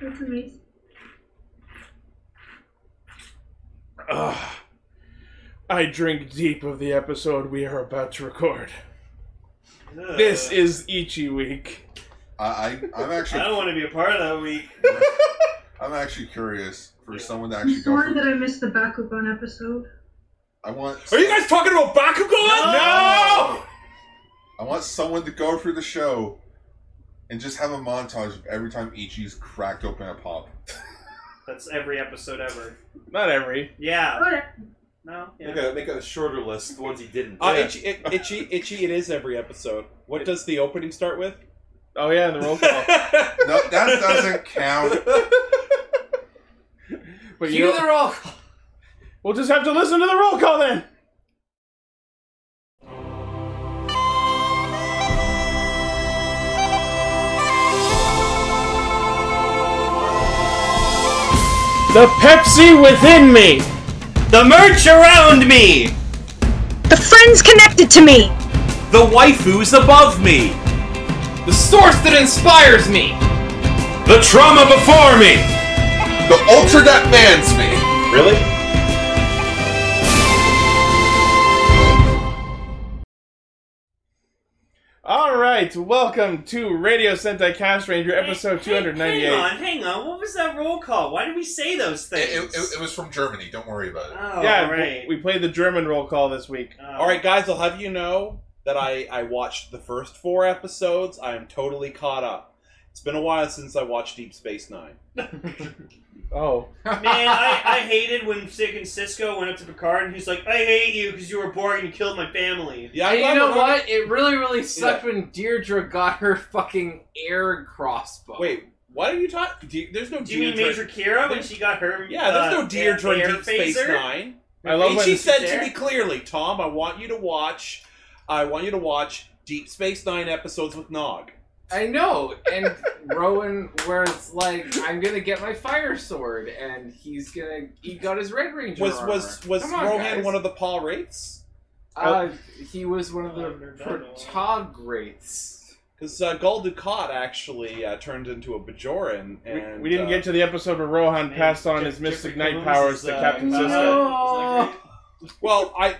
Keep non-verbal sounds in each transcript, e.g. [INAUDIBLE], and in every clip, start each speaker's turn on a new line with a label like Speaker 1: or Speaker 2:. Speaker 1: That's amazing.
Speaker 2: Ugh. I drink deep of the episode we are about to record. This is Ichi Week.
Speaker 3: I, [LAUGHS] I I'm
Speaker 4: I
Speaker 3: actually
Speaker 4: don't want to be a part of that week.
Speaker 3: I'm actually curious for
Speaker 4: Yeah.
Speaker 3: someone to
Speaker 1: I'm
Speaker 3: actually go.
Speaker 1: sorry that
Speaker 3: From,
Speaker 1: I missed the Bakugan episode.
Speaker 3: I want
Speaker 2: Are you guys talking about Bakugan?
Speaker 4: No!
Speaker 3: I want someone to go through the show and just have a montage of every time Ichi's cracked open a pop.
Speaker 4: That's every episode ever.
Speaker 2: Not every.
Speaker 4: Yeah.
Speaker 1: But
Speaker 4: No.
Speaker 5: Make
Speaker 4: Yeah.
Speaker 5: a make a shorter list. The ones he didn't.
Speaker 6: Uh,
Speaker 5: Yeah.
Speaker 6: itchy, it, itchy, itchy. It is every episode. What does the opening start with?
Speaker 2: Oh yeah, the roll [LAUGHS] call.
Speaker 3: No, that doesn't [LAUGHS] count.
Speaker 2: But you the roll call. We'll just have to listen to the roll call then. The Pepsi within me.
Speaker 5: the merch around me.
Speaker 7: The friends connected to me.
Speaker 5: The waifus above me.
Speaker 6: The source that inspires me.
Speaker 5: The trauma before me.
Speaker 3: The ultra that mans me.
Speaker 5: Really?
Speaker 2: All right, welcome to Radio Sentai Cast Ranger, episode
Speaker 4: Hey, hey,
Speaker 2: 298.
Speaker 4: Hang on, hang on. What was that roll call? Why did we say those
Speaker 3: It,
Speaker 4: things?
Speaker 3: it- it- it was from Germany. Don't worry about it.
Speaker 4: oh,
Speaker 2: yeah, w-
Speaker 4: right.
Speaker 2: we played the German roll call this week.
Speaker 4: Oh.
Speaker 6: All right, guys. I'll have you know that I I watched the first four episodes. I am totally caught up. It's been a while since I watched Deep Space Nine.
Speaker 2: Oh,
Speaker 4: Man, I, I hated when Sick and Cisco went up to Picard and he's like, I hate you because you were Borg and you killed my family.
Speaker 6: Yeah,
Speaker 8: And you
Speaker 6: I'm-
Speaker 8: know
Speaker 6: I'm-
Speaker 8: what? It really, really sucked when Deirdre got her fucking air crossbow.
Speaker 6: Wait, what are you talking? There's no
Speaker 4: Do you mean
Speaker 6: Deirdre-
Speaker 4: Major Kira when she got her.
Speaker 6: Yeah, there's
Speaker 4: uh,
Speaker 6: no Deirdre
Speaker 4: air
Speaker 6: in Deep Space
Speaker 4: phaser?
Speaker 6: Nine.
Speaker 2: I love
Speaker 6: and
Speaker 2: when
Speaker 6: she said
Speaker 4: there.
Speaker 6: to me clearly, Tom, I want you to watch, I want you to watch Deep Space Nine episodes with Nog.
Speaker 8: I know. And Rowan, where it's like, I'm gonna get my fire sword, and he's gonna. He got his Red Ranger.
Speaker 6: Was
Speaker 8: armor.
Speaker 6: was was
Speaker 8: Come on,
Speaker 6: Rohan
Speaker 8: guys.
Speaker 6: one of the Paul Wraiths?
Speaker 8: Uh, he was one of
Speaker 4: Oh, they're
Speaker 8: the
Speaker 4: done all.
Speaker 8: protagrates.
Speaker 6: Because uh, Gul Dukat actually uh, turned into a Bajoran,
Speaker 2: we,
Speaker 6: and
Speaker 2: we didn't get to the episode where Rohan
Speaker 4: Man,
Speaker 2: passed on
Speaker 4: Jeff-
Speaker 2: his mystic
Speaker 4: Jeffrey
Speaker 2: night
Speaker 4: Combs
Speaker 2: powers
Speaker 4: is,
Speaker 2: to
Speaker 4: uh,
Speaker 2: Captain
Speaker 4: uh,
Speaker 2: Sisko.
Speaker 8: No.
Speaker 4: isn't that great?
Speaker 6: uh, Well, I,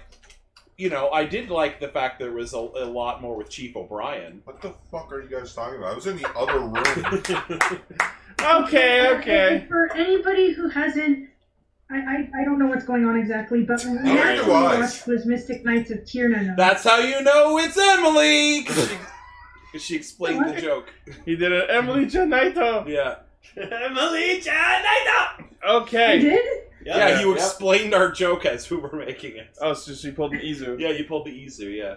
Speaker 6: you know, I did like the fact there was a, a lot more with
Speaker 4: [LAUGHS]
Speaker 6: Chief O'Brien.
Speaker 3: What the fuck are you guys talking about? I was in the other room.
Speaker 2: Okay,
Speaker 1: uh,
Speaker 2: okay.
Speaker 1: For anybody who hasn't, I, I, I don't know what's going on exactly, but what we
Speaker 3: Neither
Speaker 1: actually
Speaker 3: do I.
Speaker 1: watched was Mystic Knights of Tiernan.
Speaker 6: That's how you know it's Emily. 'Cause she explained the joke.
Speaker 2: He did an Emily Janaito.
Speaker 6: Yeah,
Speaker 4: [LAUGHS] Emily Janita!
Speaker 1: I
Speaker 2: Okay.
Speaker 1: did?
Speaker 6: yeah. You
Speaker 5: Yep.
Speaker 6: explained our joke as we were making it.
Speaker 2: Oh, so she pulled an Izu.
Speaker 6: Yeah, you pulled the Izu. Yeah.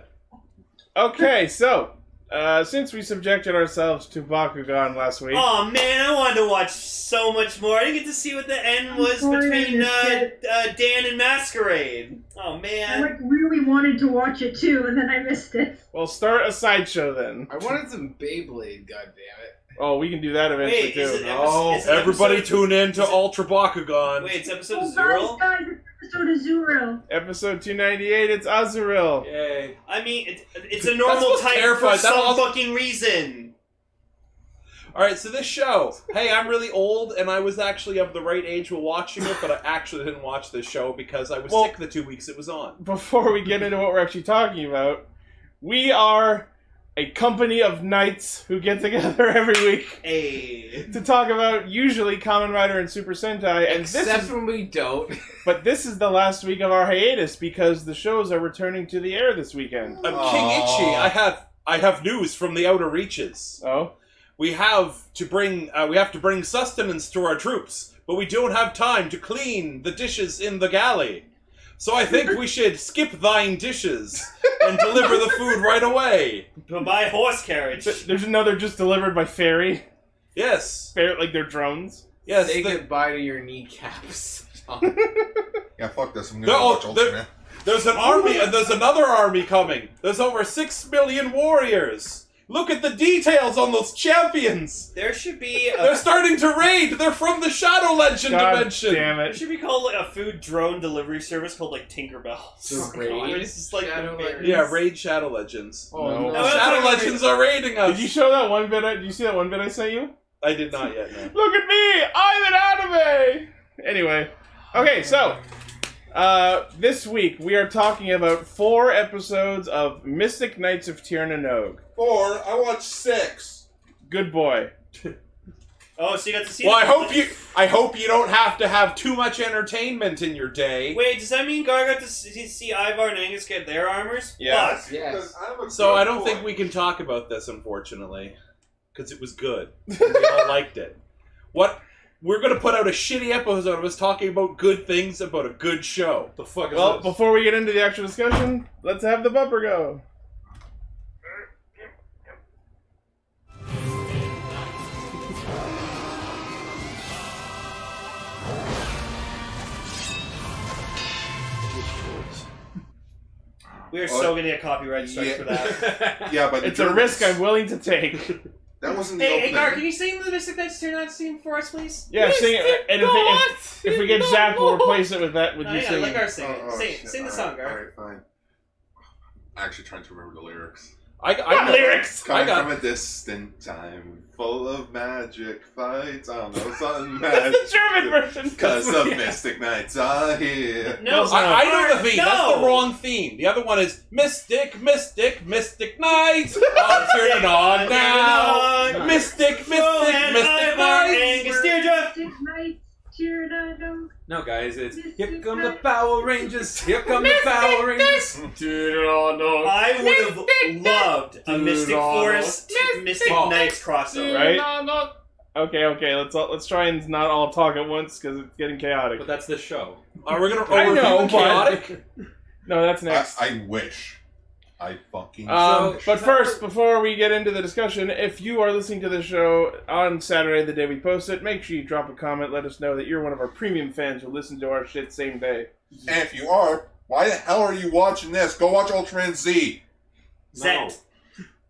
Speaker 2: Okay, so uh, since we subjected ourselves to Bakugan last week,
Speaker 4: Oh man, I wanted to watch so much more. I didn't get to see what the end
Speaker 1: I'm
Speaker 4: was
Speaker 1: sorry I
Speaker 4: between uh,
Speaker 1: missed it.
Speaker 4: uh, Dan and Masquerade. Oh
Speaker 1: I
Speaker 4: man.
Speaker 1: like really wanted to watch it too, and then I missed it.
Speaker 2: well, start a sideshow then.
Speaker 8: I wanted some Beyblade. God damn
Speaker 2: Oh, we can do that eventually
Speaker 4: Wait,
Speaker 2: too.
Speaker 4: is it episode-
Speaker 6: Oh,
Speaker 4: is it
Speaker 6: everybody
Speaker 4: episode-
Speaker 6: tune in to
Speaker 4: is it-
Speaker 6: Ultra Bakugan.
Speaker 4: Wait, it's episode
Speaker 1: Oh,
Speaker 4: zero.
Speaker 1: guys, guys, it's episode of Zero.
Speaker 2: Episode 298, it's Azuril.
Speaker 5: Yay.
Speaker 4: I mean, it's, it's a normal
Speaker 6: what's
Speaker 4: type for
Speaker 6: terrifying. That
Speaker 4: some
Speaker 6: also-
Speaker 4: fucking reason.
Speaker 6: All right, so this show. Hey, I'm really old, and I was actually of the right age while watching it, but I actually didn't watch this show because I was
Speaker 2: Well-
Speaker 6: sick the two weeks it was on.
Speaker 2: Before we get into what we're actually talking about, we are a company of knights who get together [LAUGHS] every week
Speaker 4: Hey.
Speaker 2: to talk about usually Common Rider and Super Sentai,
Speaker 8: it.
Speaker 2: and this
Speaker 8: Except
Speaker 2: is
Speaker 8: when we don't.
Speaker 2: But this is the last week of our hiatus because the shows are returning to the air this weekend.
Speaker 6: I'm
Speaker 3: Aw.
Speaker 6: King Itchy. I have I have news from the outer reaches.
Speaker 2: Oh,
Speaker 6: We have to bring uh, we have to bring sustenance to our troops, but we don't have time to clean the dishes in the galley. So I
Speaker 2: [LAUGHS]
Speaker 6: think we should skip thine dishes and deliver the food right away.
Speaker 4: By horse carriage.
Speaker 2: Th- there's another just delivered by ferry.
Speaker 6: Yes,
Speaker 2: Fer- like they're drones.
Speaker 6: yes.
Speaker 8: Say
Speaker 6: the-
Speaker 8: goodbye to your kneecaps. [LAUGHS] Oh,
Speaker 3: yeah, fuck this. I'm gonna
Speaker 6: They're all-
Speaker 3: watch Ultra
Speaker 6: they're-
Speaker 3: Man.
Speaker 6: There's an army, and there's another army coming. There's over six million warriors. Look at the details on those champions.
Speaker 4: There should be
Speaker 6: They're
Speaker 4: a,
Speaker 6: starting to raid. They're from the Shadow Legend
Speaker 2: Uh, God
Speaker 6: dimension.
Speaker 2: damn
Speaker 4: there
Speaker 2: it!
Speaker 4: should be called like a food drone delivery service called like Tinkerbell. [LAUGHS] Oh
Speaker 8: So
Speaker 4: Where
Speaker 8: raid?
Speaker 4: it's just like the
Speaker 8: Shadow
Speaker 4: berries.
Speaker 8: Legends?
Speaker 6: Yeah, raid Shadow Legends.
Speaker 8: Oh
Speaker 2: No.
Speaker 8: no.
Speaker 4: that's
Speaker 6: Shadow
Speaker 4: not a raid.
Speaker 6: Legends are raiding
Speaker 2: Did you
Speaker 6: us.
Speaker 2: show that one bit? I, did you see that one bit I sent you?
Speaker 9: I did not yet. No.
Speaker 2: Look at me! I'm an anime! Anyway. Okay, so. Uh, this week we are talking about four episodes of Mystic Knights of Tir na Nog.
Speaker 3: Four. I watched six.
Speaker 2: Good boy.
Speaker 4: Oh, so you got to see.
Speaker 9: Well, I
Speaker 4: the- [LAUGHS]
Speaker 9: hope you. I hope you don't have to have too much entertainment in your day.
Speaker 4: Wait, does that mean Gar got to see, see Ivar and Angus get their armors?
Speaker 2: Yeah.
Speaker 4: Fuck.
Speaker 8: Yes.
Speaker 3: I'm a
Speaker 9: So
Speaker 3: good
Speaker 9: I don't
Speaker 3: boy.
Speaker 9: think we can talk about this, unfortunately, because it was good. and We all liked it. What we're gonna put out a shitty episode of us talking about good things about a good show.
Speaker 6: The fuck is
Speaker 2: Well,
Speaker 6: this?
Speaker 2: before we get into the actual discussion, let's have the bumper go.
Speaker 4: We are
Speaker 3: Well,
Speaker 4: so gonna get copyright strike
Speaker 3: yeah.
Speaker 4: for
Speaker 3: [LAUGHS]
Speaker 4: that.
Speaker 3: Yeah, but the
Speaker 2: It's a
Speaker 3: Germans-
Speaker 2: risk I'm willing to take.
Speaker 3: That wasn't the
Speaker 4: hey, hey,
Speaker 3: opening.
Speaker 4: Gar, can you sing the Mystic Knights Tier 9 theme for us, please?
Speaker 2: Yeah, sing it. And if, it, if, if we get zapped, we'll replace it with that. With
Speaker 4: Oh,
Speaker 2: you
Speaker 4: yeah,
Speaker 2: singing.
Speaker 4: let Gar sing it.
Speaker 3: Oh, oh,
Speaker 4: sing it.
Speaker 3: shit.
Speaker 4: Sing the
Speaker 3: All
Speaker 4: song,
Speaker 3: right,
Speaker 4: Gar.
Speaker 3: All right, fine. I'm actually trying to remember the lyrics.
Speaker 9: I, I
Speaker 2: What
Speaker 9: know-
Speaker 2: lyrics?
Speaker 9: I
Speaker 3: Coming
Speaker 9: got.
Speaker 3: from a distant time, full of magic fights
Speaker 4: [LAUGHS]
Speaker 3: on the sun magic.
Speaker 2: That's the German version.
Speaker 3: Because of Mystic Knights are here.
Speaker 4: No,
Speaker 9: I, I know
Speaker 4: Gar,
Speaker 9: the theme.
Speaker 4: No.
Speaker 9: That's the wrong theme. The other one is Mystic, Mystic, Mystic Knights. I'm
Speaker 4: [LAUGHS]
Speaker 9: turning on now. Mystic, Mystic,
Speaker 4: Oh, and
Speaker 9: Mystic
Speaker 4: Ivar,
Speaker 9: Knights.
Speaker 4: Angus, Deirdre.
Speaker 1: Mystic Knights, Tir na Nog.
Speaker 6: No, guys, it's
Speaker 1: Mystic
Speaker 6: here come the
Speaker 1: Knights.
Speaker 6: Power
Speaker 8: [LAUGHS]
Speaker 6: Rangers. Here come the Power Rangers.
Speaker 9: [LAUGHS]
Speaker 6: Doo-doo-doo-doo.
Speaker 4: I would have loved a Mystic Force to Mystic
Speaker 6: Knights.
Speaker 4: Knights crossover.
Speaker 2: [LAUGHS] Right? Okay, okay. Let's all, let's try and not all talk at once because it's getting chaotic.
Speaker 6: But that's the show.
Speaker 9: [LAUGHS] Are we gonna
Speaker 2: I
Speaker 9: are we
Speaker 2: know,
Speaker 9: doing
Speaker 2: but-
Speaker 9: chaotic?
Speaker 6: [LAUGHS]
Speaker 2: No, that's
Speaker 3: I,
Speaker 2: next.
Speaker 3: I wish. I fucking.
Speaker 4: Uh,
Speaker 2: Um,
Speaker 6: So-
Speaker 2: but first, before we get into the discussion, if you are listening to the show on Saturday, the day we post it, make sure you drop a comment. Let us know that you're one of our premium fans who listen to our shit same day.
Speaker 3: and if you are, why the hell are you watching this? Go watch Ultraman Z.
Speaker 6: No.
Speaker 4: Zet.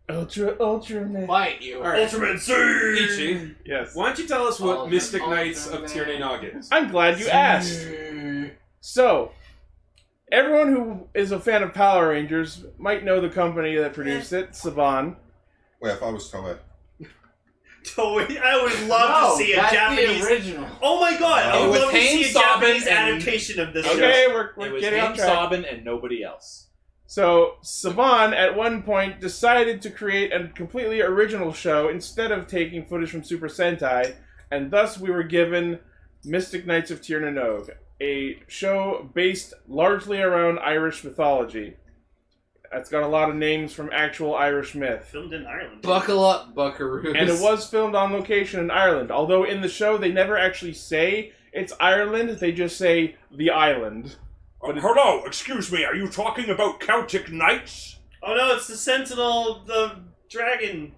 Speaker 2: Ultra, ultra man.
Speaker 8: Quiet you.
Speaker 6: All right.
Speaker 4: Ultimate Z!
Speaker 6: Ichi,
Speaker 2: Yes.
Speaker 6: why don't you tell us what
Speaker 8: All of
Speaker 6: Mystic
Speaker 8: them, all
Speaker 6: Knights
Speaker 8: of
Speaker 6: of
Speaker 8: them.
Speaker 6: Tierney Nog is?
Speaker 2: I'm glad you asked. So, everyone who is a fan of Power Rangers might know the company that produced it, Saban.
Speaker 3: Wait, if I was Toei.
Speaker 4: Toei. I would love
Speaker 8: No,
Speaker 4: to see a
Speaker 8: that's
Speaker 4: Japanese.
Speaker 8: the original.
Speaker 4: Oh my god! I
Speaker 9: It
Speaker 4: would
Speaker 9: was
Speaker 4: love to see a
Speaker 9: Haynes Sobbin
Speaker 4: Japanese
Speaker 9: and-
Speaker 4: adaptation of this show.
Speaker 2: Okay, we're,
Speaker 9: It
Speaker 2: we're
Speaker 9: was
Speaker 2: getting
Speaker 9: him,
Speaker 2: off track.
Speaker 9: Sabin, and nobody else.
Speaker 2: So Saban at one point decided to create a completely original show instead of taking footage from Super Sentai, and thus we were given Mystic Knights of Tir na Nog, a show based largely around Irish mythology. It's got a lot of names from actual Irish myth.
Speaker 4: Filmed in Ireland.
Speaker 8: Buckle up, buckaroos.
Speaker 2: And it was filmed on location in Ireland, although in the show they never actually say it's Ireland, they just say the island. But it-
Speaker 9: hello, excuse me. Are you talking about Celtic Knights?
Speaker 4: Oh no, it's the Sentinel, the dragon.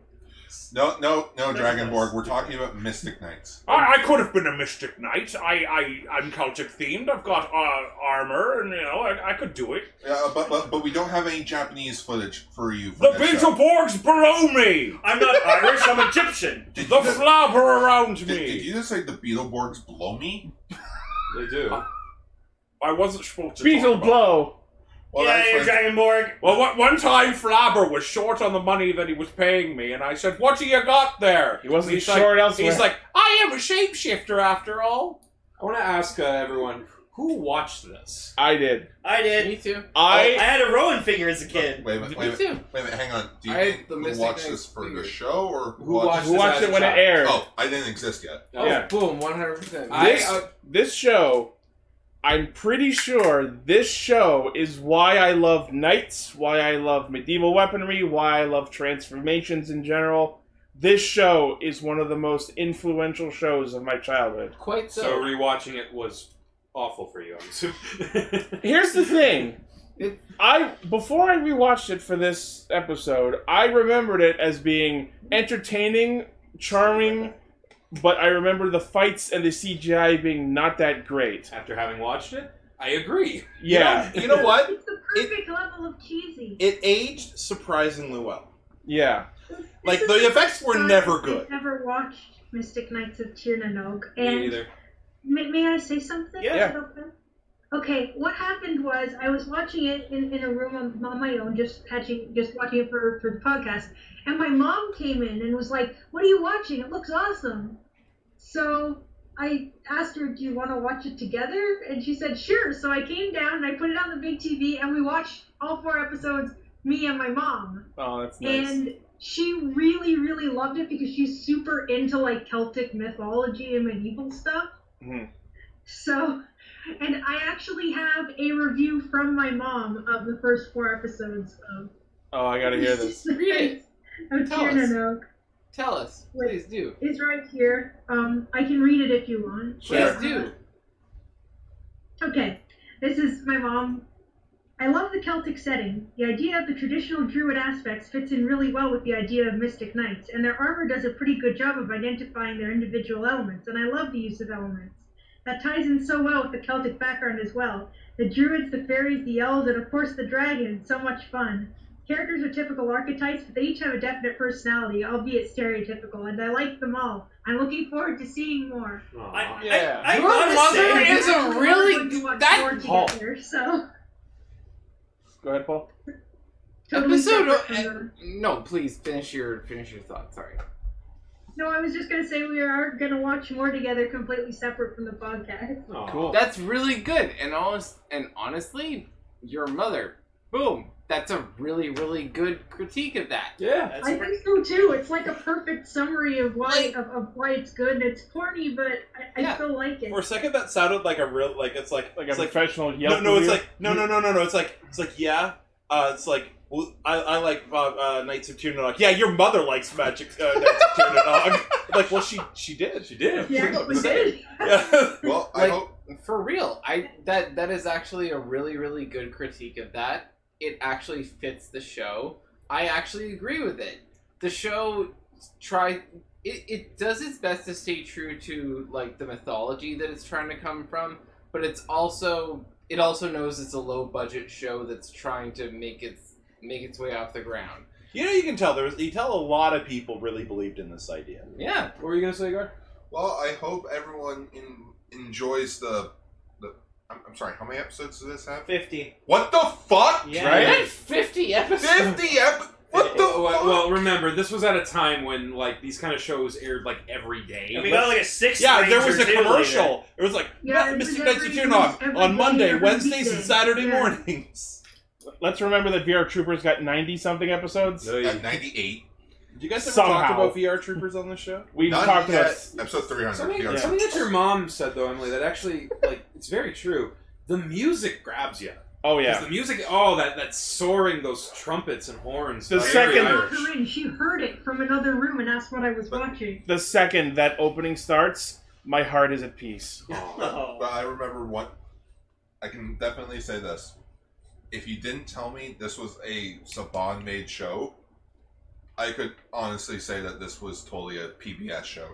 Speaker 3: No, no, no,
Speaker 4: Mystic
Speaker 3: Dragonborg.
Speaker 4: Knights.
Speaker 3: We're talking about Mystic Knights.
Speaker 9: I, I could have been a Mystic Knight. I, I I'm Celtic themed. I've got uh, armor, and you know I, I could do it.
Speaker 3: Uh, but, but but we don't have any Japanese footage for you.
Speaker 9: The
Speaker 3: For this show.
Speaker 9: Beetleborgs below me.
Speaker 4: I'm not [LAUGHS] Irish, I'm Egyptian.
Speaker 3: Did
Speaker 9: The
Speaker 3: you just-
Speaker 9: flabber around
Speaker 3: Did, did
Speaker 9: me.
Speaker 3: you just say the Beetleborgs blow me?
Speaker 6: They do.
Speaker 9: I wasn't supposed to. talk
Speaker 2: Beetle
Speaker 9: about-
Speaker 2: Blow!
Speaker 4: yeah,
Speaker 3: that's
Speaker 4: yeah,
Speaker 3: fine.
Speaker 4: Dragonborg.
Speaker 9: Well, one- one time Flabber was short on the money that he was paying me, and I said, "What do you got there?"
Speaker 2: He wasn't
Speaker 9: He's
Speaker 2: short
Speaker 9: like,
Speaker 2: elsewhere.
Speaker 9: He's like, "I am a shapeshifter after all."
Speaker 6: I want to ask uh, everyone who watched this.
Speaker 2: I did.
Speaker 4: I did.
Speaker 8: [LAUGHS] Me too.
Speaker 9: oh,
Speaker 4: I,
Speaker 2: I
Speaker 4: had a Rowan figure as a kid.
Speaker 3: Wait a minute, wait a
Speaker 8: Me
Speaker 3: minute,
Speaker 8: too.
Speaker 3: wait a minute, hang on. Do you
Speaker 8: I had
Speaker 3: think
Speaker 8: the
Speaker 3: who
Speaker 8: Mystic
Speaker 3: watched
Speaker 8: Knights
Speaker 3: this for the
Speaker 8: figure.
Speaker 3: show or
Speaker 6: Who
Speaker 2: who watched
Speaker 6: this
Speaker 2: it
Speaker 6: as
Speaker 2: when
Speaker 6: a
Speaker 2: it
Speaker 6: child?
Speaker 2: aired.
Speaker 3: Oh, I didn't exist yet.
Speaker 8: Oh,
Speaker 2: Yeah.
Speaker 8: boom, 100%.
Speaker 6: I,
Speaker 2: This-
Speaker 6: uh,
Speaker 2: this show i'm pretty sure this show is why i love knights why i love medieval weaponry why i love transformations in general this show is one of the most influential shows of my childhood
Speaker 8: Quite so.
Speaker 6: so rewatching it was awful for you. I'm assuming.
Speaker 9: [LAUGHS]
Speaker 2: here's the thing
Speaker 8: It-
Speaker 2: i before i rewatched it for this episode i remembered it as being entertaining charming but i remember the fights and the cgi being not that great
Speaker 6: After having watched it, I agree.
Speaker 2: yeah
Speaker 9: You know what?
Speaker 1: It's the perfect level of cheesy.
Speaker 9: It aged surprisingly well.
Speaker 2: yeah
Speaker 9: Like
Speaker 1: This
Speaker 9: the
Speaker 1: is the
Speaker 9: effects were
Speaker 1: first
Speaker 9: never
Speaker 1: time
Speaker 9: good.
Speaker 1: I've never watched Mystic Knights of Tir na Nog,
Speaker 6: Me
Speaker 1: and
Speaker 6: either.
Speaker 1: may, may I say something?
Speaker 4: Yeah.
Speaker 1: Is that okay? Okay, what happened was I was watching it in, in a room on, on my own, just catching, just watching it for, for the podcast, and my mom came in and was like, "What are you watching? It looks awesome." So I asked her, "Do you want to watch it together?" And she said, "Sure." So I came down and I put it on the big TV, and we watched all four episodes, me and my mom.
Speaker 2: Oh, that's nice.
Speaker 1: And she really, really loved it because she's super into like Celtic mythology and medieval stuff.
Speaker 2: Mhm.
Speaker 1: So, and I actually have a review from my mom of the first four episodes of.
Speaker 2: oh, I gotta
Speaker 1: [LAUGHS]
Speaker 2: hear this.
Speaker 8: Read it.
Speaker 1: Of
Speaker 8: Tell
Speaker 1: Tiernan
Speaker 8: us.
Speaker 1: Oak.
Speaker 8: Tell us. Please do.
Speaker 1: It's right here. Um, I can read it if you want.
Speaker 2: Sure.
Speaker 8: Please do.
Speaker 1: Okay, this is my mom. I love the Celtic setting. The idea of the traditional druid aspects fits in really well with the idea of mystic knights, and their armor does a pretty good job of identifying their individual elements, and I love the use of elements. That ties in so well with the Celtic background as well. The druids, the fairies, the elves, and of course the dragon. So much fun. Characters are typical archetypes, but they each have a definite personality, albeit stereotypical, and I like them all. I'm looking forward to seeing more.
Speaker 4: I,
Speaker 2: Yeah.
Speaker 4: I, I
Speaker 8: Your
Speaker 4: gotta
Speaker 8: mother
Speaker 4: say,
Speaker 8: is- a
Speaker 1: Actually,
Speaker 8: really-
Speaker 1: I'm going to watch
Speaker 8: that-
Speaker 1: more
Speaker 2: Paul.
Speaker 1: together, so.
Speaker 2: Go ahead, Paul.
Speaker 1: Totally
Speaker 8: Episode.
Speaker 1: separate from the-
Speaker 8: No, please finish your finish your thought. Sorry.
Speaker 1: No, I was just gonna say we are gonna watch more together, completely separate from the podcast.
Speaker 2: Cool.
Speaker 8: That's really good. And honest. And honestly, your mother. Boom. That's a really really good critique of that.
Speaker 2: Yeah.
Speaker 4: That's
Speaker 1: I
Speaker 4: pretty-
Speaker 1: think so too. It's like a perfect summary of why
Speaker 8: Like-
Speaker 1: of, of why it's good. It's corny, but I, I
Speaker 8: Yeah.
Speaker 1: still like it.
Speaker 9: For a second, that sounded like a real, like it's like,
Speaker 2: Like a
Speaker 9: it's like
Speaker 2: professional Yelp
Speaker 9: no, no, it's
Speaker 2: review.
Speaker 9: like no, no, no, no, no. It's like it's like yeah. Uh, it's like well, I, I like uh, uh, Knights of Tunanog. Yeah, your mother likes Magic uh, Knights of
Speaker 2: [LAUGHS]
Speaker 9: Tunanog. like, well, she she did.
Speaker 6: She did. [LAUGHS]
Speaker 1: yeah,
Speaker 3: Look,
Speaker 1: we
Speaker 3: the
Speaker 1: did.
Speaker 9: Yeah. [LAUGHS]
Speaker 3: Well, I
Speaker 8: Like-
Speaker 3: hope
Speaker 8: For real, I that that is actually a really really good critique of that. It actually fits the show. I actually agree with it. The show try it, it does its best to stay true to like the mythology that it's trying to come from, but it's also it also knows it's a low budget show that's trying to make its make its way off the ground.
Speaker 9: You know, you can tell there was. You tell a lot of people really believed in this idea.
Speaker 8: Yeah.
Speaker 6: What were you gonna say, Gar?
Speaker 3: Well, I hope everyone in, enjoys the the. I'm, I'm sorry. How many episodes does this have?
Speaker 4: 50.
Speaker 3: What the fuck?
Speaker 4: Yeah.
Speaker 8: We
Speaker 2: Right?
Speaker 8: had 50 episodes.
Speaker 3: Fifty episodes. What the
Speaker 6: Well,
Speaker 3: fuck?
Speaker 6: well, remember, this was at a time when like these kind of shows aired like every day.
Speaker 4: And we got like a six.
Speaker 9: Yeah, there was
Speaker 4: Ranger
Speaker 9: a
Speaker 4: too later. [LAUGHS]
Speaker 9: commercial. It was like
Speaker 1: Yeah, it was
Speaker 9: Mystic Knights of
Speaker 1: every-
Speaker 9: Tunanog
Speaker 1: every
Speaker 9: on
Speaker 1: day,
Speaker 9: Monday,
Speaker 1: every
Speaker 9: Wednesdays,
Speaker 1: weekday.
Speaker 9: and Saturday
Speaker 1: Yeah.
Speaker 9: mornings. [LAUGHS]
Speaker 2: Let's remember that VR Troopers got 90 something episodes.
Speaker 3: At ninety-eight.
Speaker 9: Did you guys ever talk
Speaker 2: Somehow.
Speaker 9: about VR Troopers on the show?
Speaker 2: We
Speaker 3: Not
Speaker 2: talked
Speaker 3: yet.
Speaker 2: about.
Speaker 3: episode three hundred.
Speaker 6: Something,
Speaker 2: Yeah.
Speaker 6: something that your mom said though, Emily, that actually like it's very true. The music grabs you.
Speaker 2: Oh,
Speaker 6: 'Cause
Speaker 2: yeah.
Speaker 6: The music, oh, that that soaring, those trumpets and horns.
Speaker 2: The
Speaker 6: Very
Speaker 1: I
Speaker 2: second-
Speaker 1: brought
Speaker 6: Irish.
Speaker 1: her in. She heard it from another room and asked what I was
Speaker 3: But-
Speaker 1: watching.
Speaker 2: [LAUGHS] The second that opening starts, my heart is at peace.
Speaker 4: Oh.
Speaker 3: But I remember one. I can definitely say this. If you didn't tell me this was a Saban made show, I could honestly say that this was totally a PBS show.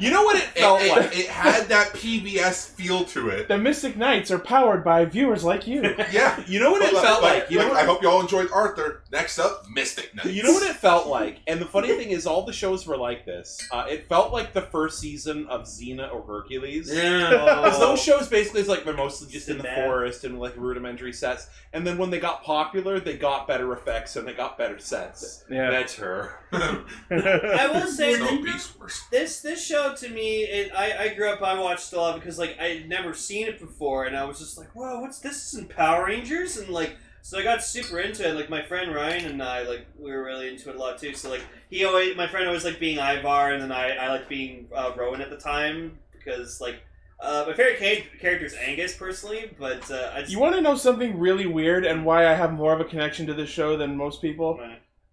Speaker 9: You
Speaker 6: [LAUGHS]
Speaker 9: know what it
Speaker 3: [LAUGHS] It,
Speaker 9: felt
Speaker 3: it-
Speaker 9: like.
Speaker 3: it had that PBS feel to
Speaker 9: [LAUGHS]
Speaker 3: it.
Speaker 2: The Mystic Knights are powered by viewers like you.
Speaker 3: Yeah.
Speaker 9: You know what it felt like. You know what
Speaker 3: I hope y'all enjoyed Arthur. Next up, Mystic Knights.
Speaker 9: You know what it felt like? And the funny thing is, all the shows were like this. Uh, it felt like the first season of Xena or Hercules.
Speaker 6: yeah. Oh.
Speaker 9: 'Cause those shows basically is like they're mostly just in the
Speaker 4: Sinbad.
Speaker 9: forest and like rudimentary sets. And then when they got popular, they got better effects and they got better sets.
Speaker 2: [LAUGHS] Yeah.
Speaker 6: That's her.
Speaker 4: I will
Speaker 3: [LAUGHS]
Speaker 4: say
Speaker 3: so
Speaker 4: that
Speaker 3: Beast Wars.
Speaker 4: this this show to me, it, I I grew up. I watched a lot because like I had never seen it before, and I was just like, "Whoa, what's this? This Is in Power Rangers?" And like, so I got super into it. Like my friend Ryan and I, like we were really into it a lot too. So like he always, my friend always liked being Ivar, and then I I liked being uh, Rowan at the time because like uh, my favorite ca- character is Angus personally, but uh, I just
Speaker 2: you want to know something really weird and why I have more of a connection to this show than most people?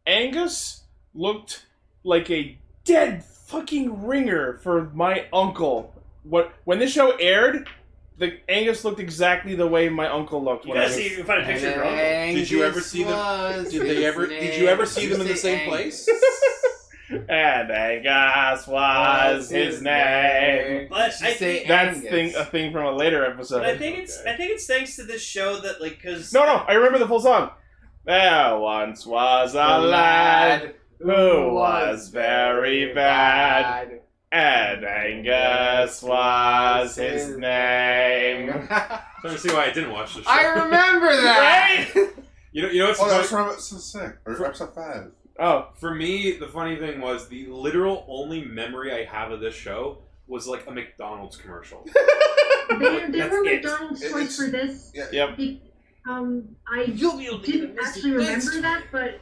Speaker 2: Angus looked like a dead fucking ringer for my uncle. What when this show aired, the Angus looked exactly the way my uncle looked.
Speaker 4: You
Speaker 2: when I
Speaker 4: gotta
Speaker 2: was-
Speaker 4: see if you can find a picture of your uncle.
Speaker 9: Did you ever see them- Did they ever? Did you ever see them in the same place?
Speaker 2: And Angus was his name.
Speaker 4: But I think-
Speaker 2: That's thing a thing from a later episode.
Speaker 4: But I think it's I think it's thanks to this show that like because
Speaker 2: no, no, I remember the full song. There once was a lad who was very bad, And Angus was his name.
Speaker 8: [LAUGHS] I
Speaker 6: Trying to see why I didn't watch the show.
Speaker 8: remember that.
Speaker 6: you know, you know what's
Speaker 3: Oh,
Speaker 6: funny?
Speaker 3: that's from episode six or episode five.
Speaker 2: [LAUGHS] Oh,
Speaker 6: For me, the funny thing was the literal only memory I have of this show was like a McDonald's commercial.
Speaker 1: They, they
Speaker 6: That's
Speaker 1: were
Speaker 6: it.
Speaker 1: McDonald's
Speaker 3: It-
Speaker 1: choice
Speaker 3: it's-
Speaker 1: for this.
Speaker 3: Yeah.
Speaker 2: Yep.
Speaker 1: Be- Um, I
Speaker 8: [LAUGHS] You'll be able to
Speaker 1: didn't actually remember that, but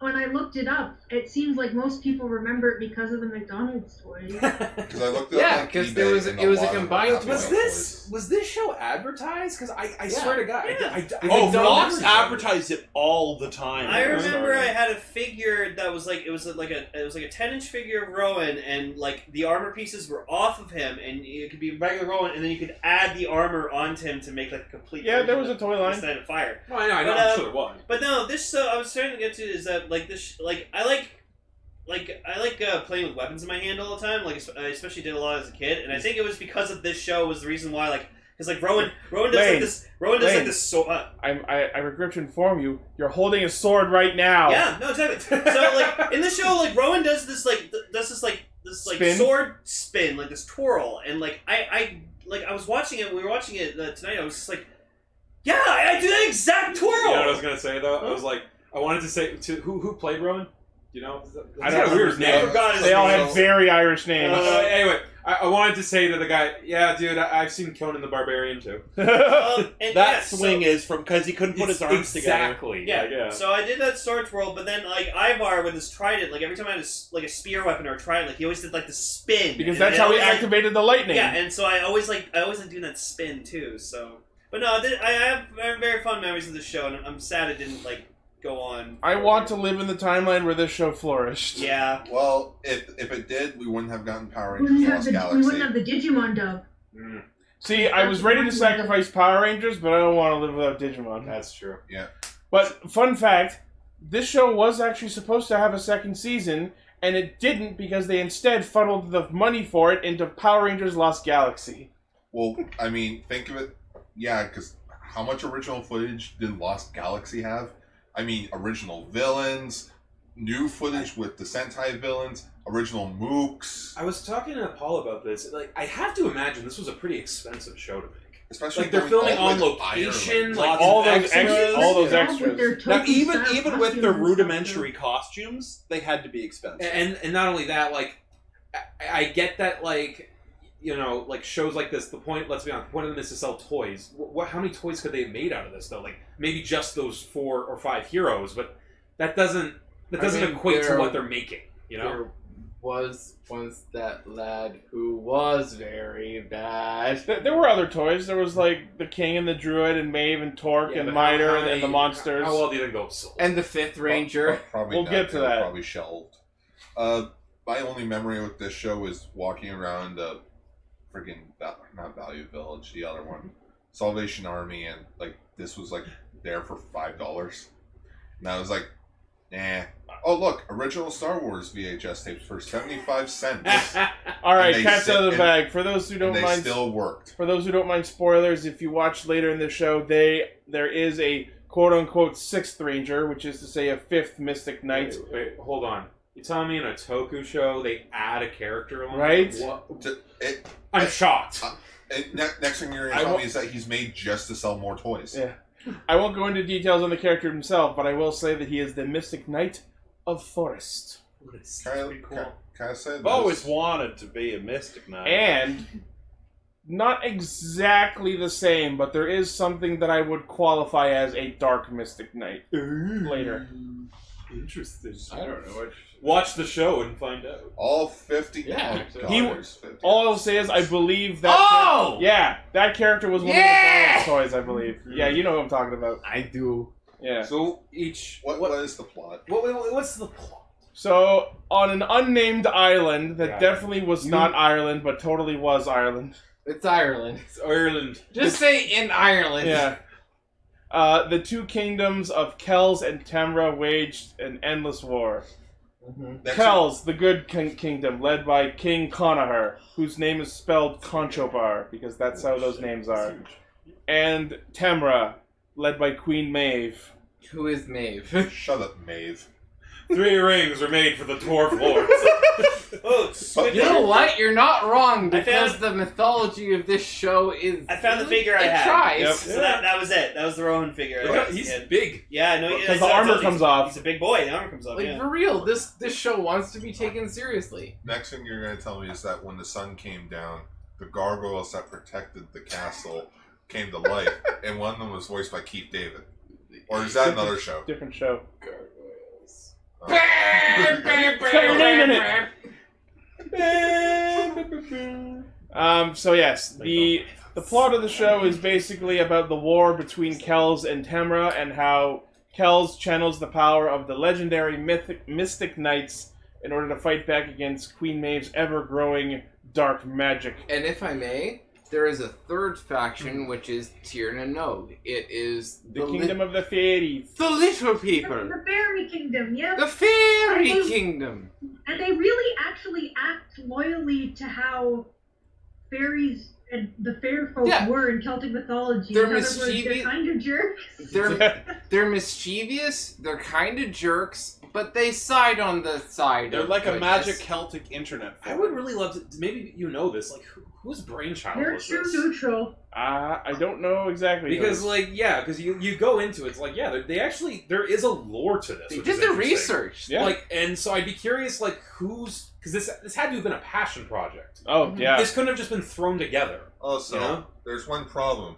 Speaker 1: when I looked it up, it seems like most people remember it because of the McDonald's story.
Speaker 3: Because I looked up.
Speaker 8: Yeah,
Speaker 3: like,
Speaker 8: because
Speaker 3: eBay
Speaker 8: there was
Speaker 3: and
Speaker 8: it was a
Speaker 3: lot of them
Speaker 8: combined.
Speaker 3: have
Speaker 8: [LAUGHS] Was
Speaker 3: white
Speaker 8: this
Speaker 3: boys.
Speaker 8: was this show advertised? Because I, I
Speaker 9: Yeah.
Speaker 8: swear to God, I-
Speaker 4: Yeah.
Speaker 8: I, I
Speaker 9: Oh,
Speaker 8: don't
Speaker 9: Fox
Speaker 8: remember that.
Speaker 9: advertised it all the time.
Speaker 4: I remember I
Speaker 9: Sorry.
Speaker 4: had a figure that was like it was like a it was like a ten inch figure of Rowan, and like the armor pieces were off of him, and it could be regular Rowan, and then you could add the armor onto him to make like a complete.
Speaker 2: yeah, there
Speaker 4: version
Speaker 2: was a
Speaker 4: of
Speaker 2: toy
Speaker 4: the
Speaker 2: line.
Speaker 4: Stand of Fire.
Speaker 6: well, I know, I know,
Speaker 4: But,
Speaker 6: I'm
Speaker 4: um,
Speaker 6: sure it was.
Speaker 4: But no, this uh, I was trying to get to is that like this like I like like I like uh, playing with weapons in my hand all the time. Like I especially did a lot as a kid, and I think it was because of this show was the reason why like because like Rowan Rowan does
Speaker 2: Lane.
Speaker 4: like this Rowan does
Speaker 2: Lane.
Speaker 4: like this so uh,
Speaker 2: I, I, I regret to inform you, you're holding a sword right now.
Speaker 4: yeah no exactly. So like in the show like Rowan does this like th- does this like this like
Speaker 2: Spin?
Speaker 4: sword spin like this twirl and like I I like I was watching it we were watching it uh, tonight I was just like yeah I, I do that exact twirl
Speaker 6: You know what I was gonna say though? I was like, I wanted to say to who who played Rowan? Do you know?
Speaker 2: I
Speaker 6: He's
Speaker 2: don't
Speaker 6: got a weird
Speaker 2: remember his
Speaker 6: name.
Speaker 4: I forgot his
Speaker 2: They all had
Speaker 6: Um,
Speaker 4: name.
Speaker 2: very Irish names. [LAUGHS]
Speaker 6: Uh, anyway, I, I wanted to say to the guy, yeah, dude, I, I've seen Conan the Barbarian too.
Speaker 4: Um,
Speaker 2: [LAUGHS]
Speaker 4: and
Speaker 9: That
Speaker 4: yeah, so-
Speaker 9: swing is from because he couldn't put
Speaker 6: It's
Speaker 9: his arms together.
Speaker 6: exactly.
Speaker 4: Yeah.
Speaker 6: like, yeah.
Speaker 4: So I did that sword twirl, but then like Ivar with his trident, like every time I had a s like a spear weapon or a trident, like he always did like the spin.
Speaker 2: because
Speaker 4: And
Speaker 2: that's
Speaker 4: I
Speaker 2: how he
Speaker 4: always-
Speaker 2: activated the lightning.
Speaker 4: Yeah, and so I always like I always like doing that spin too. So, but no, I, did, I have very- very fond memories of the show, and I'm sad it didn't like go on.
Speaker 2: I want to live in the timeline where this show flourished.
Speaker 3: [LAUGHS]
Speaker 4: Yeah.
Speaker 3: Well, if if it did, we wouldn't have gotten Power
Speaker 1: We wouldn't
Speaker 3: Rangers
Speaker 1: have
Speaker 3: Lost
Speaker 1: the, we
Speaker 3: Galaxy.
Speaker 1: wouldn't have the Digimon dub.
Speaker 6: Mm,
Speaker 2: See, I was ready to sacrifice Power Rangers, but I don't want to live without Digimon.
Speaker 6: that's true.
Speaker 2: But fun fact, this show was actually supposed to have a second season, and it didn't because they instead funneled the money for it into Power Rangers Lost Galaxy.
Speaker 3: Well, I mean, think of it. Yeah, because how much original footage did Lost Galaxy have? I mean, original villains, new footage with the Sentai villains, original mooks,
Speaker 6: I was talking to Paul about this. Like, I have to imagine this was a pretty expensive show to make.
Speaker 3: especially
Speaker 6: Like, they're
Speaker 3: going
Speaker 6: filming
Speaker 3: all
Speaker 6: on
Speaker 3: the way to
Speaker 6: location,
Speaker 3: Ireland.
Speaker 6: like
Speaker 9: All
Speaker 6: all
Speaker 9: those
Speaker 6: those
Speaker 2: extras, all those
Speaker 1: Dub with
Speaker 2: extras.
Speaker 1: their
Speaker 9: Now,
Speaker 1: token
Speaker 9: even
Speaker 1: style
Speaker 9: even with
Speaker 1: costumes
Speaker 9: their
Speaker 1: and stuff,
Speaker 9: rudimentary costumes, they had to be expensive.
Speaker 6: and and not only that, like I, I get that, like you know, like shows like this. The point, let's be honest, the point of them is to sell toys. What, how many toys could they have made out of this though? Like maybe just those four or five heroes, but that doesn't that
Speaker 8: I
Speaker 6: doesn't
Speaker 8: mean,
Speaker 6: equate to
Speaker 8: they're-
Speaker 6: what they're making. You know,
Speaker 8: There was once that lad who was very bad.
Speaker 2: Th- There were other toys. There was like the King and the Druid and Maeve and Torque
Speaker 6: Yeah,
Speaker 2: and
Speaker 6: but
Speaker 2: Miter
Speaker 6: how- how
Speaker 2: and, and the
Speaker 6: many-
Speaker 2: monsters.
Speaker 6: How well do you think those sold? [LAUGHS]
Speaker 8: And the Fifth Ranger.
Speaker 2: [LAUGHS]
Speaker 3: Pro- Probably
Speaker 2: We'll
Speaker 3: not.
Speaker 2: get to
Speaker 3: They were
Speaker 2: that.
Speaker 3: Probably shelved. Uh, my only memory with this show is walking around uh, freaking Val- not Value Village, the other one, Salvation Army, and like this was like there for five dollars, and I was like, nah. Oh look, original Star Wars VHS tapes for seventy five cents,
Speaker 2: [LAUGHS] All right,
Speaker 3: they
Speaker 2: cats
Speaker 3: sit
Speaker 2: out of the
Speaker 3: and-
Speaker 2: bag. For those who
Speaker 3: and
Speaker 2: don't
Speaker 3: they
Speaker 2: mind,
Speaker 3: still worked.
Speaker 2: for those who don't mind spoilers, if you watch later in the show, they there is a quote unquote sixth ranger, which is to say a fifth mystic knight.
Speaker 6: Wait, wait, hold on. You telling me in a Toku show they add a character line?
Speaker 2: Right?
Speaker 6: What?
Speaker 3: It,
Speaker 6: I'm shocked.
Speaker 3: it, ne- next thing you're
Speaker 2: I
Speaker 3: gonna tell
Speaker 2: wa-
Speaker 3: me is that he's made just to sell more toys.
Speaker 2: Yeah. I won't go into details on the character himself, but I will say that he is the mystic knight of forest.
Speaker 3: Kind of,
Speaker 6: Pretty cool.
Speaker 3: kind of said.
Speaker 2: Oh,
Speaker 9: I've always wanted to be a mystic knight.
Speaker 2: And not exactly the same, but there is something that I would qualify as a dark mystic knight later.
Speaker 6: Interesting.
Speaker 8: I don't know. What
Speaker 6: Watch the show and find out.
Speaker 3: all fifty.
Speaker 8: Yeah.
Speaker 3: oh, God,
Speaker 2: He-
Speaker 3: there's 50.
Speaker 2: All I'll say is I believe that
Speaker 8: Oh!
Speaker 2: Yeah, that character was one
Speaker 8: Yeah!
Speaker 2: of the toys, I believe. Yeah, you know who I'm talking about.
Speaker 8: I do.
Speaker 2: Yeah.
Speaker 6: So each
Speaker 3: What,
Speaker 6: what,
Speaker 3: what is the plot?
Speaker 6: what, what- what's the plot?
Speaker 2: So on an unnamed island that
Speaker 6: Yeah.
Speaker 2: definitely was not Ireland, but totally was Ireland.
Speaker 8: It's Ireland.
Speaker 6: It's Ireland.
Speaker 8: Just say in Ireland.
Speaker 2: Yeah. Uh, the two kingdoms of Kells and Tamra waged an endless war.
Speaker 8: Mhm.
Speaker 3: Next
Speaker 2: Kells, the good king- kingdom, led by King Connacher, whose name is spelled Conchobar, because that's how those names are. And Tamra, led by Queen Maeve.
Speaker 8: Who is Maeve? [LAUGHS]
Speaker 3: Shut up, Maeve.
Speaker 6: Three rings were made for the dwarf lords.
Speaker 4: Oh, Squid
Speaker 8: You know
Speaker 4: Game.
Speaker 8: what? You're not wrong
Speaker 4: I
Speaker 8: because the mythology of this show is.
Speaker 4: I found the figure I
Speaker 8: it
Speaker 4: had.
Speaker 8: tries.
Speaker 2: Yep.
Speaker 4: So that, that was it. That was the Rohan figure. I
Speaker 6: Look,
Speaker 4: had.
Speaker 6: He's
Speaker 4: Yeah.
Speaker 6: big.
Speaker 4: yeah, no,
Speaker 2: Because the armor comes off.
Speaker 4: He's a big boy. The armor comes off.
Speaker 8: Like
Speaker 4: yeah.
Speaker 8: for real, this this show wants to be taken
Speaker 3: [LAUGHS]
Speaker 8: seriously.
Speaker 3: Next thing you're going to tell me is that when the sun came down, the gargoyles that protected the castle came to
Speaker 9: [LAUGHS]
Speaker 3: life, and one of them was voiced by Keith David. Or is that another
Speaker 9: [LAUGHS]
Speaker 3: show? Uh,
Speaker 2: Different show.
Speaker 8: Gargoyles.
Speaker 2: It's got your name in it. Um, so yes, the the plot of the show is basically about the war between Kells and Tamra and how Kells channels the power of the legendary mythic, mystic knights in order to fight back against Queen Maeve's ever-growing dark magic.
Speaker 8: And if I may, there is a third faction which is Tir na Nog. It is
Speaker 2: The,
Speaker 8: li-
Speaker 2: kingdom of the fairies.
Speaker 8: the little
Speaker 1: The,
Speaker 8: people,
Speaker 1: the fairy kingdom, yep.
Speaker 8: the fairy
Speaker 1: Mhm.
Speaker 8: kingdom.
Speaker 1: And they really actually act loyally to how fairies and the fair folk
Speaker 8: Yeah.
Speaker 1: were in Celtic mythology.
Speaker 8: They're
Speaker 1: in other words,
Speaker 8: mischievous.
Speaker 1: they're kind of jerks.
Speaker 2: [LAUGHS]
Speaker 8: They're they're mischievous. They're kind of jerks, but they side on the side.
Speaker 9: They're
Speaker 8: of
Speaker 9: like a
Speaker 8: goodness.
Speaker 9: magic Celtic internet.
Speaker 6: I would really love to. Maybe you know this. Like, who, whose brainchild
Speaker 1: They're
Speaker 6: was
Speaker 1: too
Speaker 6: this?
Speaker 1: neutral.
Speaker 2: Uh, I don't know exactly who
Speaker 6: Because
Speaker 2: this-
Speaker 6: like yeah, because you you go into it, it's like yeah, they- they actually there is a lore to this.
Speaker 8: They
Speaker 6: which
Speaker 8: did
Speaker 6: is
Speaker 8: the
Speaker 6: interesting.
Speaker 8: research.
Speaker 2: Yeah.
Speaker 6: Like and so I'd be curious like who's because this this had to have been a passion project.
Speaker 2: oh yeah,
Speaker 6: This couldn't have just been thrown together.
Speaker 3: Also,
Speaker 6: You know?
Speaker 3: there's one problem.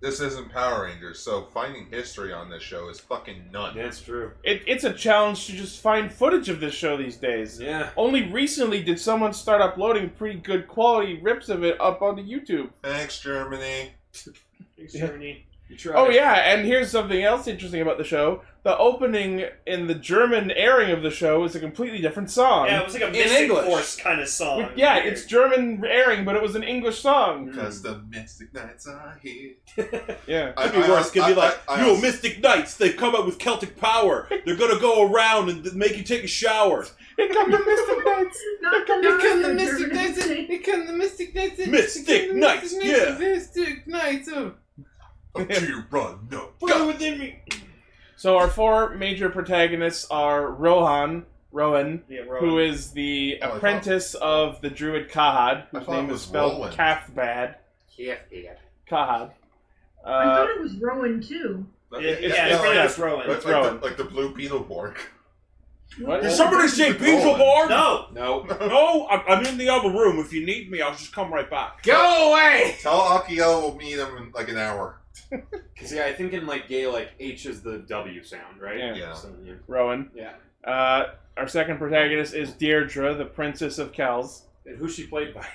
Speaker 3: This isn't Power Rangers, so finding history on this show is fucking none.
Speaker 6: That's true.
Speaker 2: it, it's a challenge to just find footage of this show these days.
Speaker 6: Yeah.
Speaker 2: Only recently did someone start uploading pretty good quality rips of it up onto YouTube.
Speaker 3: Thanks, Germany.
Speaker 4: Thanks,
Speaker 2: Yeah.
Speaker 4: Germany.
Speaker 6: You tried.
Speaker 2: Oh yeah, and here's something else interesting about the show: the opening in the German airing of the show is a completely different song.
Speaker 4: Yeah, it was like a Mystic
Speaker 9: English.
Speaker 4: Force kind of song.
Speaker 2: With- [LAUGHS] yeah, it's German airing, but it was an English
Speaker 9: Hmm.
Speaker 2: song.
Speaker 3: Because the Mystic Knights are here. [LAUGHS]
Speaker 2: Yeah,
Speaker 9: Could be worse. Could be like,
Speaker 3: I- I- I- [LAUGHS]
Speaker 9: yo, Mystic Knights, they've come up with Celtic power. They're gonna go around and th- make you take a shower.
Speaker 2: here come the Mystic Knights.
Speaker 1: Not the,
Speaker 8: Become the
Speaker 1: Naruto
Speaker 8: Mystic
Speaker 1: German
Speaker 8: Knights!
Speaker 1: thing.
Speaker 8: Become the Mystic Knights! become
Speaker 9: Mystic
Speaker 8: the
Speaker 9: Knights,
Speaker 8: Mystic
Speaker 9: yeah.
Speaker 8: Mystic Knights of
Speaker 3: Up to you, run, no.
Speaker 9: Go within me.
Speaker 2: So our four major protagonists are Rohan, Rowan,
Speaker 4: Yeah,
Speaker 2: who
Speaker 4: Rowan.
Speaker 2: is the
Speaker 3: Oh, I thought-
Speaker 2: apprentice of the druid Kahad,
Speaker 3: I
Speaker 2: whose
Speaker 3: thought it
Speaker 2: name is
Speaker 3: was
Speaker 2: spelled
Speaker 3: Roland.
Speaker 2: Kathbad. Kahad.
Speaker 1: I
Speaker 2: Uh,
Speaker 1: thought it was Rowan too.
Speaker 4: yeah,
Speaker 3: It's-
Speaker 4: yeah,
Speaker 2: it's-
Speaker 4: it's really
Speaker 2: yeah.
Speaker 4: just Rowan.
Speaker 3: Like,
Speaker 2: It's
Speaker 3: like, the,
Speaker 2: Rowan.
Speaker 3: like the blue Beetleborg.
Speaker 2: What?
Speaker 9: Did somebody say Beetleborg?
Speaker 4: No,
Speaker 6: No. [LAUGHS]
Speaker 9: No, I'm, I'm in the other room. If you need me, I'll just come right back.
Speaker 8: Go away!
Speaker 3: Tell Akio we'll meet him in like an hour.
Speaker 6: Because yeah, I think in like Gaelic, H is the W sound, right?
Speaker 2: Yeah.
Speaker 3: Yeah.
Speaker 6: So, yeah.
Speaker 2: Rowan.
Speaker 6: Yeah.
Speaker 2: Uh, our second protagonist is Deirdre, the princess of Kells.
Speaker 6: And who's she played by?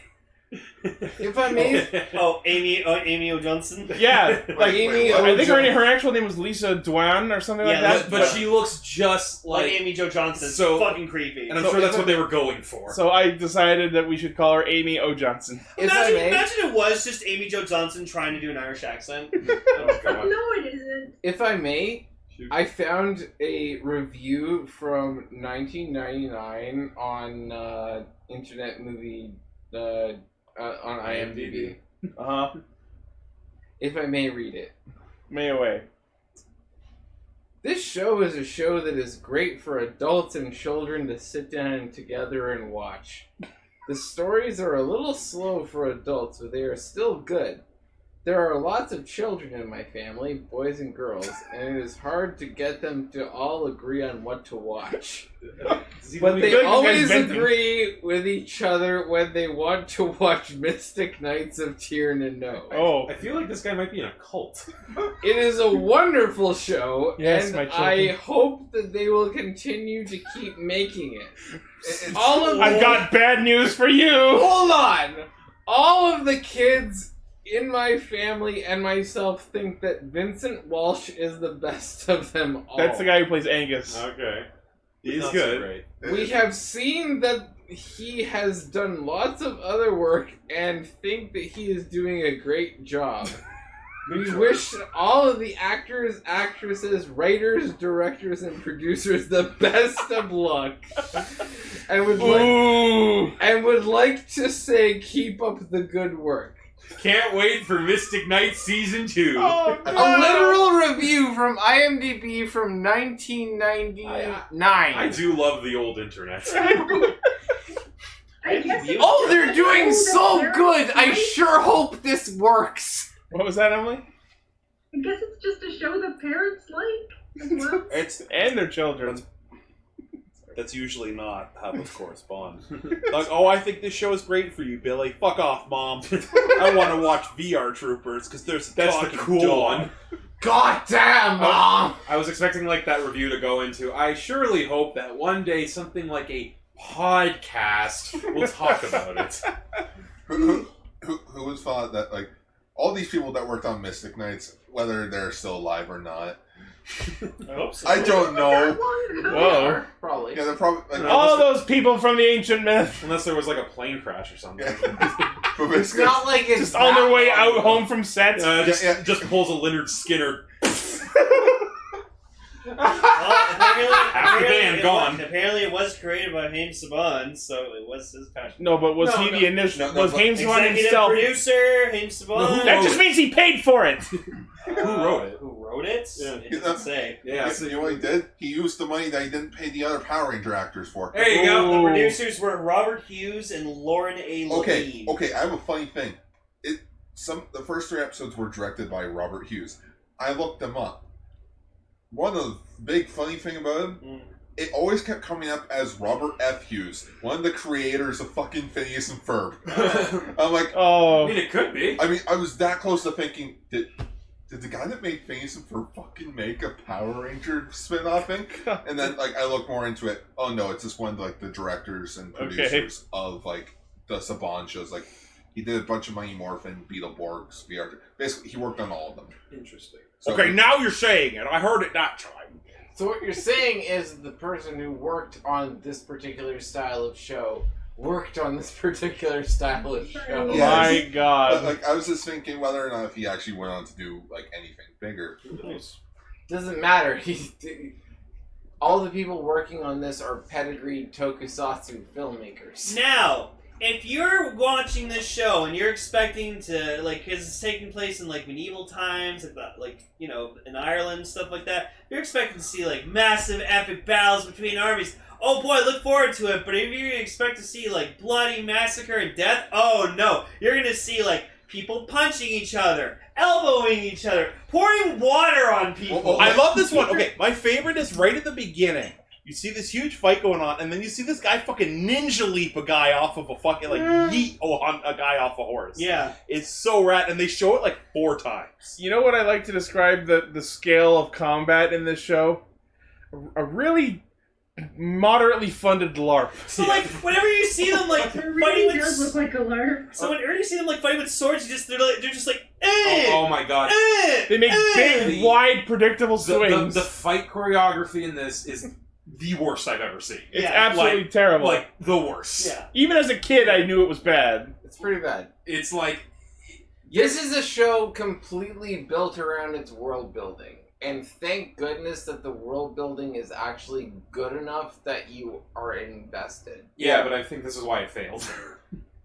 Speaker 8: If I may,
Speaker 4: Oh, Amy, oh, Amy O'Johnson.
Speaker 9: [LAUGHS]
Speaker 2: Yeah, like
Speaker 3: Wait,
Speaker 8: Amy
Speaker 3: wait,
Speaker 2: I
Speaker 3: what?
Speaker 2: think her, her actual name was Lisa Dwan or something like
Speaker 4: Yeah,
Speaker 2: that.
Speaker 6: [LAUGHS] but, but she looks just
Speaker 4: Like
Speaker 6: like,
Speaker 4: Amy Jo Johnson.
Speaker 6: So-
Speaker 4: fucking creepy.
Speaker 6: and I'm sure that's what they were going for.
Speaker 2: so I decided that we should call her Amy O. Johnson. [LAUGHS]
Speaker 8: if I
Speaker 4: imagine,
Speaker 8: may,
Speaker 4: imagine it was just Amy Jo Johnson trying to do an Irish
Speaker 6: [LAUGHS]
Speaker 4: accent.
Speaker 6: oh,
Speaker 1: [LAUGHS]
Speaker 6: God.
Speaker 1: No, it isn't.
Speaker 8: if I may, I found a review from 1999 on uh, Internet Movie uh, uh, on IMDb.
Speaker 2: Uh huh.
Speaker 8: If I may read it.
Speaker 2: May away.
Speaker 8: This show is a show that is great for adults and children to sit down together and watch. The stories are a little slow for adults, but they are still good. There are lots of children in my family, boys and girls, and it is hard to get them to all agree on what to watch.
Speaker 6: Does he
Speaker 8: But
Speaker 6: look-
Speaker 2: I feel like
Speaker 8: they
Speaker 2: this guy's
Speaker 8: always
Speaker 2: venting.
Speaker 8: agree with each other when they want to watch [LAUGHS] Mystic Knights of Tyr na Nog.
Speaker 2: Oh,
Speaker 6: I feel like this guy might be in a cult.
Speaker 8: It is a wonderful show,
Speaker 2: Yes,
Speaker 8: and
Speaker 2: my
Speaker 8: I
Speaker 2: children.
Speaker 8: hope that they will continue to keep making it.
Speaker 3: It- it's-
Speaker 8: All of
Speaker 2: I've got bad news for you.
Speaker 8: hold on. All of the kids in my family and myself think that Vincent Walsh is the best of them all.
Speaker 2: That's the
Speaker 4: Oh.
Speaker 2: guy who plays Angus.
Speaker 6: Okay.
Speaker 9: He's
Speaker 6: Not so
Speaker 9: good.
Speaker 6: great.
Speaker 8: We have seen that he has done lots of other work and think that he is doing a great job. We wish all of the actors, actresses, writers, directors, and producers the [LAUGHS] best of luck, and would like,
Speaker 2: Ooh.
Speaker 8: and would like to say keep up the good work.
Speaker 6: Can't wait for Mystic Knight season two.
Speaker 2: Oh, uh,
Speaker 3: A
Speaker 8: A
Speaker 2: no.
Speaker 8: literal review from IMDb from 1999.
Speaker 6: I do love the old internet.
Speaker 1: I guess
Speaker 4: you-
Speaker 8: Oh, [LAUGHS] they're doing
Speaker 1: Oh,
Speaker 8: so good. I sure hope this works.
Speaker 2: [LAUGHS] What was that, Emily?
Speaker 1: I guess it's just a show the parents like as well.
Speaker 9: It's
Speaker 2: And their children.
Speaker 9: that's usually not how those correspond. like, oh, I think this show is great for you, Billy. Fuck off, mom. I want to watch VR Troopers because there's
Speaker 6: That's the
Speaker 9: fucking
Speaker 6: cool
Speaker 9: dog.
Speaker 6: one.
Speaker 8: God damn, mom.
Speaker 2: Oh.
Speaker 6: I was expecting like that review to go into. I surely hope that one day something like a podcast will talk about it.
Speaker 3: Who, who, who, who was thought that like all these people that worked on Mystic Knights, whether they're still alive or not, I don't know.
Speaker 1: Long ago.
Speaker 2: Whoa.
Speaker 8: Probably.
Speaker 3: Yeah, they're probably [LAUGHS] like,
Speaker 2: All those people from the ancient myth.
Speaker 6: Unless there was like a plane crash or something.
Speaker 3: but
Speaker 8: It's
Speaker 3: Mystic-
Speaker 8: not like it's
Speaker 2: Just on their
Speaker 8: that
Speaker 2: way
Speaker 8: long
Speaker 2: out
Speaker 8: ago.
Speaker 2: home from set.
Speaker 6: Uh, just,
Speaker 3: yeah.
Speaker 6: just pulls a Leonard Skinner.
Speaker 4: Well,
Speaker 6: [LAUGHS]
Speaker 4: apparently,
Speaker 6: Half the
Speaker 4: apparently
Speaker 6: band
Speaker 4: it
Speaker 6: gone.
Speaker 4: was- apparently, it was created by Haim Saban, so it was his passion.
Speaker 2: no, but was
Speaker 6: No,
Speaker 2: he
Speaker 6: no.
Speaker 2: the initial?
Speaker 3: No, no,
Speaker 2: was
Speaker 3: but-
Speaker 2: Hames one
Speaker 4: Executive
Speaker 2: himself?
Speaker 4: producer Haim Saban.
Speaker 2: That just means he paid for it.
Speaker 6: Who wrote it?
Speaker 4: Who wrote it?
Speaker 6: Yeah.
Speaker 4: It doesn't say.
Speaker 6: Yeah.
Speaker 3: you know what he did? He used the money that he didn't pay the other Power Ranger actors for.
Speaker 6: There you go.
Speaker 4: The
Speaker 2: Ooh.
Speaker 4: producers were Robert Hughes and Lauren A. Levine.
Speaker 3: Okay, okay. I have a funny thing. It some the first three episodes were directed by Robert Hughes. I looked them up. One of the big funny thing about him,
Speaker 4: Mm.
Speaker 3: it always kept coming up as Robert F. Hughes, one of the creators of fucking Phineas and Ferb. I'm like,
Speaker 6: I
Speaker 2: Oh,
Speaker 6: mean, it could be.
Speaker 3: I mean, I was that close to thinking, did did the guy that made Phineas and Ferb fucking make a Power Ranger spin-off thing? And then like I look more into it. Oh no, it's just one of like the directors and
Speaker 2: Okay.
Speaker 3: producers of like the Saban shows. Like he did a bunch of Mighty Morphin, Beetleborgs, VR. Basically, he worked on all of them.
Speaker 6: Interesting.
Speaker 3: So-
Speaker 9: okay, now you're saying it. I heard it that time.
Speaker 8: So what you're saying is the person who worked on this particular style of show worked on this [LAUGHS] particular style of show.
Speaker 3: Yeah.
Speaker 2: my
Speaker 3: But,
Speaker 2: God.
Speaker 3: like I was just thinking whether or not if he actually went on to do like anything bigger.
Speaker 8: Doesn't matter. He, all the people working on this are pedigreed tokusatsu filmmakers.
Speaker 4: Now, if you're watching this show and you're expecting to, like, because it's taking place in, like, medieval times, like, the, like, you know, in Ireland, stuff like that, you're expecting to see, like, massive epic battles between armies. Oh boy, look forward to it. But if you expect to see, like, bloody massacre and death, oh no. You're going to see, like, people punching each other, elbowing each other, pouring water on people.
Speaker 6: Oh,
Speaker 3: Well, well,
Speaker 9: I love this one. Okay, my favorite is right at the beginning. You see this huge fight going on, and then you see this guy fucking ninja leap a guy off of a fucking like yeet oh, on a guy off a horse.
Speaker 4: Mm.
Speaker 6: [LAUGHS]
Speaker 4: yeah.
Speaker 9: it's so rad, and they show it like four times.
Speaker 2: You know what I like to describe the the scale of combat in this show? A, a really moderately funded LARP.
Speaker 4: So, like, whenever you see them, like,
Speaker 1: It
Speaker 4: fighting
Speaker 1: really
Speaker 4: with
Speaker 1: does look like a larp.
Speaker 4: So whenever you see them like fighting with swords, you just they're like they're just like
Speaker 6: Oh,
Speaker 4: [LAUGHS] eh,
Speaker 6: oh my god.
Speaker 4: eh.
Speaker 2: They make big,
Speaker 6: Hey!
Speaker 2: wide, predictable
Speaker 6: The, the,
Speaker 2: swings.
Speaker 6: the fight choreography in this is the worst I've ever seen.
Speaker 2: it's
Speaker 4: Yeah,
Speaker 2: absolutely terrible.
Speaker 6: Like the worst.
Speaker 4: Yeah.
Speaker 2: Even as a kid, I knew it was bad.
Speaker 8: It's pretty bad.
Speaker 6: It's like
Speaker 8: This is a show completely built around its world building. And thank goodness that the world building is actually good enough that you are invested.
Speaker 6: yeah, but I think this is why it
Speaker 9: [LAUGHS]
Speaker 6: failed.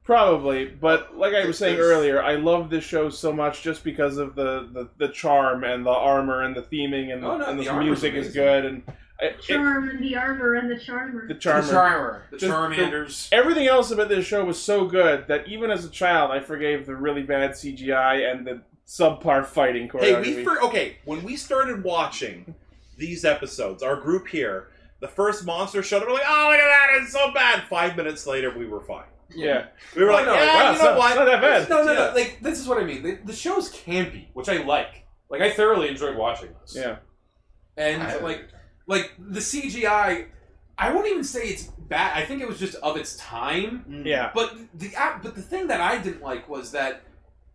Speaker 2: Probably, but like I was saying
Speaker 3: There's-
Speaker 2: earlier, I love this show so much just because of the, the, the charm and the armor and the theming and,
Speaker 6: Oh, no,
Speaker 2: and
Speaker 6: the
Speaker 2: the,
Speaker 6: armor's
Speaker 2: music is
Speaker 6: amazing.
Speaker 2: good and I- it-
Speaker 1: Charm and the armor and the charmer.
Speaker 2: the charmer.
Speaker 8: The Charmer.
Speaker 6: The
Speaker 2: Just
Speaker 6: Charmanders.
Speaker 2: Everything else about this show was so good that even as a child, I forgave the really bad CGI and the subpar fighting
Speaker 9: Hey,
Speaker 2: choreography.
Speaker 9: we for, okay when we started watching these episodes, our group here, the first monster showed up. We're like, oh look at that, it's so bad. Five minutes later, we were fine.
Speaker 2: yeah,
Speaker 9: We were
Speaker 6: Oh,
Speaker 9: like,
Speaker 6: no,
Speaker 9: yeah,
Speaker 2: wow,
Speaker 9: you
Speaker 2: it's
Speaker 9: know
Speaker 2: not-
Speaker 9: what?
Speaker 2: it's not that bad.
Speaker 6: No, no,
Speaker 9: Yeah.
Speaker 6: no. Like this is what I mean. The, the show's campy, which I like. Like I thoroughly enjoyed watching this.
Speaker 2: yeah.
Speaker 6: And like like the CGI I won't even say it's bad. I think it was just of its time.
Speaker 2: Yeah.
Speaker 6: But the uh, but the thing that I didn't like was that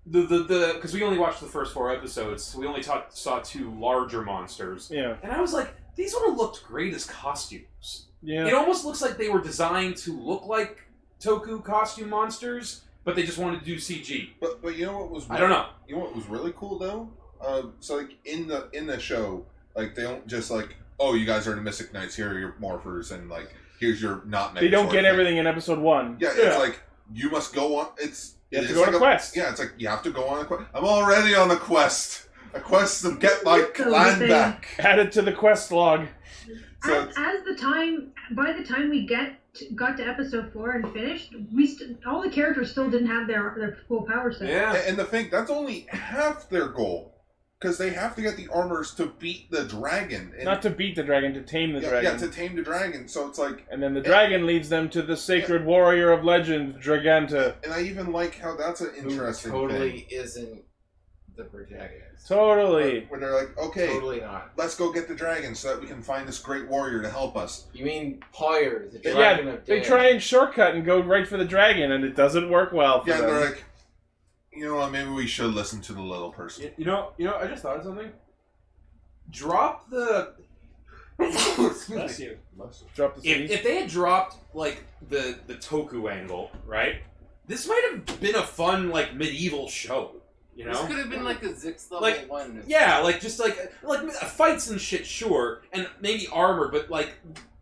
Speaker 6: the the the because we only watched the first four episodes, so we only taught, saw two larger monsters,
Speaker 2: Yeah.
Speaker 6: and I was like, these would have looked great as costumes.
Speaker 2: Yeah.
Speaker 6: It almost looks like they were designed to look like Toku costume monsters, but they just wanted to do CG.
Speaker 3: But but you know what was
Speaker 6: I don't know.
Speaker 3: You know what was really cool though? Um, so like in the in the show, like they don't just like, oh, you guys are the Mystic Knights. Here are your morphers, and like here's your not.
Speaker 2: They don't
Speaker 3: Megazord
Speaker 2: get
Speaker 3: thing."
Speaker 2: everything in episode one.
Speaker 3: Yeah, it's like you must go on. It's
Speaker 2: You have
Speaker 3: It's
Speaker 2: to go on
Speaker 3: like
Speaker 2: a quest.
Speaker 3: Yeah, it's like you have to go on a quest. I'm already on a quest. A quest to get my
Speaker 1: It's so
Speaker 3: land
Speaker 1: big.
Speaker 3: back.
Speaker 2: Add it to the quest log.
Speaker 3: So
Speaker 1: as, as the time by the time we get to, got to episode four and finished, we st- all the characters still didn't have their their full power set.
Speaker 6: Yeah.
Speaker 3: And the thing, that's only half their goal. Because they have to get the armors to beat the dragon. And,
Speaker 2: Not to beat the dragon, to tame the
Speaker 3: yeah,
Speaker 2: dragon.
Speaker 3: Yeah, to tame the dragon. So it's like,
Speaker 2: And then the dragon leads them to the sacred warrior of legend, Draganta.
Speaker 3: and I even like how that's an
Speaker 8: Who
Speaker 3: interesting
Speaker 8: totally
Speaker 3: thing.
Speaker 8: isn't the protagonist.
Speaker 2: Totally.
Speaker 3: When they're like, okay,
Speaker 8: Totally not.
Speaker 3: let's go get the dragon so that we can find this great warrior to help us.
Speaker 8: You mean Poyer, the
Speaker 2: Yeah,
Speaker 8: dragon of
Speaker 2: They
Speaker 8: Dare.
Speaker 2: try and shortcut and go right for the dragon, and it doesn't work well for
Speaker 3: Yeah, and
Speaker 2: them.
Speaker 3: they're like, you know what, maybe we should listen to the little person.
Speaker 6: You, you know, you know, I just thought of something. Drop the. [COUGHS] Excuse me.
Speaker 4: Bless you.
Speaker 2: Drop the
Speaker 6: If,
Speaker 2: seed.
Speaker 6: if they had dropped like the the Toku angle, right? This might have been a fun like medieval show, you
Speaker 8: This
Speaker 6: know?
Speaker 8: could have been like a Zix level
Speaker 6: Like,
Speaker 8: one.
Speaker 6: Yeah, like just like like uh, fights and shit, sure, and maybe armor, but like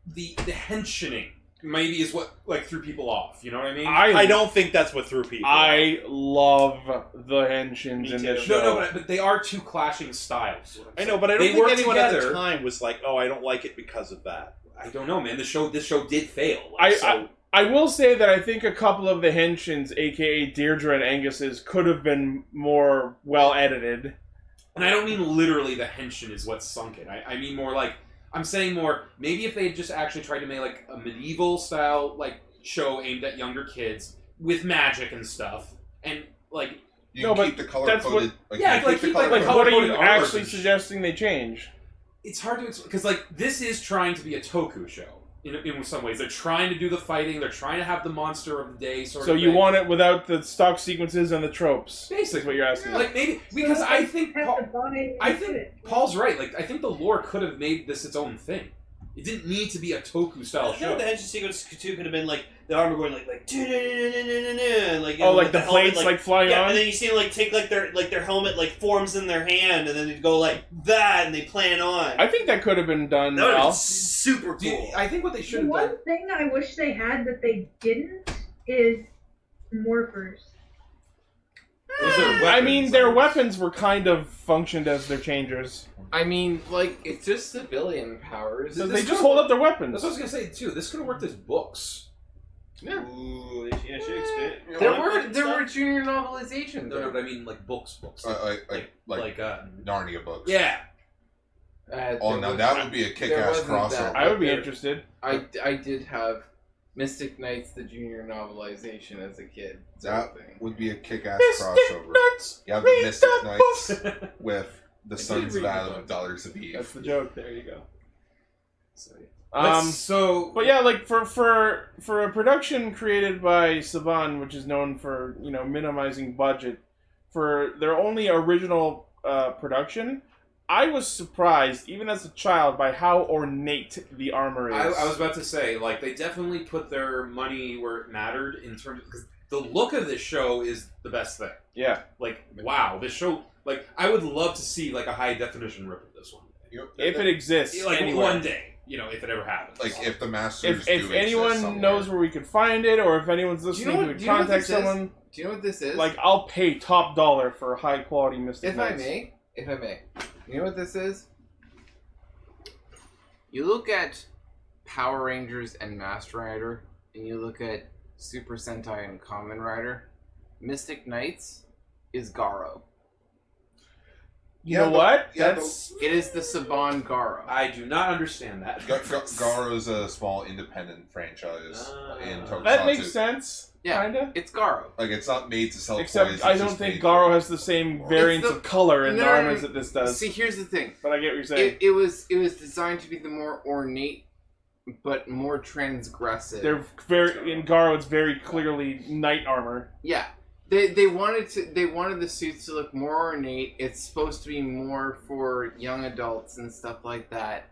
Speaker 6: the the henching maybe is what like threw people off. You know what I mean?
Speaker 2: I,
Speaker 9: I don't think that's what threw people.
Speaker 2: I love the henshins
Speaker 4: Me
Speaker 2: in
Speaker 4: too.
Speaker 2: this show.
Speaker 6: no, no, but, but they are two clashing styles. is what I'm
Speaker 9: I know,
Speaker 6: saying.
Speaker 9: but I don't
Speaker 6: They
Speaker 9: think
Speaker 6: work
Speaker 9: anyone at the
Speaker 6: together.
Speaker 9: time was like, "Oh, I don't like it because of that."
Speaker 6: I don't know, man. The show this show did fail.
Speaker 2: I-
Speaker 6: Like, so,
Speaker 2: I will say that I think a couple of the henshins, aka Deirdre and Angus's, could have been more well edited.
Speaker 6: and I don't mean literally the henshin is what sunk it. I, I mean more like I'm saying more maybe if they had just actually tried to make like a medieval style like show aimed at younger kids with magic and stuff and like
Speaker 3: You
Speaker 2: No,
Speaker 3: can
Speaker 2: but
Speaker 3: keep the color
Speaker 2: that's
Speaker 3: coded. like,
Speaker 6: yeah,
Speaker 3: you
Speaker 6: like,
Speaker 3: the
Speaker 6: keep,
Speaker 3: color
Speaker 6: like,
Speaker 3: coded.
Speaker 6: how-
Speaker 2: what are
Speaker 6: color-coded
Speaker 2: you
Speaker 6: armors
Speaker 2: actually
Speaker 6: and sh-
Speaker 2: suggesting they change?
Speaker 6: it's hard to explain because like this is trying to be a toku show in, in some ways they're trying to do the fighting they're trying to have the monster of the day sort
Speaker 2: So
Speaker 6: of
Speaker 2: you
Speaker 6: thing.
Speaker 2: want it without the stock sequences and the tropes?
Speaker 6: Basically.
Speaker 2: is what you're asking.
Speaker 6: like maybe because I think
Speaker 1: Have
Speaker 6: Paul,
Speaker 1: to buy
Speaker 6: I
Speaker 1: and
Speaker 6: think-
Speaker 1: do it.
Speaker 6: Paul's right like I think the lore could have made this its own thing it didn't need to be a toku
Speaker 4: I
Speaker 6: style
Speaker 4: think
Speaker 6: show
Speaker 4: the engine sequence too could have been like the armor going like like "Du-du-du-du-du-du-du," like
Speaker 2: oh,
Speaker 4: and,
Speaker 2: like the
Speaker 4: helmet,
Speaker 2: plates like, flying
Speaker 4: yeah,
Speaker 2: on.
Speaker 4: and then you see them like take like their like their helmet like forms in their hand, and then they go like that, and they plan on.
Speaker 2: I think that could have been done
Speaker 4: that would have
Speaker 2: well.
Speaker 4: been super cool.
Speaker 6: Do you- I think what they should
Speaker 1: The
Speaker 6: have done
Speaker 1: one thing I wish they had that they didn't is morphers.
Speaker 6: was their
Speaker 2: I mean, their
Speaker 6: like-
Speaker 2: weapons were kind of functioned as their changers.
Speaker 8: I mean, like it's just civilian powers.
Speaker 2: So
Speaker 6: This
Speaker 2: they
Speaker 6: could-
Speaker 2: just hold up their
Speaker 6: That's
Speaker 2: weapons.
Speaker 6: what I was gonna say too. This could have worked as books.
Speaker 4: Ooh, they should- yeah, should expand.
Speaker 3: You know,
Speaker 8: There
Speaker 3: like-
Speaker 8: were there were junior novelizations.
Speaker 6: No, no,
Speaker 8: there.
Speaker 6: but I mean like books, books.
Speaker 3: Uh, like, like,
Speaker 6: like,
Speaker 3: like,
Speaker 6: like, uh,
Speaker 3: Narnia books.
Speaker 6: yeah.
Speaker 8: Uh,
Speaker 3: Oh,
Speaker 8: there
Speaker 3: now
Speaker 8: was-
Speaker 3: that would be a kick-ass
Speaker 8: wasn't
Speaker 3: crossover.
Speaker 8: that.
Speaker 2: I would be
Speaker 8: They're-
Speaker 2: interested.
Speaker 8: I, I did have Mystic Knights the junior novelization as a kid.
Speaker 3: That
Speaker 8: thing.
Speaker 3: would be a kick-ass
Speaker 2: Mystic
Speaker 3: crossover.
Speaker 2: Nuts,
Speaker 3: You have the
Speaker 2: read
Speaker 3: Mystic
Speaker 2: the
Speaker 3: Knights
Speaker 2: books.
Speaker 3: [LAUGHS] with the
Speaker 8: did
Speaker 3: Sons of
Speaker 8: read the
Speaker 3: Adam
Speaker 8: book.
Speaker 3: Daughters of Eve.
Speaker 2: That's the joke. There you go.
Speaker 6: So,
Speaker 2: Um,
Speaker 6: so
Speaker 2: But yeah, like for for for a production created by Saban, which is known for you know minimizing budget, for their only original uh, production, I was surprised even as a child by how ornate the armor is.
Speaker 6: I, I was about to say like they definitely put their money where it mattered in terms because the look of this show is the best thing.
Speaker 2: yeah.
Speaker 6: Like wow, this show like I would love to see like a high definition rip of this one.
Speaker 3: You know,
Speaker 2: If it exists,
Speaker 6: Like
Speaker 2: anywhere.
Speaker 6: one day, you know, if it ever happens.
Speaker 3: like if the masters
Speaker 2: if,
Speaker 3: do
Speaker 2: if
Speaker 3: exist
Speaker 2: anyone
Speaker 3: somewhere.
Speaker 2: knows where we could find it, or if anyone's
Speaker 8: you
Speaker 2: listening
Speaker 8: know
Speaker 2: who
Speaker 8: what-
Speaker 2: would
Speaker 8: do you know what
Speaker 2: contact
Speaker 8: this is?
Speaker 2: someone,
Speaker 8: Do you know what this is?
Speaker 2: like I'll pay top dollar for high quality Mystic
Speaker 8: if I
Speaker 2: Knights.
Speaker 8: may, if I may, you know what this is? You look at Power Rangers and Master Rider, and you look at Super Sentai and Common Rider. Mystic Knights is Garo.
Speaker 2: You
Speaker 3: Yeah,
Speaker 2: know
Speaker 3: but-
Speaker 2: what?
Speaker 3: yeah, but-
Speaker 2: That's
Speaker 8: It is the Saban Garo.
Speaker 6: I do not understand that.
Speaker 3: Ga-
Speaker 6: [LAUGHS]
Speaker 3: Ga- Garo's a small independent franchise
Speaker 6: Ah.
Speaker 3: in Tokusatsu.
Speaker 2: that makes sense.
Speaker 8: Yeah.
Speaker 2: Kinda.
Speaker 8: it's Garo.
Speaker 3: Like it's not made to sell toys.
Speaker 2: Except I
Speaker 3: it's
Speaker 2: don't
Speaker 3: just
Speaker 2: think
Speaker 3: made
Speaker 2: Garo
Speaker 3: for-
Speaker 2: has the same variance of color in the
Speaker 8: no, no,
Speaker 2: armors
Speaker 8: no.
Speaker 2: that this does.
Speaker 8: See, here's the thing.
Speaker 2: but I get what you're saying.
Speaker 8: It, it was it was designed to be the more ornate, but more transgressive.
Speaker 2: They're very in Garo. It's very clearly knight armor.
Speaker 8: Yeah. They, they wanted to they wanted the suits to look more ornate. It's supposed to be more for young adults and stuff like that.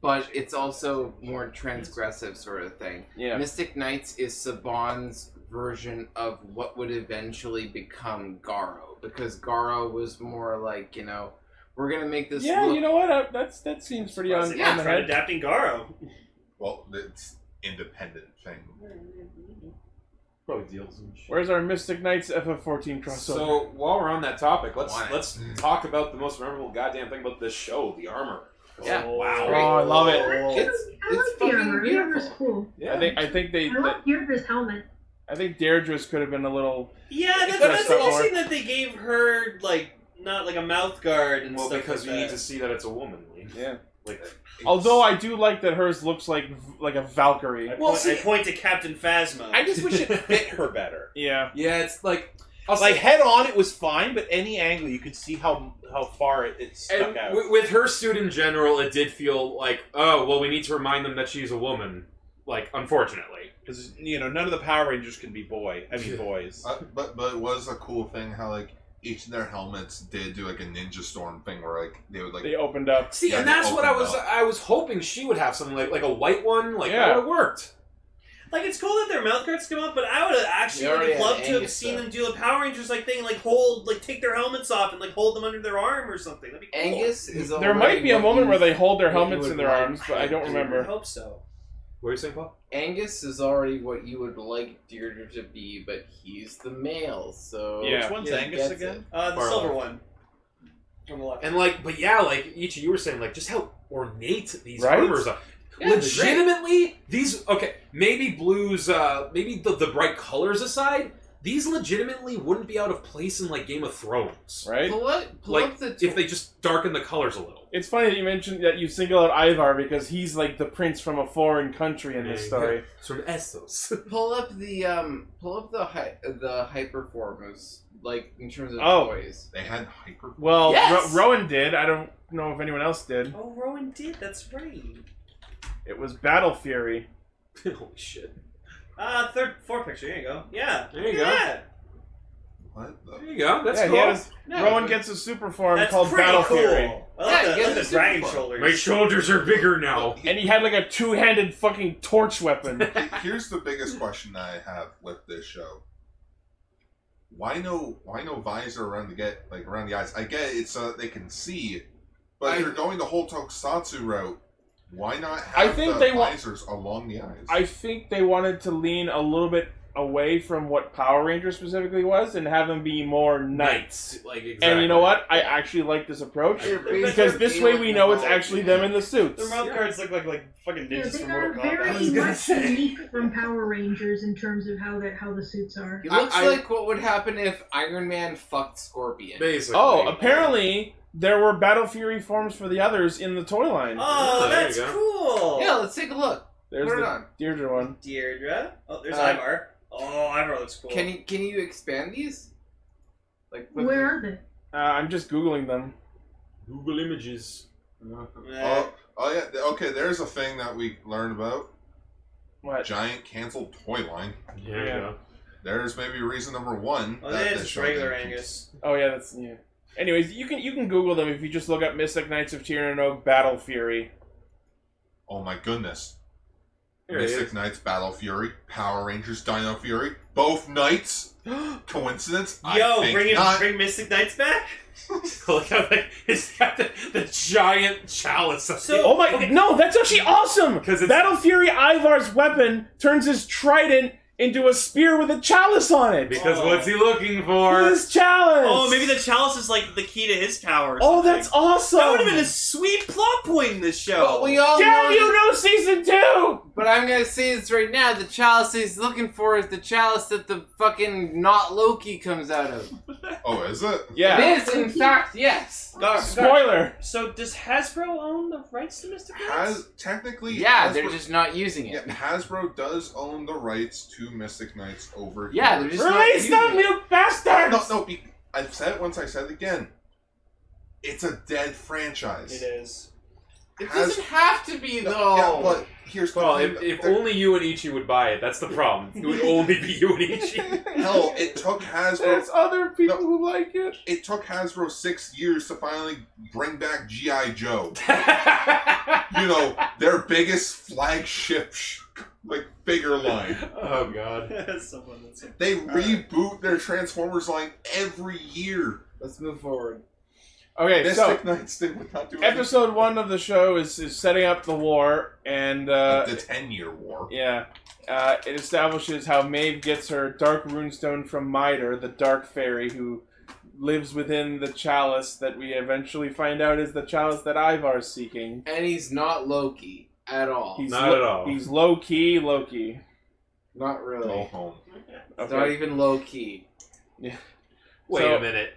Speaker 8: But it's also more transgressive sort of thing.
Speaker 2: Yeah.
Speaker 8: Mystic Knights is Saban's version of what would eventually become Garo because Garo was more like, you know, we're going to make this
Speaker 2: Yeah.
Speaker 8: look
Speaker 2: You know what? Uh, that's that seems pretty on,
Speaker 4: Surprising.
Speaker 8: Yeah.
Speaker 2: on the
Speaker 4: Tried
Speaker 2: head.
Speaker 4: adapting Garo.
Speaker 3: Well, it's independent thing.
Speaker 6: Probably deals and shit.
Speaker 2: Where's our Mystic Knights FF14 crossover?
Speaker 6: So while we're on that topic, let's
Speaker 3: Why?
Speaker 6: let's talk about the most memorable goddamn thing about this show, the armor.
Speaker 8: Yeah.
Speaker 6: Oh, wow.
Speaker 2: oh, I love
Speaker 1: I
Speaker 2: it.
Speaker 1: actually-
Speaker 8: It's-
Speaker 1: I
Speaker 8: it's
Speaker 1: like the
Speaker 8: fucking
Speaker 1: armor. The armor's
Speaker 8: beautiful.
Speaker 1: cool.
Speaker 6: Yeah.
Speaker 2: I think I think they,
Speaker 1: I love Deirdre's helmet.
Speaker 2: I think Deirdre's could have been a little
Speaker 4: Yeah, that's,
Speaker 2: Gotta
Speaker 4: that's
Speaker 2: start
Speaker 4: interesting that they gave her like not like a mouth guard and
Speaker 6: well,
Speaker 4: stuff
Speaker 6: because
Speaker 4: like
Speaker 6: you need
Speaker 4: that.
Speaker 6: to see that it's a woman. Lee.
Speaker 2: yeah.
Speaker 6: Like
Speaker 2: Although I do like that hers looks like like a Valkyrie.
Speaker 4: I
Speaker 6: Well,
Speaker 4: point,
Speaker 6: see-
Speaker 4: I point to Captain Phasma.
Speaker 9: I just wish
Speaker 2: [LAUGHS]
Speaker 9: it fit her better.
Speaker 2: Yeah.
Speaker 6: yeah, it's like I'll
Speaker 9: Like
Speaker 6: say-
Speaker 9: head on, it was fine, but any angle you could see how how far it, it stuck
Speaker 6: and
Speaker 9: out.
Speaker 6: with, with her suit in general, it did feel like oh well, we need to remind them that she's a woman. Like unfortunately,
Speaker 9: Because you know none of the Power Rangers can be boy. I mean boys.
Speaker 3: Uh, but but it was a cool thing how like each of their helmets did do like a ninja storm thing where like they would like
Speaker 2: They opened up.
Speaker 6: see,
Speaker 3: Yeah,
Speaker 6: and
Speaker 3: they
Speaker 6: that's what I
Speaker 3: opened
Speaker 6: was
Speaker 3: up.
Speaker 6: I was hoping she would have something like like a white one. Like
Speaker 2: Yeah.
Speaker 6: that would have worked.
Speaker 4: Like it's cool that their mouth guards come up, but I would have actually
Speaker 8: They
Speaker 4: would
Speaker 8: already
Speaker 4: have
Speaker 8: had
Speaker 4: loved to have
Speaker 8: Angus,
Speaker 4: seen
Speaker 8: though.
Speaker 4: them do a Power Rangers like thing, like hold, like take their helmets off and like hold them under their arm or something. That'd be cool.
Speaker 8: Angus is
Speaker 2: There might be a moment where they hold their
Speaker 8: what you
Speaker 2: helmets
Speaker 8: would
Speaker 2: in their
Speaker 8: like.
Speaker 2: arms, but I don't
Speaker 4: I
Speaker 2: remember.
Speaker 4: hope so.
Speaker 6: What are you saying, Paul?
Speaker 8: Angus is already what you would like Deirdre to be, but he's the male, so
Speaker 2: Yeah.
Speaker 9: Which one's
Speaker 8: Yeah,
Speaker 9: Angus
Speaker 8: gets
Speaker 9: again?
Speaker 4: Uh, the
Speaker 6: Far
Speaker 4: silver
Speaker 6: left.
Speaker 4: one. On the left.
Speaker 6: And like, but yeah, like each of you were saying, like just how ornate these
Speaker 2: Right?
Speaker 6: armors are.
Speaker 8: Yeah, they're great.
Speaker 6: legitimately, these okay, maybe blues, uh, maybe the, the bright colors aside, these legitimately wouldn't be out of place in like Game of Thrones.
Speaker 2: Right?
Speaker 8: Pull up, pull
Speaker 6: Like
Speaker 8: up the
Speaker 6: if they just darken the colors a little.
Speaker 2: It's funny that you mentioned that you single out Ivar because he's like the prince from a foreign country in this story.
Speaker 6: It's from Essos.
Speaker 8: [LAUGHS]
Speaker 6: [LAUGHS]
Speaker 8: pull up the um pull up the hy- the hyperformers like in terms of
Speaker 2: Oh.
Speaker 8: toys.
Speaker 3: they had hyper
Speaker 2: Well,
Speaker 8: Yes!
Speaker 2: Ro- Rowan did. I don't know if anyone else did.
Speaker 4: Oh, Rowan did. That's right.
Speaker 2: It was Battle Fury.
Speaker 6: Holy shit!
Speaker 4: Ah, third, fourth picture. Here you go. Yeah.
Speaker 6: There you
Speaker 4: Look at
Speaker 6: go.
Speaker 4: that.
Speaker 3: what the
Speaker 6: There you go. That's
Speaker 2: Yeah, he had
Speaker 6: cool.
Speaker 2: his- Rowan gets a super form
Speaker 4: That's
Speaker 2: called
Speaker 4: pretty
Speaker 2: Battle
Speaker 4: cool.
Speaker 2: Fury.
Speaker 4: I like
Speaker 8: Yeah,
Speaker 4: the,
Speaker 8: he
Speaker 4: I
Speaker 8: has
Speaker 4: like
Speaker 8: a
Speaker 4: the
Speaker 8: super
Speaker 4: dragon
Speaker 8: form.
Speaker 4: shoulders.
Speaker 6: My shoulders are bigger now.
Speaker 2: And he had like a two handed fucking torch weapon.
Speaker 3: Here's the biggest question I have with this show. Why no why no visor around the get like around the eyes? I get it's so that they can see, but
Speaker 8: I-
Speaker 3: if you're going the whole tokusatsu route, why not have
Speaker 2: I think
Speaker 3: the
Speaker 2: they wa-
Speaker 3: visors along the eyes?
Speaker 2: I think they wanted to lean a little bit away from what Power Ranger specifically was and have him be more knight.
Speaker 6: Knights, like exactly.
Speaker 2: And you know what? I actually like this approach because this way we know it's actually them in the
Speaker 4: Their
Speaker 2: suits.
Speaker 4: mouth guards look like like fucking
Speaker 1: Yeah,
Speaker 4: ninjas
Speaker 1: they
Speaker 4: from
Speaker 1: are
Speaker 4: Mortal Kombat.
Speaker 1: very much unique from Power Rangers in terms of how their how the suits are.
Speaker 8: It looks
Speaker 6: I- I-
Speaker 8: like what would happen if Iron Man fucked Scorpion.
Speaker 6: Basically.
Speaker 2: Oh, apparently there were Battle Fury forms for the others in the toy line.
Speaker 4: Oh,
Speaker 6: Yeah, there
Speaker 4: that's
Speaker 6: you go.
Speaker 4: cool.
Speaker 8: Yeah, let's take a look.
Speaker 2: There's
Speaker 8: Put it
Speaker 2: the
Speaker 8: on.
Speaker 2: Deirdre one.
Speaker 4: Deirdre. Oh, there's
Speaker 8: Uh,
Speaker 4: Ivar. Oh, Ivar looks cool.
Speaker 8: Can you can you expand these? Like put
Speaker 1: Where are they?
Speaker 2: Uh, I'm just googling them.
Speaker 6: Google Images.
Speaker 4: Uh,
Speaker 3: Oh, oh yeah, th- okay, there's a thing that we learned about.
Speaker 2: What?
Speaker 3: Giant canceled toy line.
Speaker 6: Yeah. yeah.
Speaker 3: There's maybe reason number one.
Speaker 4: oh,
Speaker 3: that
Speaker 4: that
Speaker 3: this
Speaker 4: is
Speaker 3: show
Speaker 4: regular
Speaker 3: didn't-
Speaker 4: Angus.
Speaker 2: Oh yeah, that's yeah. Anyways, you can you can Google them if you just look up Mystic Knights of Tyrannog Battle Fury.
Speaker 3: Oh my goodness.
Speaker 6: There it
Speaker 3: Mystic
Speaker 6: is.
Speaker 3: Knights, Battle Fury, Power Rangers, Dino Fury, both knights. [GASPS] Coincidence? I
Speaker 4: Yo,
Speaker 3: think
Speaker 4: bring him,
Speaker 3: not.
Speaker 4: bring Mystic Knights back.
Speaker 6: [LAUGHS] Look how they, it's got the, the giant chalice.
Speaker 4: So-
Speaker 2: Oh my!
Speaker 4: Okay.
Speaker 2: No, that's actually awesome.
Speaker 6: 'Cause it's-
Speaker 2: Battle Fury Ivar's weapon turns his trident into a spear with a chalice on it.
Speaker 6: Because
Speaker 4: Oh.
Speaker 6: what's he looking for?
Speaker 2: His chalice.
Speaker 4: Oh, maybe the chalice is like the key to his power. or
Speaker 2: Oh,
Speaker 4: something.
Speaker 2: that's awesome.
Speaker 4: that would have been a sweet plot point in this show.
Speaker 8: But we all
Speaker 2: Damn
Speaker 8: know
Speaker 2: you! No season two.
Speaker 8: But I'm gonna say this right now: the chalice he's looking for is the chalice that the fucking not Loki comes out of.
Speaker 3: Oh, is it?
Speaker 2: Yeah.
Speaker 8: It is, in fact, yes.
Speaker 4: Gar- Gar-
Speaker 2: Spoiler.
Speaker 4: so does Hasbro own the rights to Mystic Knights?
Speaker 3: Has technically
Speaker 8: Yeah,
Speaker 3: Hasbro,
Speaker 8: they're just not using
Speaker 3: yeah,
Speaker 8: it.
Speaker 3: Hasbro does own the rights to Mystic Knights over
Speaker 8: Yeah, they're
Speaker 3: here.
Speaker 8: just
Speaker 2: Release
Speaker 8: not
Speaker 2: them,
Speaker 8: using it.
Speaker 2: you bastards!
Speaker 3: No, no, be, I've said it once, I said it again. It's a dead franchise.
Speaker 4: It is.
Speaker 8: It doesn't have to be
Speaker 3: No,
Speaker 8: though.
Speaker 3: Yeah, but here's the
Speaker 6: Well,
Speaker 3: thing.
Speaker 6: if, if
Speaker 3: They're-
Speaker 6: only you and Ichi would buy it, that's the problem. It would only be
Speaker 2: [LAUGHS]
Speaker 6: you and Ichi.
Speaker 3: Hell, it took Hasbro
Speaker 2: There's other people
Speaker 3: No.
Speaker 2: who like it.
Speaker 3: it took Hasbro six years to finally bring back G.I. Joe. You know, their biggest flagship, sh- like, bigger line.
Speaker 6: [LAUGHS] oh god.
Speaker 4: Someone that's
Speaker 3: They reboot their Transformers line every year.
Speaker 8: Let's move forward.
Speaker 2: Okay, so
Speaker 3: Mystic Knights, they would not do anything.
Speaker 2: episode one of the show is, is setting up the war, and uh,
Speaker 3: Like the 10 year war.
Speaker 2: yeah, Uh, it establishes how Maeve gets her dark runestone from Mitre, the dark fairy who lives within the chalice that we eventually find out is the chalice that Ivar's seeking.
Speaker 8: And he's not Loki at all.
Speaker 2: He's
Speaker 6: Not
Speaker 2: lo-
Speaker 6: at all.
Speaker 2: He's low key, Loki.
Speaker 8: not really.
Speaker 3: Go home.
Speaker 8: It's Not even low key.
Speaker 6: Wait
Speaker 2: So-
Speaker 6: a minute.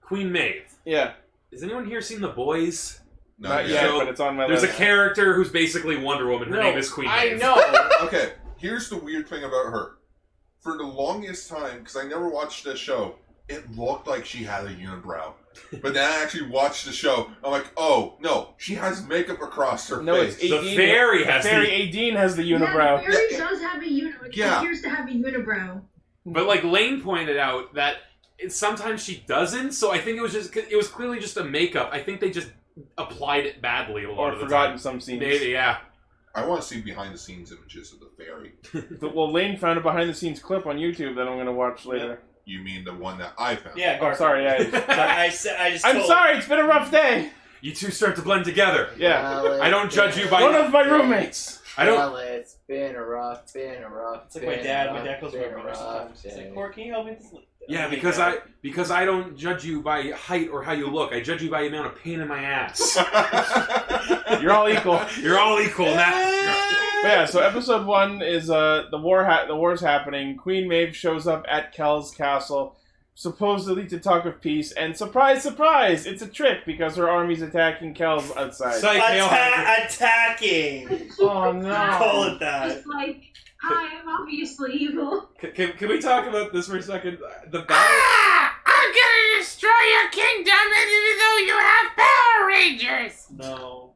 Speaker 6: Queen Maeve.
Speaker 2: Yeah,
Speaker 6: Has anyone here seen The Boys?
Speaker 3: Not,
Speaker 2: not
Speaker 3: yet.
Speaker 2: yet, but it's on my
Speaker 6: There's a
Speaker 2: list.
Speaker 6: character who's basically Wonder Woman. Her
Speaker 8: No,
Speaker 6: name is Queen
Speaker 8: I
Speaker 3: [LAUGHS]
Speaker 6: Maeve.
Speaker 8: know.
Speaker 3: Okay, here's the weird thing about her. For the longest time, because I never watched this show, it looked like she had
Speaker 2: [LAUGHS]
Speaker 3: a unibrow. But then I actually watched the show. I'm like, oh no, she has makeup across her
Speaker 2: no, it's
Speaker 3: face.
Speaker 6: The
Speaker 2: Aideen.
Speaker 6: fairy has
Speaker 2: Fairy
Speaker 6: the,
Speaker 2: Aideen has the
Speaker 1: Yeah,
Speaker 2: unibrow.
Speaker 1: the fairy does have a uni-
Speaker 3: Yeah.
Speaker 1: appears to have a unibrow.
Speaker 6: but like Lane pointed out that it- sometimes she doesn't. So I think it was just it was clearly just a makeup. I think they just applied it badly a lot
Speaker 2: Or
Speaker 6: of the
Speaker 2: forgotten
Speaker 6: time.
Speaker 2: some scenes.
Speaker 6: Maybe
Speaker 2: [LAUGHS]
Speaker 6: yeah.
Speaker 3: I want to see behind the scenes images of the fairy.
Speaker 2: But- Well, Lane found a behind the scenes clip on YouTube that I'm going to watch later.
Speaker 3: You mean the one that I found?
Speaker 4: Yeah,
Speaker 2: Oh, sorry. Yeah,
Speaker 4: [LAUGHS] I, I, said- I just
Speaker 2: I'm
Speaker 4: told-
Speaker 2: sorry. It's been a rough day.
Speaker 6: [LAUGHS] You two start to blend together.
Speaker 2: Yeah.
Speaker 8: Well,
Speaker 6: I don't
Speaker 8: it's
Speaker 6: judge
Speaker 8: been-
Speaker 6: you by-
Speaker 2: One of my roommates.
Speaker 6: I don't.
Speaker 8: Well, it's been a rough, been a rough.
Speaker 4: It's like my
Speaker 8: been a
Speaker 4: dad. My
Speaker 8: rough,
Speaker 4: dad calls me my
Speaker 8: been a
Speaker 4: brother
Speaker 8: rough
Speaker 4: sometimes. He's
Speaker 8: day.
Speaker 4: like, Core, can you help me? with this?" I'm
Speaker 6: Yeah,
Speaker 4: like,
Speaker 6: because
Speaker 4: "Yeah." [LAUGHS]
Speaker 6: I because I don't judge you by height or how you look. I judge you by the amount of pain in
Speaker 2: [LAUGHS]
Speaker 6: my ass.
Speaker 2: You're all equal.
Speaker 6: [LAUGHS] You're all equal. Now.
Speaker 2: But yeah, so episode one is uh the war ha- the war's happening. Queen Maeve shows up at Kel's castle, supposedly to talk of peace, and surprise, surprise, it's a trick because her army's attacking Kel's outside.
Speaker 9: Psych, they all have-
Speaker 4: Atta- attacking.
Speaker 8: Oh, no.
Speaker 4: [LAUGHS] Call it that.
Speaker 10: Just like, hi, I'm obviously evil.
Speaker 6: Can, can, can we talk about this for a second? The battle.
Speaker 2: Ah!
Speaker 7: I'm gonna destroy your kingdom even though you have Power Rangers!
Speaker 4: No.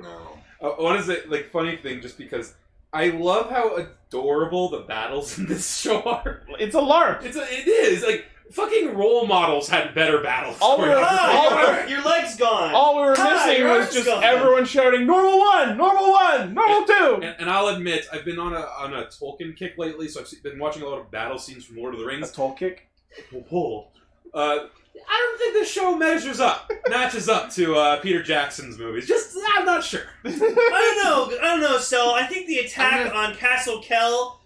Speaker 3: no.
Speaker 6: Uh, what is it like? Funny thing, just because I love how adorable the battles in this [LAUGHS] show are.
Speaker 2: It's a LARP.
Speaker 6: It's a, it is like fucking role models had better battles.
Speaker 2: All we were-
Speaker 6: [LAUGHS]
Speaker 4: Ah, your, your leg's gone.
Speaker 2: All we were
Speaker 4: Hi,
Speaker 2: missing
Speaker 4: you're
Speaker 2: was just
Speaker 4: awesome.
Speaker 2: everyone shouting "Normal one, normal one, normal two.
Speaker 6: and, and I'll admit, I've been on a on a Tolkien kick lately, so I've se- been watching a lot of battle scenes from Lord of the
Speaker 2: A
Speaker 6: Rings.
Speaker 2: toll kick.
Speaker 6: Whoa. Uh, I don't think this show measures up, matches up to uh, Peter Jackson's movies. Just I'm not sure.
Speaker 4: I don't know. I don't know. So I think the attack
Speaker 8: I'm
Speaker 4: on Castle Kell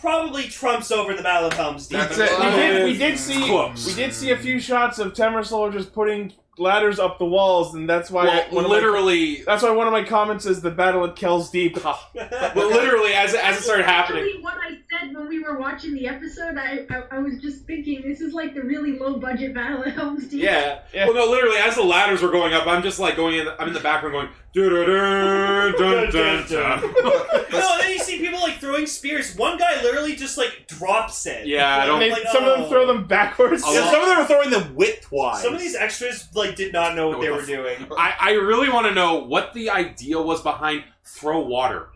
Speaker 4: probably trumps over the Battle of Helm's Deep.
Speaker 3: That's
Speaker 2: We
Speaker 3: it.
Speaker 4: [LAUGHS]
Speaker 2: did, we did see
Speaker 6: Close.
Speaker 2: we did see a few shots of Temer soldiers putting ladders up the walls, and that's why
Speaker 6: Well,
Speaker 2: one of my- [LAUGHS]
Speaker 6: literally,
Speaker 2: that's why one of my comments is the battle at Kel's Deep.
Speaker 6: well, literally, as it- as it started happening,
Speaker 1: Actually, what I said when we were watching the episode, I, I, I was just thinking this is like the really low budget Battle at Helm's Deep. [LAUGHS]
Speaker 6: Yeah.
Speaker 2: Yeah.
Speaker 6: Well, no, literally, as the ladders were going up, I'm just like going in. I'm in the background going. "Doo-doo-doo, dun, dun, dun."
Speaker 4: no, then you see people like throwing spears. One guy literally just like drops it.
Speaker 6: Yeah, I
Speaker 2: And
Speaker 6: don't.
Speaker 2: they-
Speaker 4: like,
Speaker 2: some of them
Speaker 4: oh.
Speaker 2: throw them backwards. [LAUGHS]
Speaker 6: A
Speaker 9: Yeah,
Speaker 6: lot.
Speaker 9: some of them are throwing them width wise.
Speaker 4: Some of these extras like did not know what
Speaker 6: What
Speaker 4: they
Speaker 6: the
Speaker 4: were
Speaker 6: f-
Speaker 4: doing.
Speaker 6: I, I really want to know what the idea was behind throw water.
Speaker 2: it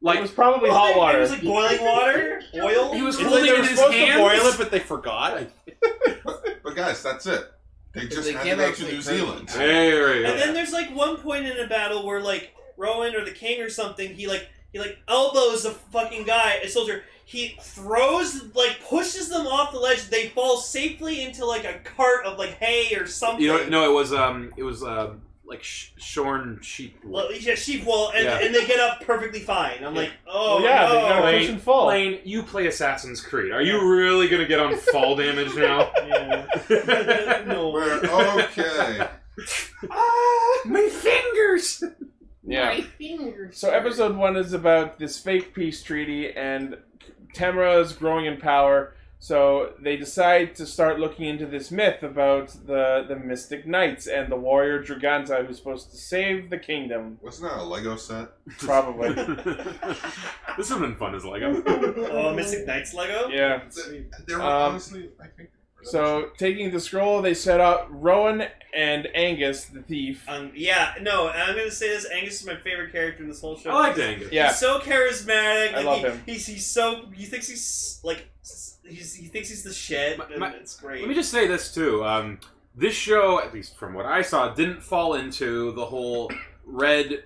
Speaker 6: Like
Speaker 2: was probably hot water.
Speaker 4: It was like boiling water, oil.
Speaker 6: he was
Speaker 9: It's like
Speaker 6: holding it
Speaker 9: they were
Speaker 6: in his
Speaker 9: supposed
Speaker 6: hands.
Speaker 9: to boil it, but they forgot. [LAUGHS] I-
Speaker 3: But guys, that's it. They just
Speaker 8: They
Speaker 3: handed
Speaker 8: can't
Speaker 3: out to
Speaker 8: actually
Speaker 3: New
Speaker 8: prove it.
Speaker 3: Zealand.
Speaker 6: Hey, right,
Speaker 4: And
Speaker 6: right.
Speaker 4: then there's like one point in a battle where like Rowan or the king or something, he like he like elbows a fucking guy, a soldier. He throws like pushes them off the ledge. They fall safely into like a cart of like hay or something.
Speaker 6: you know, no, it was um, it was um, like sh- shorn sheep.
Speaker 4: Well, yeah, sheep wool, and,
Speaker 6: Yeah.
Speaker 4: and they get up perfectly fine. I'm like, oh
Speaker 2: Well, yeah,
Speaker 4: no.
Speaker 2: they gotta
Speaker 6: Wait,
Speaker 2: push and fall. [LAUGHS]
Speaker 6: Lane, you play Assassin's Creed. Are you really gonna get on fall damage [LAUGHS] now?
Speaker 4: Yeah. no. [LAUGHS]
Speaker 3: We're okay.
Speaker 6: ah, my fingers.
Speaker 2: [LAUGHS] Yeah. So episode one is about this fake peace treaty, and Tamra is growing in power. So they decide to start looking into this myth about the the Mystic Knights and the warrior Draganta, who's supposed to save the kingdom.
Speaker 3: Wasn't that a Lego set?
Speaker 2: Probably.
Speaker 6: [LAUGHS]
Speaker 4: [LAUGHS]
Speaker 6: this has been fun as Lego.
Speaker 4: Oh, Mystic Knights Lego.
Speaker 2: yeah.
Speaker 3: There were
Speaker 2: Um,
Speaker 3: honestly, I think.
Speaker 2: So taking the scroll, they set up Rowan and Angus, the thief.
Speaker 4: Um, yeah, no, I'm gonna say this. Angus is my favorite character in this whole show.
Speaker 6: I liked Angus.
Speaker 2: Yeah.
Speaker 4: He's so charismatic.
Speaker 2: I
Speaker 4: and
Speaker 2: love
Speaker 4: he,
Speaker 2: him.
Speaker 4: He's he's so he thinks he's like he's, he thinks he's the shed.
Speaker 6: My-
Speaker 4: and
Speaker 6: my-
Speaker 4: it's great.
Speaker 6: Let me just say this too. Um, this show, at least from what I saw, didn't fall into the whole red.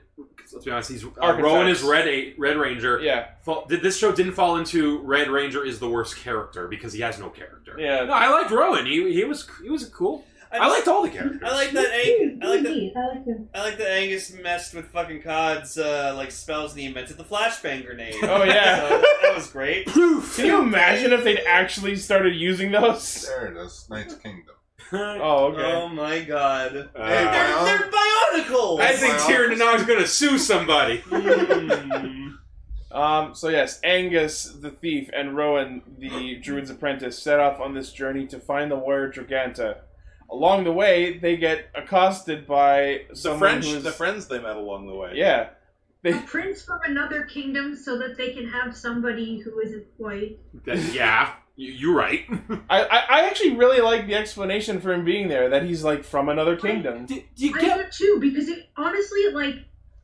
Speaker 6: Let's be honest. He's uh,
Speaker 2: Archetypes.
Speaker 6: Rowan is red. A- Red Ranger.
Speaker 2: Yeah.
Speaker 6: Fall, did, this show didn't fall into Red Ranger is the worst character because he has no character.
Speaker 2: Yeah.
Speaker 6: No, I liked Rowan. He, he was he was cool.
Speaker 4: I,
Speaker 6: I
Speaker 4: just-
Speaker 6: liked all the characters.
Speaker 4: I
Speaker 6: [LAUGHS]
Speaker 4: like that. Ang- I like that.
Speaker 1: I like them.
Speaker 4: I like that Angus messed with fucking Cod's uh, like spells and he invented the flashbang grenade.
Speaker 2: Oh, yeah.
Speaker 9: [LAUGHS]
Speaker 4: So, that was
Speaker 2: [LAUGHS]
Speaker 4: great.
Speaker 6: Poof!
Speaker 2: Can you imagine if they'd actually started using
Speaker 9: [LAUGHS]
Speaker 2: those?
Speaker 3: There it is. Knight's Kingdom.
Speaker 2: Oh, okay.
Speaker 4: Oh my god.
Speaker 3: Hey,
Speaker 6: Uh,
Speaker 4: They're, they're bionicles.
Speaker 6: I think Tyranon's gonna sue somebody.
Speaker 4: Mm.
Speaker 2: [LAUGHS] Um, so yes, Angus the thief and Rowan the druid's apprentice set off on this journey to find the warrior Draganta. Along the way, they get accosted by
Speaker 9: The
Speaker 2: someone
Speaker 9: French,
Speaker 2: who is-
Speaker 9: the friends they met along the way.
Speaker 2: Yeah,
Speaker 1: A prince from another kingdom so that they can have somebody who isn't white.
Speaker 6: Then, yeah, you, you're right.
Speaker 2: I, I, I actually really like the explanation for him being there. That he's like from another kingdom.
Speaker 6: Do, do you
Speaker 1: I do
Speaker 6: get?
Speaker 1: too, because it honestly, like,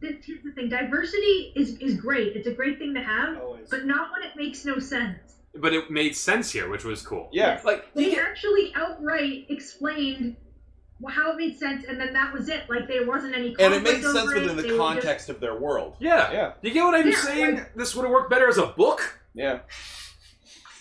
Speaker 1: th- here's the thing diversity is, is great. It's a great thing to have,
Speaker 4: Always.
Speaker 1: but not when it makes no sense.
Speaker 6: But it made sense here, which was cool.
Speaker 2: Yeah.
Speaker 6: Like do you
Speaker 1: They
Speaker 6: get-
Speaker 1: actually outright explained wh- how it made sense, and then that was it. Like, there wasn't any
Speaker 9: And it
Speaker 1: conflict
Speaker 9: made sense
Speaker 1: over
Speaker 9: within
Speaker 1: it. They
Speaker 9: the
Speaker 1: were just-
Speaker 9: context of their world.
Speaker 6: yeah.
Speaker 2: Yeah,
Speaker 6: Do you get what I'm
Speaker 1: Yeah,
Speaker 6: saying? this would have worked better as a book.
Speaker 2: yeah.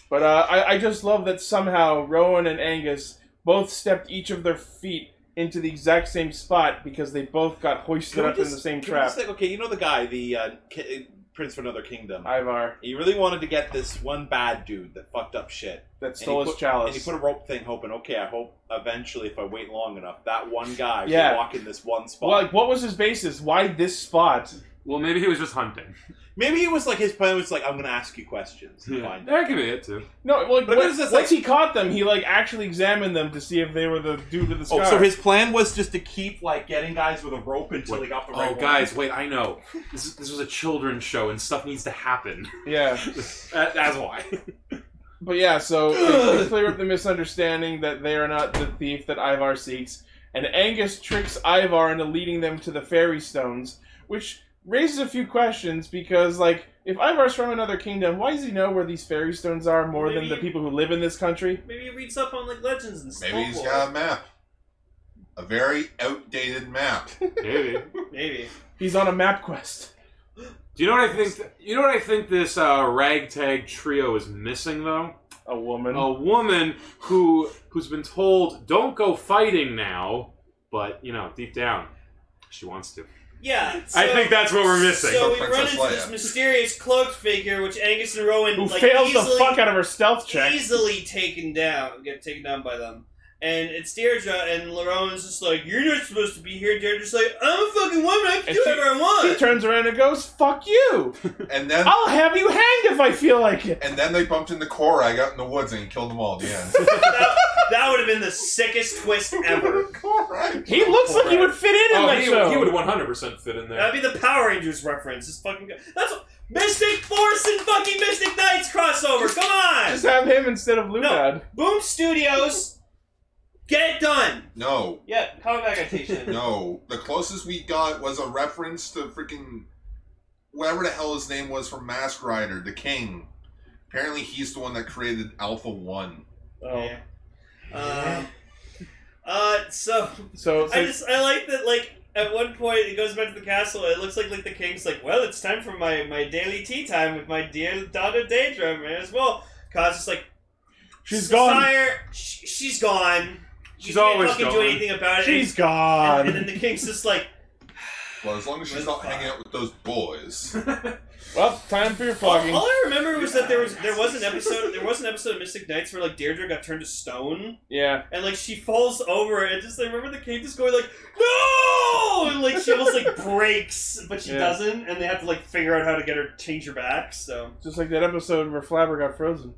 Speaker 2: But uh, I, I just love that somehow Rowan and Angus both stepped each of their feet into the exact same spot because they both got hoisted
Speaker 9: Can we
Speaker 2: up in
Speaker 9: just-
Speaker 2: the same
Speaker 9: can we
Speaker 2: trap.
Speaker 9: just think, okay, you know the guy, the uh, ki- Prince from Another Kingdom.
Speaker 2: Ivar
Speaker 9: He really wanted to get this one bad dude that fucked up shit.
Speaker 2: that
Speaker 9: he
Speaker 2: stole his chalice.
Speaker 9: And he put a rope thing hoping, okay, I hope eventually if I wait long enough, that one guy
Speaker 2: Yeah.
Speaker 9: will walk in this one spot.
Speaker 2: well, like, what was his basis? Why this spot?
Speaker 6: Well, maybe he was just hunting.
Speaker 9: Maybe it was like his plan was like, I'm going to ask you questions and
Speaker 6: Yeah.
Speaker 9: find out.
Speaker 6: That could be it too.
Speaker 2: No, like,
Speaker 9: But
Speaker 2: what,
Speaker 9: it was
Speaker 2: once
Speaker 9: just
Speaker 2: he caught them, he like actually examined them to see if they were the dude with the scar.
Speaker 9: Oh, so his plan was just to keep like getting guys with a rope until he got the right
Speaker 6: Oh,
Speaker 9: one.
Speaker 6: guys, wait! I know this. is- This was a children's show, and stuff needs to happen.
Speaker 2: yeah.
Speaker 6: [LAUGHS] That, that's why.
Speaker 2: But yeah, so they- they clear up the misunderstanding that they are not the thief that Ivar seeks, and Angus tricks Ivar into leading them to the fairy stones, which raises a few questions because, like, if Ivar's from another kingdom, why does he know where these fairy stones are more than
Speaker 4: Maybe-
Speaker 2: the people who live in this country?
Speaker 4: Maybe he reads up on like legends and stuff.
Speaker 3: Maybe he's got a map. A very outdated map.
Speaker 6: Maybe.
Speaker 4: Maybe.
Speaker 2: He's on a map quest.
Speaker 6: Do you know what I think? you know what I think this uh, ragtag trio is missing though?
Speaker 2: A woman.
Speaker 6: A woman who who's been told, "Don't go fighting now," but you know, deep down, she wants to.
Speaker 4: Yeah.
Speaker 6: I
Speaker 4: so-
Speaker 6: think that's what we're missing.
Speaker 4: So
Speaker 3: For
Speaker 4: we run
Speaker 3: Princess
Speaker 4: into this
Speaker 3: Leia.
Speaker 4: mysterious cloaked figure, which Angus and Rowan
Speaker 2: who
Speaker 4: like,
Speaker 2: fails
Speaker 4: easily,
Speaker 2: the fuck out of her stealth check.
Speaker 4: easily taken down, get taken down by them. And it's Deirdre, and Rowan's just like, "You're not supposed to be here." Deirdre's like, "I'm a fucking woman. I can
Speaker 2: And
Speaker 4: do
Speaker 2: she-
Speaker 4: whatever I
Speaker 2: She
Speaker 4: want."
Speaker 2: turns around and goes, fuck you!
Speaker 3: And then
Speaker 2: I'll have you hanged if I feel like it!
Speaker 3: and then they bumped into Korra. I got in the woods and he killed them all at the end.
Speaker 4: that, that would have been the sickest twist ever.
Speaker 3: [LAUGHS] Korra.
Speaker 2: He looks like he would fit in in
Speaker 6: Oh,
Speaker 2: that
Speaker 6: he,
Speaker 2: show.
Speaker 6: he would 100% fit in there.
Speaker 4: That'd be the Power Rangers reference. It's fucking good. That's Mystic Force and fucking Mystic Knights crossover. Come on,
Speaker 2: Just have him instead of Lunad.
Speaker 4: Boom Studios, get it done.
Speaker 3: No,
Speaker 4: Yeah, comic back adaptation.
Speaker 3: no. The closest we got was a reference to freaking whatever the hell his name was from Mask Rider, the King. Apparently, he's the one that created Alpha One.
Speaker 2: Oh.
Speaker 4: Yeah. Uh, uh, so
Speaker 2: So, so
Speaker 4: I just I like that like at one point it goes back to the castle. It looks like like the king's like, well, it's time for my my daily tea time with my dear daughter Daedra man, as well. Cause it's like
Speaker 2: she's gone.
Speaker 4: Sire, sh- she's gone. You
Speaker 6: She's
Speaker 4: can't
Speaker 6: always
Speaker 4: fucking do
Speaker 6: gone.
Speaker 4: anything about it.
Speaker 2: She's
Speaker 4: and, and
Speaker 2: gone.
Speaker 4: then the king's
Speaker 2: [LAUGHS]
Speaker 4: just like,
Speaker 3: Well, as long as she's not hanging out with those
Speaker 6: [LAUGHS]
Speaker 3: boys.
Speaker 2: Well, time for your
Speaker 4: all,
Speaker 2: flogging.
Speaker 4: all I remember was that there was there was an episode there was an episode of Mystic Knights where like Deirdre got turned to stone.
Speaker 2: Yeah.
Speaker 4: And like she falls over, and just I remember the king just going like, "No!" And like she almost like breaks, but she
Speaker 2: Yeah.
Speaker 4: doesn't, and they have to like figure out how to get her change her back. So
Speaker 2: Just like that episode where Flabber got frozen.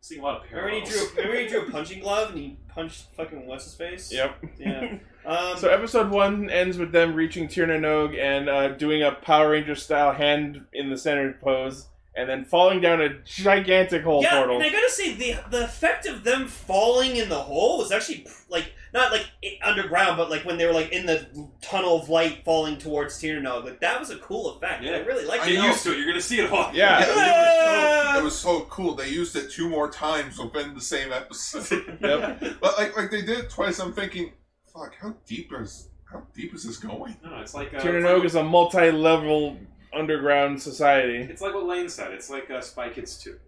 Speaker 6: Seeing a lot of
Speaker 4: remember when he drew, remember when he drew a punching glove and he punched fucking what's his face?
Speaker 2: Yep.
Speaker 4: Yeah. Um,
Speaker 2: So episode one ends with them reaching Tiernanog and uh, doing a Power Ranger style hand in the center pose, and then falling down a gigantic hole
Speaker 4: yeah,
Speaker 2: portal.
Speaker 4: and I gotta say the the effect of them falling in the hole was actually like not like i- underground, but like when they were like in the tunnel of light falling towards Tiernog, like that was a cool effect.
Speaker 6: Yeah.
Speaker 4: I really liked
Speaker 3: I
Speaker 6: Get
Speaker 4: it.
Speaker 3: know.
Speaker 6: used to it. You're going to see it all.
Speaker 2: Yeah.
Speaker 3: Yeah, it, was so, it was so cool. They used it two more times within the same
Speaker 6: [LAUGHS]
Speaker 3: episode.
Speaker 2: Yep.
Speaker 3: but like, like they did it twice. I'm thinking, fuck, how deep is how deep is this going?
Speaker 6: No, it's like. Uh,
Speaker 2: Tiernanog is a multi-level underground society.
Speaker 6: It's like what Lane said. It's like uh, Spy Kids 2.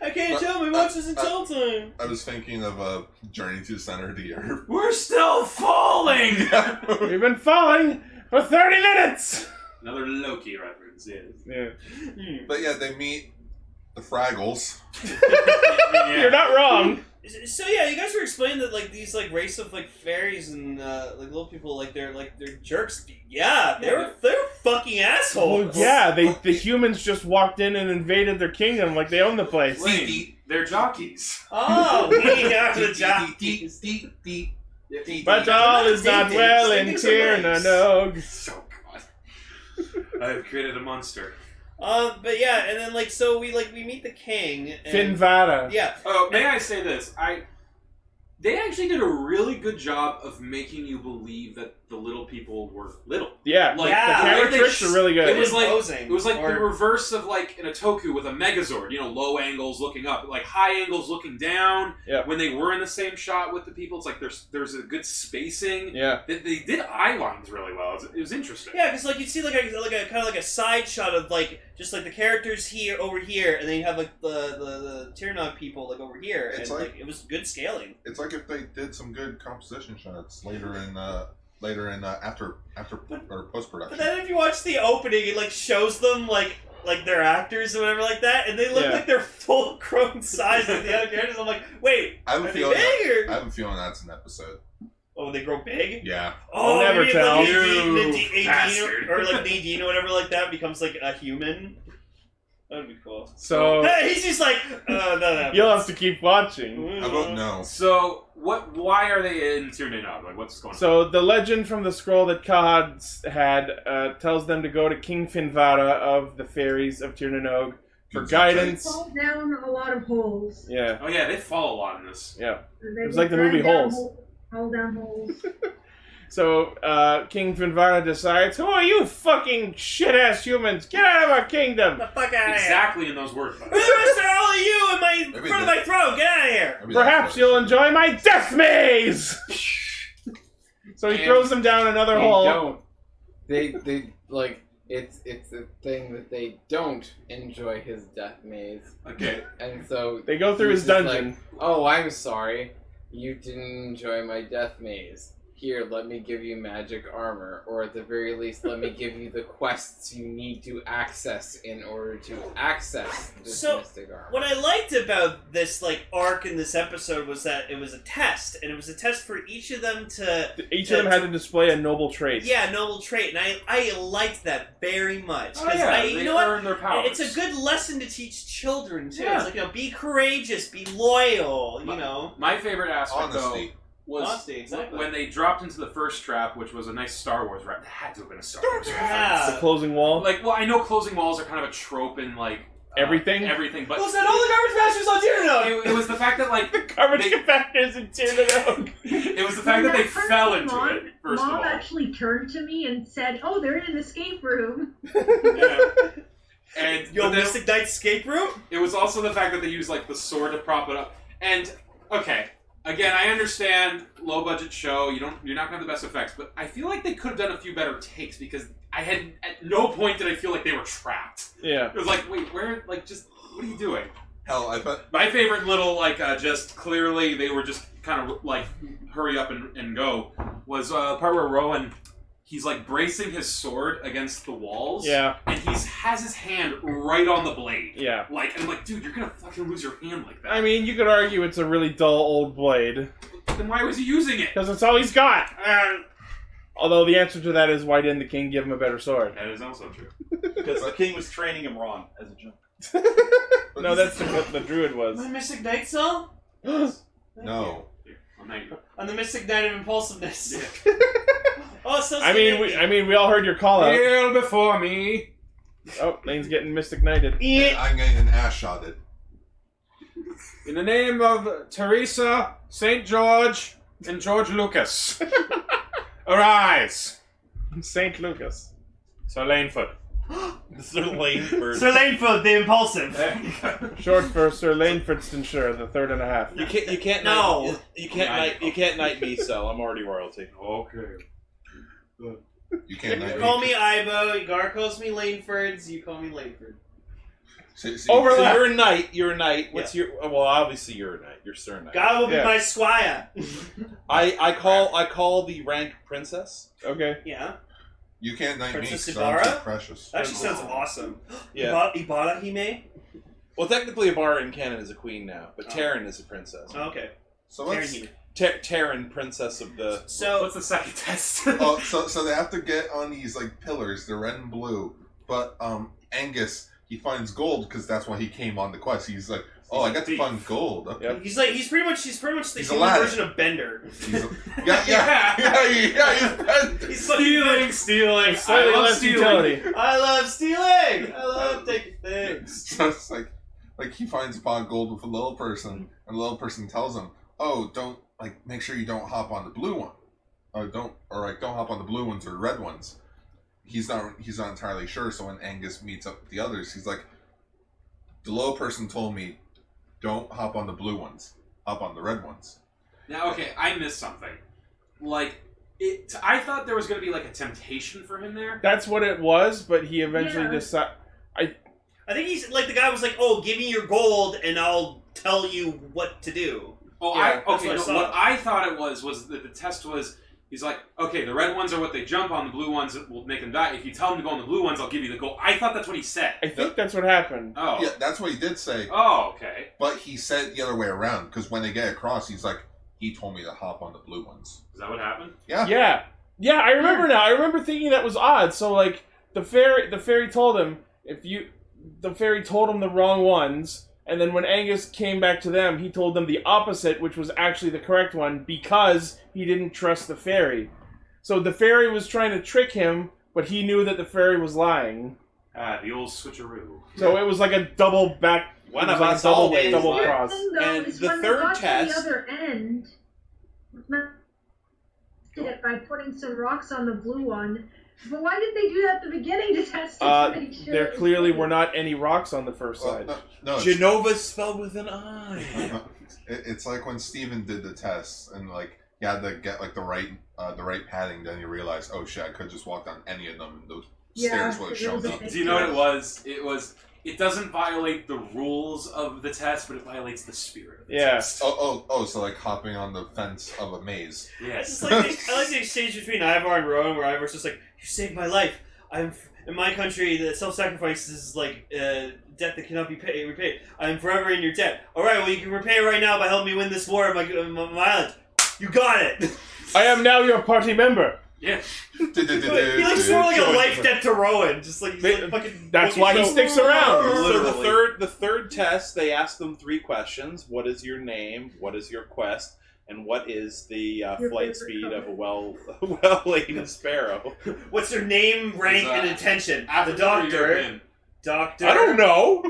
Speaker 4: I can't
Speaker 3: Uh,
Speaker 4: tell. My watch doesn't tell time.
Speaker 3: I was thinking of a journey to the center of the earth.
Speaker 6: We're still falling.
Speaker 3: [LAUGHS] Yeah.
Speaker 2: We've been falling for 30 minutes!
Speaker 6: Another Loki reference. Yeah.
Speaker 2: Yeah.
Speaker 4: Hmm.
Speaker 3: but yeah, they meet the Fraggles.
Speaker 2: You're not wrong.
Speaker 4: S- So yeah, you guys were explaining that like these like race of like fairies and uh, like little people like they're like they're jerks. Yeah, they're they're fucking
Speaker 2: Well,
Speaker 4: assholes.
Speaker 2: yeah, they the humans just walked in and invaded their kingdom like they own the place.
Speaker 6: Wait, they're jockeys.
Speaker 4: Oh,
Speaker 2: [LAUGHS]
Speaker 4: we are the job.
Speaker 6: [LAUGHS]
Speaker 2: But all is not well in
Speaker 4: These are nice.
Speaker 2: Tiernanog.
Speaker 6: So Oh, God. [LAUGHS] I've created a monster.
Speaker 4: Um, but yeah, and then like so we like we meet the king. And,
Speaker 2: Finvara.
Speaker 4: Yeah.
Speaker 6: Oh, may I say this? I they actually did a really good job of making you believe that the little people were little.
Speaker 2: Yeah.
Speaker 6: Like
Speaker 2: the
Speaker 4: Yeah,
Speaker 6: the way
Speaker 2: camera
Speaker 6: they
Speaker 2: tricks are really
Speaker 6: It
Speaker 2: good.
Speaker 6: was like-
Speaker 4: posing,
Speaker 6: It was like the
Speaker 4: or-
Speaker 6: reverse of like in a Toku with a Megazord, you know, low angles looking up, like high angles looking down.
Speaker 2: Yeah.
Speaker 6: When they were in the same shot with the people, it's like there's there's a good spacing.
Speaker 2: yeah.
Speaker 6: They, they did eye lines really well. It was, it was interesting.
Speaker 4: Yeah, because like you see like a like a kind of like a side shot of like just like the characters here over here, and then you have like the the, the Tyrannog people like over here,
Speaker 3: It's
Speaker 4: and
Speaker 3: like-
Speaker 4: like, it was good scaling.
Speaker 3: It's like if they did some good composition shots later in uh later in uh, after after or post
Speaker 4: But
Speaker 3: production.
Speaker 4: then if you watch the opening, it like shows them like like their actors or whatever like that, and they look
Speaker 2: Yeah.
Speaker 4: like they're full grown size of the other characters. I'm like, wait,
Speaker 3: I have
Speaker 4: are
Speaker 3: a
Speaker 4: they
Speaker 3: feeling that-
Speaker 4: big
Speaker 3: I
Speaker 4: or
Speaker 3: have a feeling that's an episode.
Speaker 4: oh they grow big?
Speaker 3: Yeah.
Speaker 4: Oh,
Speaker 2: I'll never
Speaker 4: maybe if, like,
Speaker 6: tell.
Speaker 4: Nadine-
Speaker 6: You
Speaker 4: Nadine- Nadine
Speaker 6: bastard.
Speaker 4: or, or like Nadine or whatever like that becomes like a human. That'd be cool.
Speaker 2: So
Speaker 4: Hey, he's just like, uh, no,
Speaker 2: [LAUGHS]
Speaker 4: no. Mm.
Speaker 2: you'll have to keep watching.
Speaker 3: I
Speaker 4: Uh-huh.
Speaker 3: don't know.
Speaker 6: So what? Why are they in Tyrannog? Like what's going on?
Speaker 2: So the legend from the scroll that Kahad s- had uh, tells them to go to King Finvara of the fairies of Tirnanog for guidance.
Speaker 1: Fall down a lot of holes.
Speaker 2: Yeah.
Speaker 6: Oh yeah, they fall a lot in this.
Speaker 2: Yeah.
Speaker 1: And they
Speaker 2: It was like the
Speaker 1: drive
Speaker 2: movie
Speaker 1: down
Speaker 2: Holes.
Speaker 1: hole- Fall down holes.
Speaker 2: So uh, King Finvara decides, "Who are you, fucking shit-ass humans? Get out of our kingdom!"
Speaker 4: the fuck out of here.
Speaker 6: Exactly in those words.
Speaker 4: [LAUGHS]
Speaker 6: by the
Speaker 4: Who
Speaker 6: way.
Speaker 4: the rest are all of you in my in
Speaker 3: Maybe
Speaker 4: front of
Speaker 3: the-
Speaker 4: my throne? Get out of here!
Speaker 3: Maybe that's
Speaker 2: Perhaps
Speaker 3: what-
Speaker 2: you'll enjoy my death maze. [LAUGHS] so he
Speaker 8: And-
Speaker 2: throws them down another
Speaker 8: They
Speaker 2: hole.
Speaker 8: don't. They they like it's it's a thing that they don't enjoy his death maze,
Speaker 6: Okay.
Speaker 8: and so
Speaker 2: They go through
Speaker 8: He's
Speaker 2: his
Speaker 8: just
Speaker 2: dungeon.
Speaker 8: oh I'm sorry, you didn't enjoy my death maze. Here, let me give you magic armor, or at the very least, let me give you the quests you need to access in order to access this
Speaker 4: So,
Speaker 8: mystic armor.
Speaker 4: What I liked about this like arc in this episode was that it was a test, and it was a test for each of them to
Speaker 2: Each of them had to display a noble trait.
Speaker 4: yeah noble trait, and I I liked that very much
Speaker 6: Oh
Speaker 4: 'Cause
Speaker 6: yeah,
Speaker 4: I,
Speaker 6: they
Speaker 4: you know what.
Speaker 6: earn their powers.
Speaker 4: It's a good lesson to teach children too.
Speaker 6: Yeah.
Speaker 4: It's like you know, be courageous, be loyal. You
Speaker 6: My-
Speaker 4: know,
Speaker 6: My favorite aspect though
Speaker 3: Honesty.
Speaker 6: was
Speaker 4: Honesty, exactly.
Speaker 6: when they dropped into the first trap, which was a nice Star Wars rap. That had to have been a Star Wars
Speaker 4: Yeah.
Speaker 6: reference.
Speaker 2: The closing wall.
Speaker 6: Like, well, I know closing walls are kind of a trope in like uh,
Speaker 2: Everything?
Speaker 6: everything, but
Speaker 4: well, is that all the garbage masters on Tyrannog?
Speaker 6: it, it was the fact that like
Speaker 2: Garbage
Speaker 6: They-
Speaker 2: compactors and Tirnanog.
Speaker 4: [LAUGHS]
Speaker 6: it was the fact
Speaker 1: When
Speaker 6: that they
Speaker 1: first
Speaker 6: fell into
Speaker 1: mom,
Speaker 6: it. First
Speaker 1: mom
Speaker 6: of all,
Speaker 1: actually turned to me and said, "Oh, they're in an escape room."
Speaker 4: [LAUGHS]
Speaker 6: Yeah. and
Speaker 4: Yo,
Speaker 6: but then-
Speaker 4: Mystic Knight's escape room.
Speaker 6: It was also the fact that they used like the sword to prop it up. And okay, again, I understand low budget show. You don't, you're not gonna have the best effects, but I feel like they could have done a few better takes because I had at no point did I feel like they were trapped.
Speaker 2: Yeah.
Speaker 6: It was like, wait, where? Like, just what are you doing?
Speaker 3: Hell, I bet
Speaker 6: My favorite little like uh, just clearly they were just kind of like hurry up and, and go was uh, the part where Rowan he's like bracing his sword against the walls
Speaker 2: Yeah.
Speaker 6: and he's has his hand right on the blade.
Speaker 2: Yeah.
Speaker 6: Like, I'm like, dude, you're gonna fucking lose your hand like that.
Speaker 2: I mean, you could argue it's a really dull old blade
Speaker 6: then why was he using it?
Speaker 2: because it's all he's got.
Speaker 6: Uh,
Speaker 2: Although the answer to that is, why didn't the king give him a better
Speaker 6: [LAUGHS]
Speaker 2: sword?
Speaker 6: that is also true.
Speaker 9: Because the king was training him wrong as a
Speaker 2: [LAUGHS]
Speaker 9: jump.
Speaker 2: No, that's the- what the druid
Speaker 6: [GASPS]
Speaker 4: My
Speaker 2: was.
Speaker 4: Mystic Knight song. Thank you.
Speaker 3: no.
Speaker 6: Well, thank you.
Speaker 4: on the Mystic Knight of Impulsiveness. [LAUGHS] oh, so
Speaker 2: I mean, we, I mean, we all heard your call out.
Speaker 6: Kneel before me.
Speaker 2: Oh, Lane's getting mystic knighted.
Speaker 3: And I'm getting an ass shotted.
Speaker 6: In the name of Teresa, St. George, and George
Speaker 2: [LAUGHS]
Speaker 6: Lucas. Arise.
Speaker 2: Saint Lucas.
Speaker 6: So Lanefoot.
Speaker 9: Sir Lane [LAUGHS] Bird.
Speaker 4: Sir Lanefield, the Impulsive.
Speaker 2: Short for Sir Lane Fritzenshire, the third and a half.
Speaker 9: You can't. You can't.
Speaker 4: No.
Speaker 9: Knight, you can't. Knight, you can't
Speaker 6: [LAUGHS]
Speaker 9: knight me. So I'm already royalty.
Speaker 6: okay.
Speaker 3: You can't
Speaker 4: You
Speaker 3: knight
Speaker 4: call me Ibo, Gar calls me Lanefords, you call me Laneford.
Speaker 3: So, so
Speaker 9: Over
Speaker 2: Overlap.
Speaker 9: you're a knight. You're a knight. What's your? Well, obviously you're a knight. You're Sir Knight.
Speaker 4: God will be
Speaker 2: Yeah.
Speaker 4: my squire.
Speaker 9: I I call I call the rank princess.
Speaker 2: Okay.
Speaker 4: yeah,
Speaker 3: You can't knight me
Speaker 4: Princess
Speaker 3: because I'm too
Speaker 4: Ibarra?
Speaker 3: precious.
Speaker 4: that actually sounds awesome.
Speaker 9: Yeah.
Speaker 4: Iba- Ibarra Hime.
Speaker 9: Well, technically, Ibarra in canon is a queen now, but
Speaker 4: Oh.
Speaker 9: Terran is a princess.
Speaker 4: Oh, okay.
Speaker 3: So
Speaker 4: Terran
Speaker 3: let's.
Speaker 4: Hime.
Speaker 9: Ter- Terran, princess of the.
Speaker 4: So
Speaker 6: What's the second [LAUGHS] test?
Speaker 3: Oh, so so they have to get on these like pillars. They're red and blue. But um, Angus he finds gold because that's why he came on the quest. He's like, oh, I got to find gold. Okay.
Speaker 2: Yep.
Speaker 4: he's like he's pretty much he's pretty much the
Speaker 3: He's
Speaker 4: human
Speaker 3: Aladdin.
Speaker 4: version of Bender.
Speaker 3: He's a- yeah, [LAUGHS] yeah, yeah, yeah, yeah, he's
Speaker 4: [LAUGHS] He's like [LAUGHS]
Speaker 6: stealing, stealing,
Speaker 2: Slightly
Speaker 6: I love
Speaker 2: less
Speaker 6: stealing.
Speaker 2: utility.
Speaker 4: I love stealing. I love taking things.
Speaker 3: [LAUGHS] So it's like, like he finds a pot of gold with a little person, and the little person tells him, "Oh, don't like make sure you don't hop on the blue one. Oh, don't or like don't hop on the blue ones or red ones." He's not he's not entirely sure. So when Angus meets up with the others, he's like, "The little person told me, don't hop on the blue ones. Hop on the red ones."
Speaker 6: Now, okay, I missed something. Like, it, I thought there was going to be like a temptation for him there.
Speaker 2: That's what it was, but he eventually
Speaker 1: Yeah.
Speaker 2: decided.
Speaker 4: I think he's like the guy was like, "Oh, give me your gold, and I'll tell you what to do."
Speaker 6: Oh,
Speaker 4: Yeah, that's
Speaker 6: I, okay.
Speaker 4: what I
Speaker 6: no,
Speaker 4: saw.
Speaker 6: what I thought it was was that the test was he's like, okay, the red ones are what they jump on, the blue ones will make them die. If you tell them to go on the blue ones, I'll give you the gold. I thought that's what he said.
Speaker 2: I think that's what happened.
Speaker 6: Oh,
Speaker 3: Yeah, that's what he did say.
Speaker 6: oh, okay.
Speaker 3: But he said it the other way around because when they get across, he's like, "He told me to hop on the blue ones."
Speaker 6: Is that what happened?
Speaker 2: Yeah, yeah. I remember now. I remember thinking that was odd. So like the fairy, the fairy told him if you, the fairy told him the wrong ones, and then when Angus came back to them, he told them the opposite, which was actually the correct one because he didn't trust the fairy. So the fairy was trying to trick him, but he knew that the fairy was lying.
Speaker 6: Ah, the old switcheroo.
Speaker 2: So it was like a double back.
Speaker 9: One
Speaker 2: it was
Speaker 9: of
Speaker 2: like a
Speaker 9: us
Speaker 2: double,
Speaker 9: always
Speaker 2: double
Speaker 9: lies.
Speaker 2: cross.
Speaker 1: thing, though,
Speaker 9: And
Speaker 1: is
Speaker 9: the
Speaker 1: when
Speaker 9: third
Speaker 1: they got
Speaker 9: test-
Speaker 1: to the other end, did it by putting some rocks on the blue one. But why did they do that at the beginning to test it?
Speaker 2: Uh,
Speaker 1: to make sure
Speaker 2: There clearly were not any rocks on the first
Speaker 3: Well,
Speaker 2: side.
Speaker 3: no, no, it's-
Speaker 9: Genova spelled with an I.
Speaker 3: it, it's like when Steven did the tests and like he had to get like the right uh, the right padding. Then you realize, oh shit, I could just walked on any of them. and Those
Speaker 1: Yeah,
Speaker 3: stairs would have
Speaker 1: it was
Speaker 3: shown
Speaker 1: a
Speaker 4: [LAUGHS]
Speaker 3: up.
Speaker 1: big
Speaker 6: Do you know what it was? It was. It doesn't violate the rules of the test, but it violates the spirit. Of the
Speaker 2: Yeah.
Speaker 6: Test.
Speaker 3: Oh, oh, oh! So like hopping on the fence of
Speaker 4: [LAUGHS]
Speaker 3: a maze.
Speaker 4: It's
Speaker 6: Yes.
Speaker 4: just like the, I like the exchange between Ivar and Rowan, where Ivar's just like, "You saved my life. I'm f- in my country. The self-sacrifice is like uh, debt that cannot be paid, repaid. I'm forever in your debt. All right, well, you can repay right now by helping me win this war on my, on my my island. You got it." [LAUGHS]
Speaker 2: I am now your party member.
Speaker 6: Yeah.
Speaker 4: he
Speaker 3: [LAUGHS]
Speaker 4: looks more like a life debt to Rowan, just like he's
Speaker 2: They-
Speaker 4: like fucking.
Speaker 2: That's why he
Speaker 4: he's.
Speaker 2: sticks around.
Speaker 9: So the
Speaker 6: Literally.
Speaker 9: third the third test, they asked them three questions: What is your name? What is your quest? And what is the uh,
Speaker 1: Your
Speaker 9: flight
Speaker 1: favorite
Speaker 9: speed
Speaker 1: color.
Speaker 9: of a well [LAUGHS] well laden sparrow?
Speaker 4: What's your name, rank,
Speaker 6: He's, uh,
Speaker 4: and attention?
Speaker 6: After
Speaker 4: the doctor.
Speaker 6: European.
Speaker 4: Doctor. [LAUGHS]
Speaker 9: I don't know.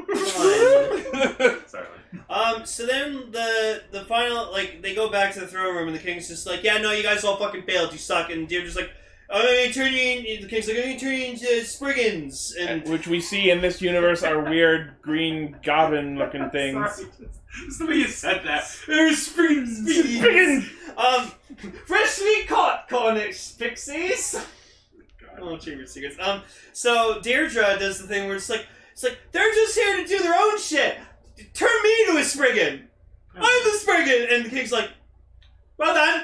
Speaker 6: Sorry. [LAUGHS]
Speaker 4: Um, so then the the final like they go back to the throne room and the king's just like, yeah, no, you guys all fucking failed, you suck, and they're just like, I'm gonna turn you. In, the king's like, I'm gonna turn you into spriggans, and [LAUGHS]
Speaker 2: Which we see in this universe are weird green goblin looking things.
Speaker 6: Sorry, just- Just the way you said that. There's springs.
Speaker 4: Spriggans! Oh, um, freshly caught Cornish pixies. I won't share your secrets. Um, so Deirdre does the thing where it's like, it's like they're just here to do their own shit. Turn me into a spriggan. I'm the spriggan, and the king's like, well done,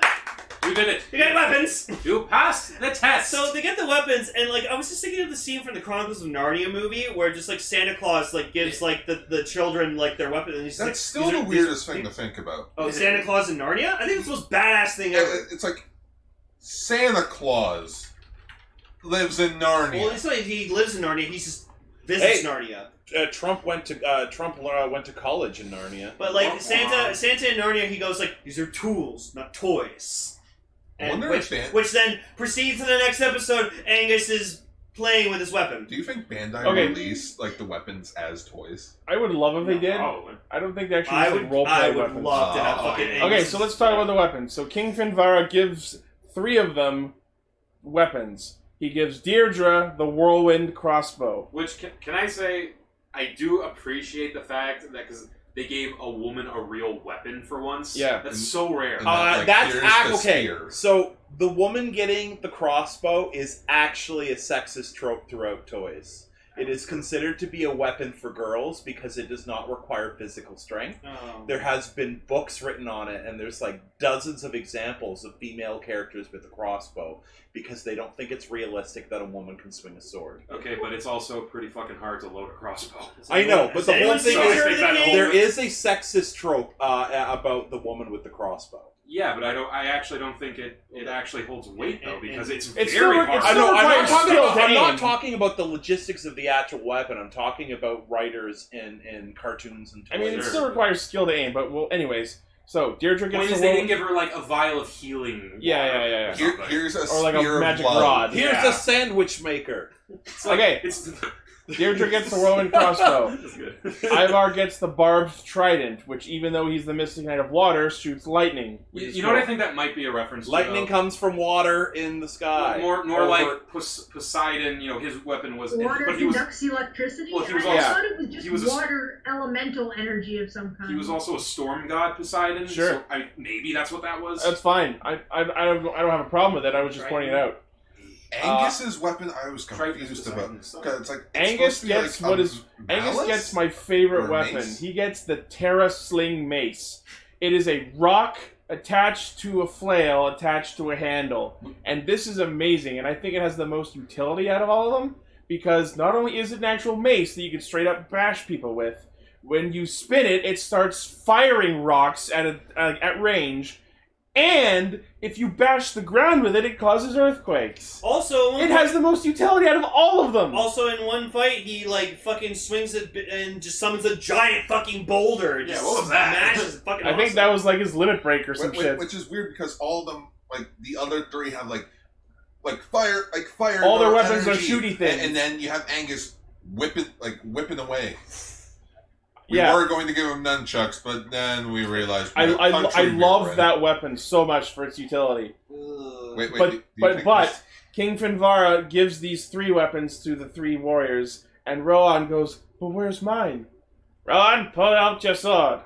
Speaker 6: You did it.
Speaker 4: you got weapons.
Speaker 6: You passed the test.
Speaker 4: So they get the weapons, and like I was just thinking of the scene from the Chronicles of Narnia movie where just like Santa Claus like gives like the, the children like their weapons. And he's
Speaker 3: That's
Speaker 4: like,
Speaker 3: still
Speaker 4: these are-
Speaker 3: the
Speaker 4: these
Speaker 3: weirdest
Speaker 4: are-
Speaker 3: thing to think about.
Speaker 4: Oh, Santa Claus in Narnia! I think it's the most badass thing
Speaker 3: Yeah,
Speaker 4: ever.
Speaker 3: it- It's like Santa Claus lives in
Speaker 4: Well,
Speaker 3: Narnia.
Speaker 4: it's not like he lives in Narnia; he just visits
Speaker 9: Hey.
Speaker 4: Narnia.
Speaker 9: uh, Trump went to uh, Trump uh, went to college in Narnia.
Speaker 4: But like
Speaker 6: Womp
Speaker 4: Santa,
Speaker 6: womp.
Speaker 4: Santa in Narnia, he goes like, "These are tools, not toys."
Speaker 3: I
Speaker 4: And
Speaker 3: wonder
Speaker 4: which,
Speaker 3: if Ban-
Speaker 4: which then proceeds to the next episode. Angus is playing with his weapon.
Speaker 3: Do you think Bandai
Speaker 2: Okay.
Speaker 3: released like the weapons as toys?
Speaker 2: I would love if they did.
Speaker 6: Oh,
Speaker 2: I don't think they actually
Speaker 4: I
Speaker 2: used, like,
Speaker 4: would,
Speaker 2: roleplay
Speaker 4: I would
Speaker 2: weapons.
Speaker 4: love to have
Speaker 3: Oh,
Speaker 4: fucking.
Speaker 6: yeah.
Speaker 2: Okay,
Speaker 4: Angus-
Speaker 2: so let's talk about the weapons. So King Finvara gives three of them weapons. He gives Deirdre the whirlwind crossbow.
Speaker 6: which can, can I say? I do appreciate the fact that because they gave a woman a real weapon for once.
Speaker 2: Yeah.
Speaker 3: And-
Speaker 6: that's so rare.
Speaker 3: and-
Speaker 9: Uh,
Speaker 3: like,
Speaker 9: that's
Speaker 3: here's
Speaker 9: ac-
Speaker 3: the
Speaker 9: okay.
Speaker 3: spear.
Speaker 9: So the woman getting the crossbow is actually a sexist trope throughout toys.
Speaker 11: It is considered to be a weapon for girls because it does not require physical strength.
Speaker 4: Um,
Speaker 11: There has been books written on it, and there's like dozens of examples of female characters with a crossbow because they don't think it's realistic that a woman can swing a sword.
Speaker 6: Okay, but it's also pretty fucking hard to load a crossbow.
Speaker 4: is
Speaker 11: I know,
Speaker 4: anyone-
Speaker 11: but
Speaker 4: is
Speaker 11: the whole
Speaker 4: anyone
Speaker 11: thing
Speaker 4: seen
Speaker 11: is-
Speaker 4: her in the
Speaker 6: that whole-
Speaker 4: game?
Speaker 11: There is a sexist trope uh, about the woman with the crossbow.
Speaker 6: Yeah, but I don't. I actually don't think it, it actually holds weight though because it's,
Speaker 2: It's
Speaker 6: very
Speaker 2: still-
Speaker 6: hard.
Speaker 2: it's
Speaker 11: I know, I'm, not
Speaker 2: requires
Speaker 11: talking
Speaker 2: skilled
Speaker 11: about, I'm
Speaker 2: aim.
Speaker 11: not talking about the logistics of the actual weapon. I'm talking about writers and, and cartoons and
Speaker 2: I mean, it
Speaker 11: toys.
Speaker 2: still requires skill to aim, but well, anyways. So Deirdre
Speaker 6: Point
Speaker 2: gets
Speaker 6: is
Speaker 2: the
Speaker 6: they
Speaker 2: wound-
Speaker 6: didn't give her like a vial of healing.
Speaker 2: Yeah, yeah, yeah,
Speaker 6: water
Speaker 2: yeah.
Speaker 6: or
Speaker 3: Here,
Speaker 6: something.
Speaker 3: here's a
Speaker 2: or like
Speaker 3: spear
Speaker 2: a
Speaker 3: of
Speaker 2: magic
Speaker 3: blood.
Speaker 2: rod.
Speaker 11: Here's
Speaker 6: Yeah.
Speaker 11: a sandwich maker.
Speaker 6: It's like,
Speaker 2: Okay.
Speaker 6: It's, [LAUGHS]
Speaker 2: Deirdre gets the Rowan crossbow.
Speaker 6: That's good.
Speaker 2: Ivar gets the barbed trident, which, even though he's the Mystic Knight of Water, shoots lightning. which
Speaker 6: You,
Speaker 2: is
Speaker 6: you know what
Speaker 2: cool.
Speaker 6: I think that might be a reference.
Speaker 11: Lightning
Speaker 6: to,
Speaker 11: comes from water in the sky.
Speaker 6: though? More, more
Speaker 11: Over-
Speaker 6: like Pos- Poseidon. You know, his weapon was,
Speaker 1: Water
Speaker 6: but he was
Speaker 1: conducts electricity.
Speaker 6: well, he was
Speaker 1: I
Speaker 2: also-
Speaker 1: thought it was just
Speaker 6: he was a-
Speaker 1: water elemental energy of some kind. [LAUGHS]
Speaker 6: he was also a storm god, Poseidon.
Speaker 2: Sure.
Speaker 6: So I, maybe that's what that was.
Speaker 2: That's fine. I, I, I, don't, I don't have a problem with that. I was just pointing it out.
Speaker 3: Angus's weapon, I was
Speaker 6: Triton,
Speaker 3: confused
Speaker 6: Poseidon,
Speaker 3: about.
Speaker 6: son.
Speaker 3: Because it's like it's
Speaker 2: Angus
Speaker 3: supposed to be
Speaker 2: gets
Speaker 3: like
Speaker 2: what
Speaker 3: a
Speaker 2: is- Angus
Speaker 3: malice?
Speaker 2: gets my favorite
Speaker 3: Or
Speaker 2: weapon.
Speaker 3: mace?
Speaker 2: He gets the Terra Sling Mace. It is a rock attached to a flail attached to a handle. And this is amazing, and I think it has the most utility out of all of them because not only is it an actual mace that you can straight up bash people with, when you spin it, it starts firing rocks at, a, uh, at range. And if you bash the ground with it, it causes earthquakes.
Speaker 4: also, one
Speaker 2: It has the most utility out of all of them.
Speaker 4: Also, in one fight, he like fucking swings it bi- and just summons a giant fucking boulder. And
Speaker 6: Yeah,
Speaker 4: just
Speaker 6: what was that?
Speaker 4: Smashes it. fucking.
Speaker 2: I think
Speaker 4: awesome.
Speaker 2: that was like his limit break or some
Speaker 3: Which,
Speaker 2: shit.
Speaker 3: which is weird because all of them, like the other three, have like, like fire, like fire.
Speaker 2: All their
Speaker 3: or
Speaker 2: weapons are
Speaker 3: energy,
Speaker 2: shooty
Speaker 3: and,
Speaker 2: things.
Speaker 3: and then you have Angus whipping, like whipping away. We
Speaker 2: yeah,
Speaker 3: were going to give him nunchucks, but then we realized.
Speaker 2: I,
Speaker 3: what
Speaker 2: I, I
Speaker 3: country we were
Speaker 2: love
Speaker 3: in.
Speaker 2: that weapon so much for its utility.
Speaker 4: Ugh.
Speaker 3: Wait, wait,
Speaker 2: but-
Speaker 3: do- do you
Speaker 2: but-
Speaker 3: think
Speaker 2: but-
Speaker 3: this-
Speaker 2: King Finvara gives these three weapons to the three warriors, and Rohan goes, But where's mine? Rohan, pull out your sword.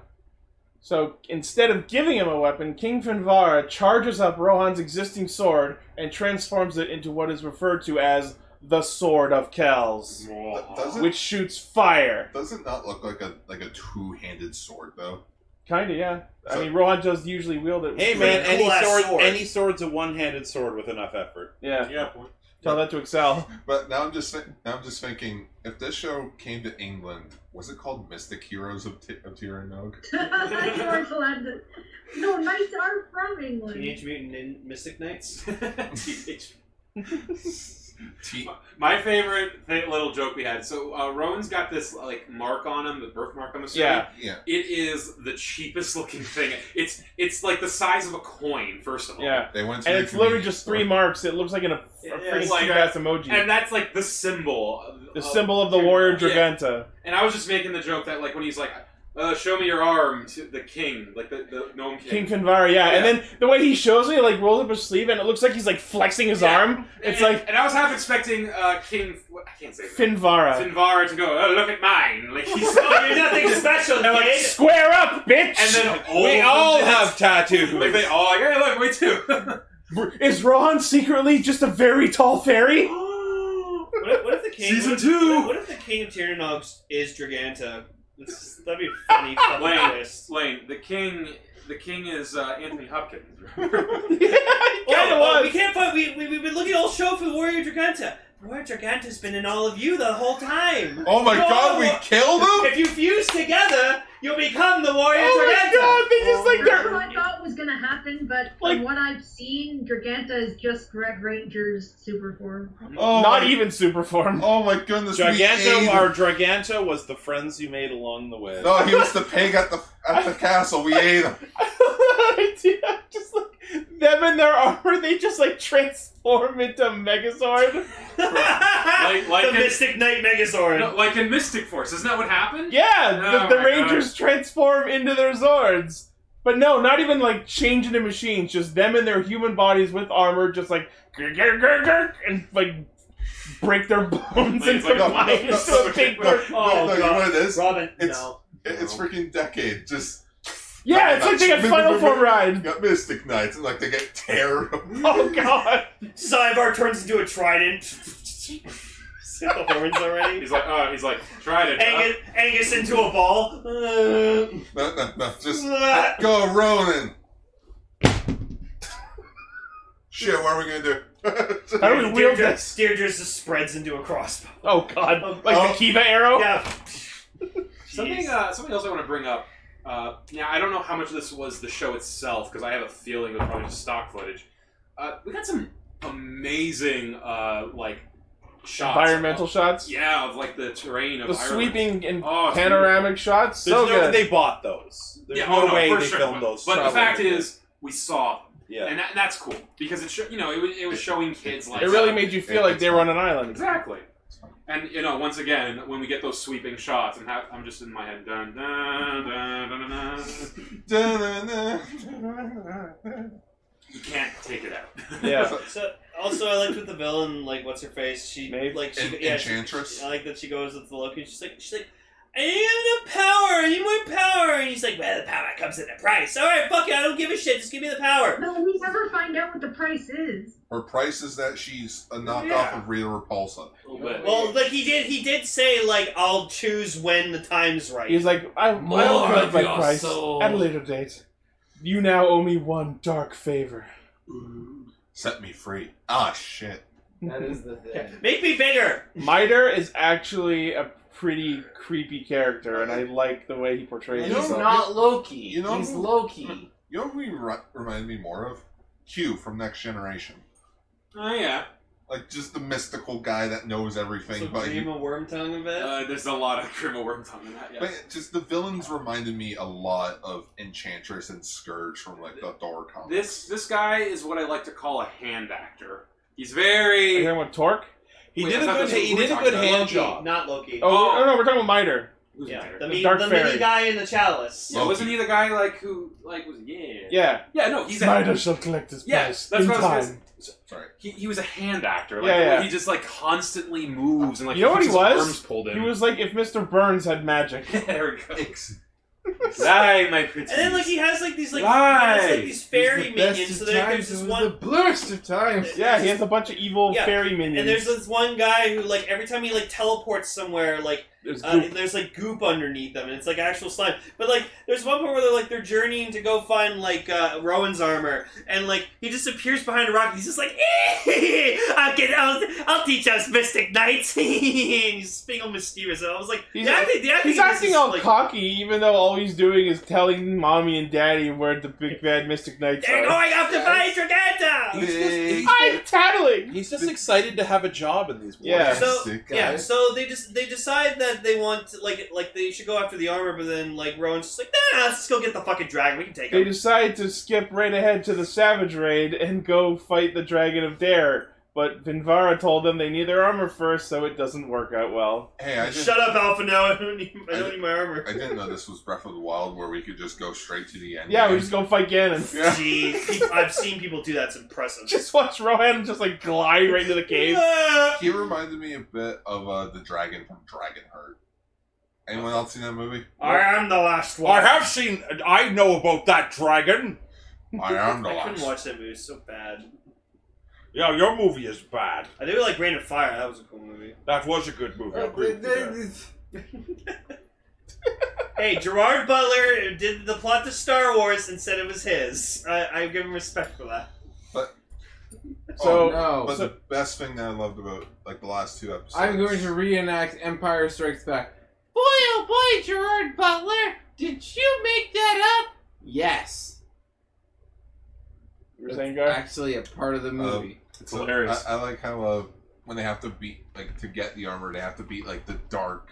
Speaker 2: So instead of giving him a weapon, King Finvara charges up Rohan's existing sword and transforms it into what is referred to as the Sword of Kells,
Speaker 6: Mwah.
Speaker 3: Does it-
Speaker 2: which shoots fire.
Speaker 3: does it not look like a like a two handed sword though?
Speaker 2: Kinda, yeah. I
Speaker 3: So-
Speaker 2: mean, Rohan does usually wield it. with
Speaker 11: Hey
Speaker 2: three.
Speaker 11: man,
Speaker 4: Pretty cool-ass
Speaker 11: any sword,
Speaker 4: sword.
Speaker 11: any sword's a one-handed sword with enough effort.
Speaker 2: Yeah.
Speaker 6: yeah, point.
Speaker 2: Tell that to Excel.
Speaker 3: But now I'm just thi- now I'm just thinking if this show came to England, was it called Mystic Heroes of, T- of Tiranog?
Speaker 1: George
Speaker 6: [LAUGHS]
Speaker 1: Lander. No, knights are from England.
Speaker 4: Teenage Mutant Nin- Mystic Knights.
Speaker 6: TH.
Speaker 3: T-
Speaker 6: My favorite th- little joke we had. So uh, Rowan's got this like mark on him, the birthmark. I'm assuming.
Speaker 2: Yeah.
Speaker 3: yeah,
Speaker 6: It is the cheapest looking thing. It's it's like the size of a coin. First of all.
Speaker 2: Yeah.
Speaker 3: they went. To
Speaker 2: And
Speaker 3: the
Speaker 2: it's literally
Speaker 3: convenience
Speaker 2: just
Speaker 3: store.
Speaker 2: three marks. It looks like an, a, a
Speaker 6: Yeah,
Speaker 2: freaking
Speaker 6: it's like
Speaker 2: stupid ass emoji.
Speaker 6: And that's like the symbol. of-
Speaker 2: the
Speaker 6: of-
Speaker 2: symbol of the warrior
Speaker 6: Yeah.
Speaker 2: Draganta.
Speaker 6: And I was just making the joke that like when he's like, uh, "Show me your arm," to the king, like the, the gnome
Speaker 2: King
Speaker 6: king.
Speaker 2: Finvara, yeah. And then the way he shows it, he like rolls up his sleeve and it looks like he's like flexing his
Speaker 6: Yeah.
Speaker 2: arm. It's
Speaker 6: And-
Speaker 2: like
Speaker 6: and I was half expecting uh, King. What, I can't say his name.
Speaker 2: Finvara.
Speaker 6: Finvara to go. Oh, look at mine. Like he's
Speaker 2: [LAUGHS]
Speaker 4: oh, you're nothing special,
Speaker 2: And like,
Speaker 4: kid.
Speaker 2: square up, bitch!
Speaker 6: And
Speaker 2: [LAUGHS]
Speaker 6: then all
Speaker 11: we
Speaker 6: of them
Speaker 11: all
Speaker 6: did it.
Speaker 11: have tattoos.
Speaker 6: [LAUGHS] Like they all like, hey, look, we too. [LAUGHS]
Speaker 2: R- Is Rohan secretly just a very tall [LAUGHS] fairy?
Speaker 4: What if, what if the king?
Speaker 6: Season
Speaker 4: what if-
Speaker 6: two.
Speaker 4: What if, what if the king of Tyranogs is Draganta? That's just- That'd be a funny fucking
Speaker 6: Wait.
Speaker 4: twist.
Speaker 6: Lane, the king, the king is uh,
Speaker 2: [LAUGHS]
Speaker 6: Anthony Hopkins. [LAUGHS]
Speaker 2: Kinda
Speaker 4: oh, oh, we
Speaker 2: was.
Speaker 4: can't find. We, we we've been looking all show for Warrior Draganta. Warrior Draganta's been in all of you the whole time.
Speaker 3: Oh my
Speaker 4: No,
Speaker 3: god, we killed him!
Speaker 4: If you fuse together, you'll become the Warrior
Speaker 2: Oh my
Speaker 4: Draganta.
Speaker 2: god, they just like
Speaker 1: That's
Speaker 2: they're
Speaker 1: what I thought was gonna happen, but
Speaker 2: Like-
Speaker 1: from what I've seen, Draganta is just Red Ranger's super form.
Speaker 3: Oh
Speaker 2: not
Speaker 3: my,
Speaker 2: even super [LAUGHS] form.
Speaker 3: Oh my goodness, we
Speaker 11: Giganto
Speaker 3: ate
Speaker 11: or Draganta was the friends you made along the way.
Speaker 3: him.
Speaker 2: Oh,
Speaker 3: No, Oh, he was the pig at the at the castle. We
Speaker 2: [LAUGHS]
Speaker 3: ate him.
Speaker 2: Idea, just like them and their armor, they just like transform into
Speaker 4: [LAUGHS]
Speaker 2: Megazord.
Speaker 6: Like- like
Speaker 4: the
Speaker 6: in-
Speaker 4: Mystic Knight Megazord.
Speaker 6: No, like in Mystic Force, isn't that what happened?
Speaker 2: Yeah,
Speaker 6: Oh
Speaker 2: the, the
Speaker 6: my
Speaker 2: Rangers transform into their Zords. But no, not even like change into machines, just them in their human bodies with armor, just like grr, grr, grr, grr, and like break their [LAUGHS] bones
Speaker 6: Like,
Speaker 2: and
Speaker 6: [LAUGHS] like,
Speaker 2: combine
Speaker 3: no, no,
Speaker 2: into
Speaker 3: no,
Speaker 2: a big
Speaker 3: no,
Speaker 2: bird.
Speaker 3: No,
Speaker 4: Oh,
Speaker 3: no, you know
Speaker 4: God.
Speaker 3: what it is?
Speaker 4: Robin,
Speaker 3: It's-
Speaker 4: no.
Speaker 3: It's freaking decade. Just
Speaker 2: Yeah, it's like they got Final Form
Speaker 3: you
Speaker 2: Ride.
Speaker 3: got Mystic Knights, and like they get
Speaker 2: [LAUGHS]
Speaker 3: terrible.
Speaker 2: Oh god. [LAUGHS]
Speaker 4: Saivar turns into a trident. See the horns already?
Speaker 6: He's like, oh, he's like, try
Speaker 4: [LAUGHS]
Speaker 6: it.
Speaker 4: Angus, Angus into a ball.
Speaker 3: No, no, no, just
Speaker 4: Ah.
Speaker 3: go, Ronan. Shit, what are we gonna do?
Speaker 2: How do we wield
Speaker 4: Deirdre,
Speaker 2: this?
Speaker 4: Deirdre just spreads into a crossbow.
Speaker 2: Oh god, like
Speaker 3: Oh.
Speaker 2: the Kiva arrow.
Speaker 4: Yeah.
Speaker 6: Something,
Speaker 4: Jeez.
Speaker 6: uh, something else I want to bring up. Uh, now, I don't know how much of this was the show itself because I have a feeling it was probably just stock footage. Uh, we got some amazing, uh, like, shots.
Speaker 2: Environmental
Speaker 6: Of,
Speaker 2: shots.
Speaker 6: yeah, of like the terrain of
Speaker 2: The
Speaker 6: Ireland.
Speaker 2: sweeping and
Speaker 6: Oh, it's
Speaker 2: panoramic shots.
Speaker 9: There's
Speaker 2: So
Speaker 9: no way
Speaker 2: good.
Speaker 9: they bought those. There's
Speaker 6: yeah,
Speaker 9: no,
Speaker 6: oh, no,
Speaker 9: way
Speaker 6: for
Speaker 9: they
Speaker 6: sure.
Speaker 9: filmed
Speaker 6: but,
Speaker 9: those.
Speaker 6: But the
Speaker 9: probably.
Speaker 6: fact is, we saw, them.
Speaker 9: yeah.
Speaker 6: and that, that's cool because it, sho- you know, it, was- it was showing kids like
Speaker 2: It really made you feel
Speaker 3: Yeah,
Speaker 2: like they were on an island.
Speaker 6: Exactly. And you know, once again, when we get those sweeping shots, and ha- I'm just in my head, dun dun dun dun dun. dun. [LAUGHS] You can't take it out.
Speaker 2: Yeah.
Speaker 4: So also, I liked with the villain, like what's her face? She
Speaker 2: Maeve?
Speaker 4: like she,
Speaker 3: En-
Speaker 4: yeah, she-
Speaker 3: Enchantress?
Speaker 4: I like that she goes with the look and she's like, she's like, I need the power. I need my power. And he's like, well, the power comes at a price. All right, fuck it. I don't give a shit. Just give me the power.
Speaker 1: No, we never find out what the price
Speaker 2: [LAUGHS]
Speaker 1: is.
Speaker 3: Her price is that she's a knockoff
Speaker 6: Yeah.
Speaker 3: of Rita Repulsa.
Speaker 6: A little bit.
Speaker 4: Well, like he did, he did say like I'll choose when the time's right.
Speaker 2: He's like, I, I don't
Speaker 7: More
Speaker 2: care
Speaker 7: of
Speaker 2: by
Speaker 7: your
Speaker 2: price.
Speaker 7: soul.
Speaker 2: At a later date, you now owe me one dark favor.
Speaker 3: Set me free. Ah, shit.
Speaker 8: That is the thing.
Speaker 4: [LAUGHS] Make me bigger.
Speaker 2: [LAUGHS] Miter is actually a pretty creepy character, and I like the way he portrays
Speaker 3: You know,
Speaker 8: He's
Speaker 2: himself.
Speaker 8: not Loki.
Speaker 3: you know-
Speaker 8: He's Loki.
Speaker 3: You know who he re- reminded me more of? Q from Next Generation.
Speaker 6: oh yeah.
Speaker 3: Like, just the mystical guy that knows everything, but, he,
Speaker 4: a worm tongue of it.
Speaker 6: Uh, there's a lot of [LAUGHS] criminal worm tongue in that. Yeah.
Speaker 3: but just the villains reminded me a lot of Enchantress and Scourge from, like, the Thor comics.
Speaker 6: This this guy is what I like to call a hand actor. He's
Speaker 2: Are you
Speaker 6: very.
Speaker 2: talking about Torque?
Speaker 9: He
Speaker 6: Wait,
Speaker 9: did
Speaker 6: I
Speaker 9: a
Speaker 6: thought
Speaker 9: good.
Speaker 6: that's what we
Speaker 9: He
Speaker 6: were
Speaker 9: did a
Speaker 6: talking
Speaker 9: good
Speaker 6: about.
Speaker 9: hand
Speaker 4: Loki,
Speaker 9: job.
Speaker 4: not Loki.
Speaker 2: Oh,
Speaker 6: Oh.
Speaker 2: no, no, we're talking about Miter.
Speaker 6: Who's
Speaker 4: yeah,
Speaker 6: Miter?
Speaker 4: the,
Speaker 2: The
Speaker 4: me-
Speaker 2: Dark
Speaker 4: the mini
Speaker 2: Fairy.
Speaker 4: guy in the chalice.
Speaker 6: yeah, wasn't he the guy like who like was yeah
Speaker 2: Yeah.
Speaker 6: yeah no he's a
Speaker 2: Miter shall collect his
Speaker 6: Yeah,
Speaker 2: price
Speaker 6: that's
Speaker 2: in
Speaker 6: what I was
Speaker 2: time.
Speaker 3: Sorry.
Speaker 6: he, he was a hand actor like
Speaker 2: Yeah, yeah.
Speaker 6: he just like constantly moves and like
Speaker 2: You know what
Speaker 6: keeps
Speaker 2: he
Speaker 6: his
Speaker 2: was?
Speaker 6: arms pulled in
Speaker 2: He was like if Mr. Burns had
Speaker 4: [LAUGHS]
Speaker 2: magic.
Speaker 6: [LAUGHS] there we
Speaker 2: [LAUGHS]
Speaker 6: go
Speaker 3: Ex-
Speaker 6: Sigh, my pretty
Speaker 4: And then like he has like these like he has
Speaker 6: Right.
Speaker 4: like these fairy minions. So there, there's this one
Speaker 8: blurst of times.
Speaker 2: Yeah, he has a bunch of evil
Speaker 4: Yeah,
Speaker 2: fairy minions.
Speaker 4: And there's this one guy who, like, every time he like teleports somewhere, like,
Speaker 2: There's
Speaker 4: uh,
Speaker 2: goop.
Speaker 4: there's like goop underneath them, and it's like actual slime. But like, there's one point where they're like they're journeying to go find like uh, Rowan's armor, and like he just appears behind a rock. And he's just like, I can, I'll, I'll teach us mystic knights. [LAUGHS] and he's being all mysterious. And I was like,
Speaker 2: He's-
Speaker 4: yeah, I think, yeah, I think
Speaker 2: He's
Speaker 4: this
Speaker 2: acting
Speaker 4: is,
Speaker 2: all
Speaker 4: like,
Speaker 2: cocky, even though all he's doing is telling mommy and daddy where the big bad Mystic Knights
Speaker 4: [LAUGHS] They're
Speaker 2: are.
Speaker 4: going after find Draganta.
Speaker 9: He's just, he's,
Speaker 2: I'm tattling!
Speaker 9: he's just excited to have a job in these. wars.
Speaker 2: Yeah.
Speaker 4: So
Speaker 3: Sick
Speaker 4: yeah,
Speaker 3: guy.
Speaker 4: so they just they decide that they want to, like like they should go after the armor, but then like Rowan's just like nah, let's just go get the fucking dragon. We can take
Speaker 2: They
Speaker 4: him.
Speaker 2: decide to skip right ahead to the Savage Raid and go fight the Dragon of Dare, but Vinvara told them they need their armor first, so it doesn't work out well.
Speaker 3: Hey, I didn't,
Speaker 4: Shut up, Alpha. Now I don't need I
Speaker 3: I
Speaker 4: don't
Speaker 3: did-
Speaker 4: need my armor.
Speaker 3: I didn't know this was Breath of the Wild where we could just go straight to the end.
Speaker 2: Yeah, we
Speaker 3: game.
Speaker 2: just go fight Ganon. [LAUGHS]
Speaker 3: [LAUGHS] Yeah.
Speaker 4: Jeez, peop- I've seen people do that. It's impressive.
Speaker 2: Just watch Rohan just like glide right into the
Speaker 4: [LAUGHS]
Speaker 2: cave.
Speaker 9: Uh,
Speaker 4: Ah!
Speaker 3: He reminded me a bit of uh, the dragon from Dragonheart. Anyone else seen that movie?
Speaker 4: I am the last
Speaker 9: I
Speaker 4: one.
Speaker 9: have seen. I know about that dragon.
Speaker 3: I am the
Speaker 4: I couldn't
Speaker 3: last.
Speaker 4: watch that movie. It's so bad.
Speaker 9: Yeah, your movie is bad.
Speaker 4: I do like Rain of Fire. That was a cool movie.
Speaker 9: That was a good movie. I agree with you there.
Speaker 4: Hey, Gerard Butler did the plot to Star Wars and said it was his. I, I give him respect for that.
Speaker 2: So,
Speaker 8: Oh, no.
Speaker 3: But the best thing that I loved about like the last two episodes.
Speaker 8: I'm going to reenact Empire Strikes Back.
Speaker 7: Boy, oh boy, Gerard Butler, did you make that up?
Speaker 8: Yes.
Speaker 2: you were
Speaker 8: That's
Speaker 2: saying, Gar?
Speaker 8: actually a part of the movie.
Speaker 3: It's
Speaker 2: hilarious.
Speaker 3: I, I like how uh, when they have to beat like to get the armor, they have to beat like the dark.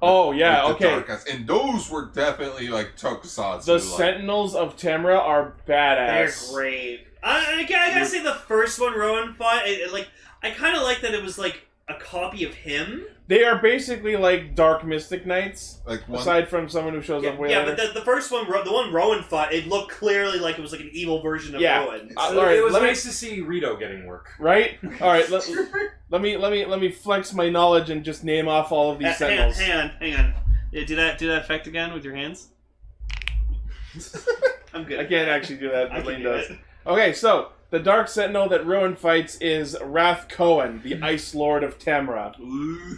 Speaker 2: Oh, yeah,
Speaker 3: like, the
Speaker 2: okay.
Speaker 3: dark eyes. and those were definitely like tokusatsu.
Speaker 2: The
Speaker 3: like,
Speaker 2: Sentinels of Tamra are
Speaker 4: They're
Speaker 2: badass.
Speaker 4: great. I, I, I gotta say, the first one Rowan fought, it, it, like, I kind of like that it was like a copy of him.
Speaker 2: They are basically like dark Mystic Knights,
Speaker 3: like one.
Speaker 2: aside from someone who shows
Speaker 4: Yeah,
Speaker 2: up way
Speaker 4: yeah,
Speaker 2: later.
Speaker 4: but the, the first one, Ro- the one Rowan fought, it looked clearly like it was like an evil version of
Speaker 2: Yeah.
Speaker 4: Rowan.
Speaker 2: Uh, all
Speaker 6: it,
Speaker 2: right,
Speaker 6: it was
Speaker 2: let me-
Speaker 6: nice to see Rito getting work.
Speaker 4: [LAUGHS]
Speaker 2: Right? All right. Let, let me let me let me flex my knowledge and just name off all of
Speaker 4: Uh,
Speaker 2: these
Speaker 4: hang on,
Speaker 2: sentinels.
Speaker 4: hang on, hang on. Yeah, do that, do that effect again with your hands. I'm good.
Speaker 2: I can't actually do that,
Speaker 4: [LAUGHS]
Speaker 2: but
Speaker 4: I can
Speaker 2: Lane
Speaker 4: do
Speaker 2: does.
Speaker 4: it.
Speaker 2: Okay, so The Dark Sentinel that Rowan fights is Wrath Cohen,
Speaker 4: Hmm.
Speaker 2: the Ice Lord of Tamra.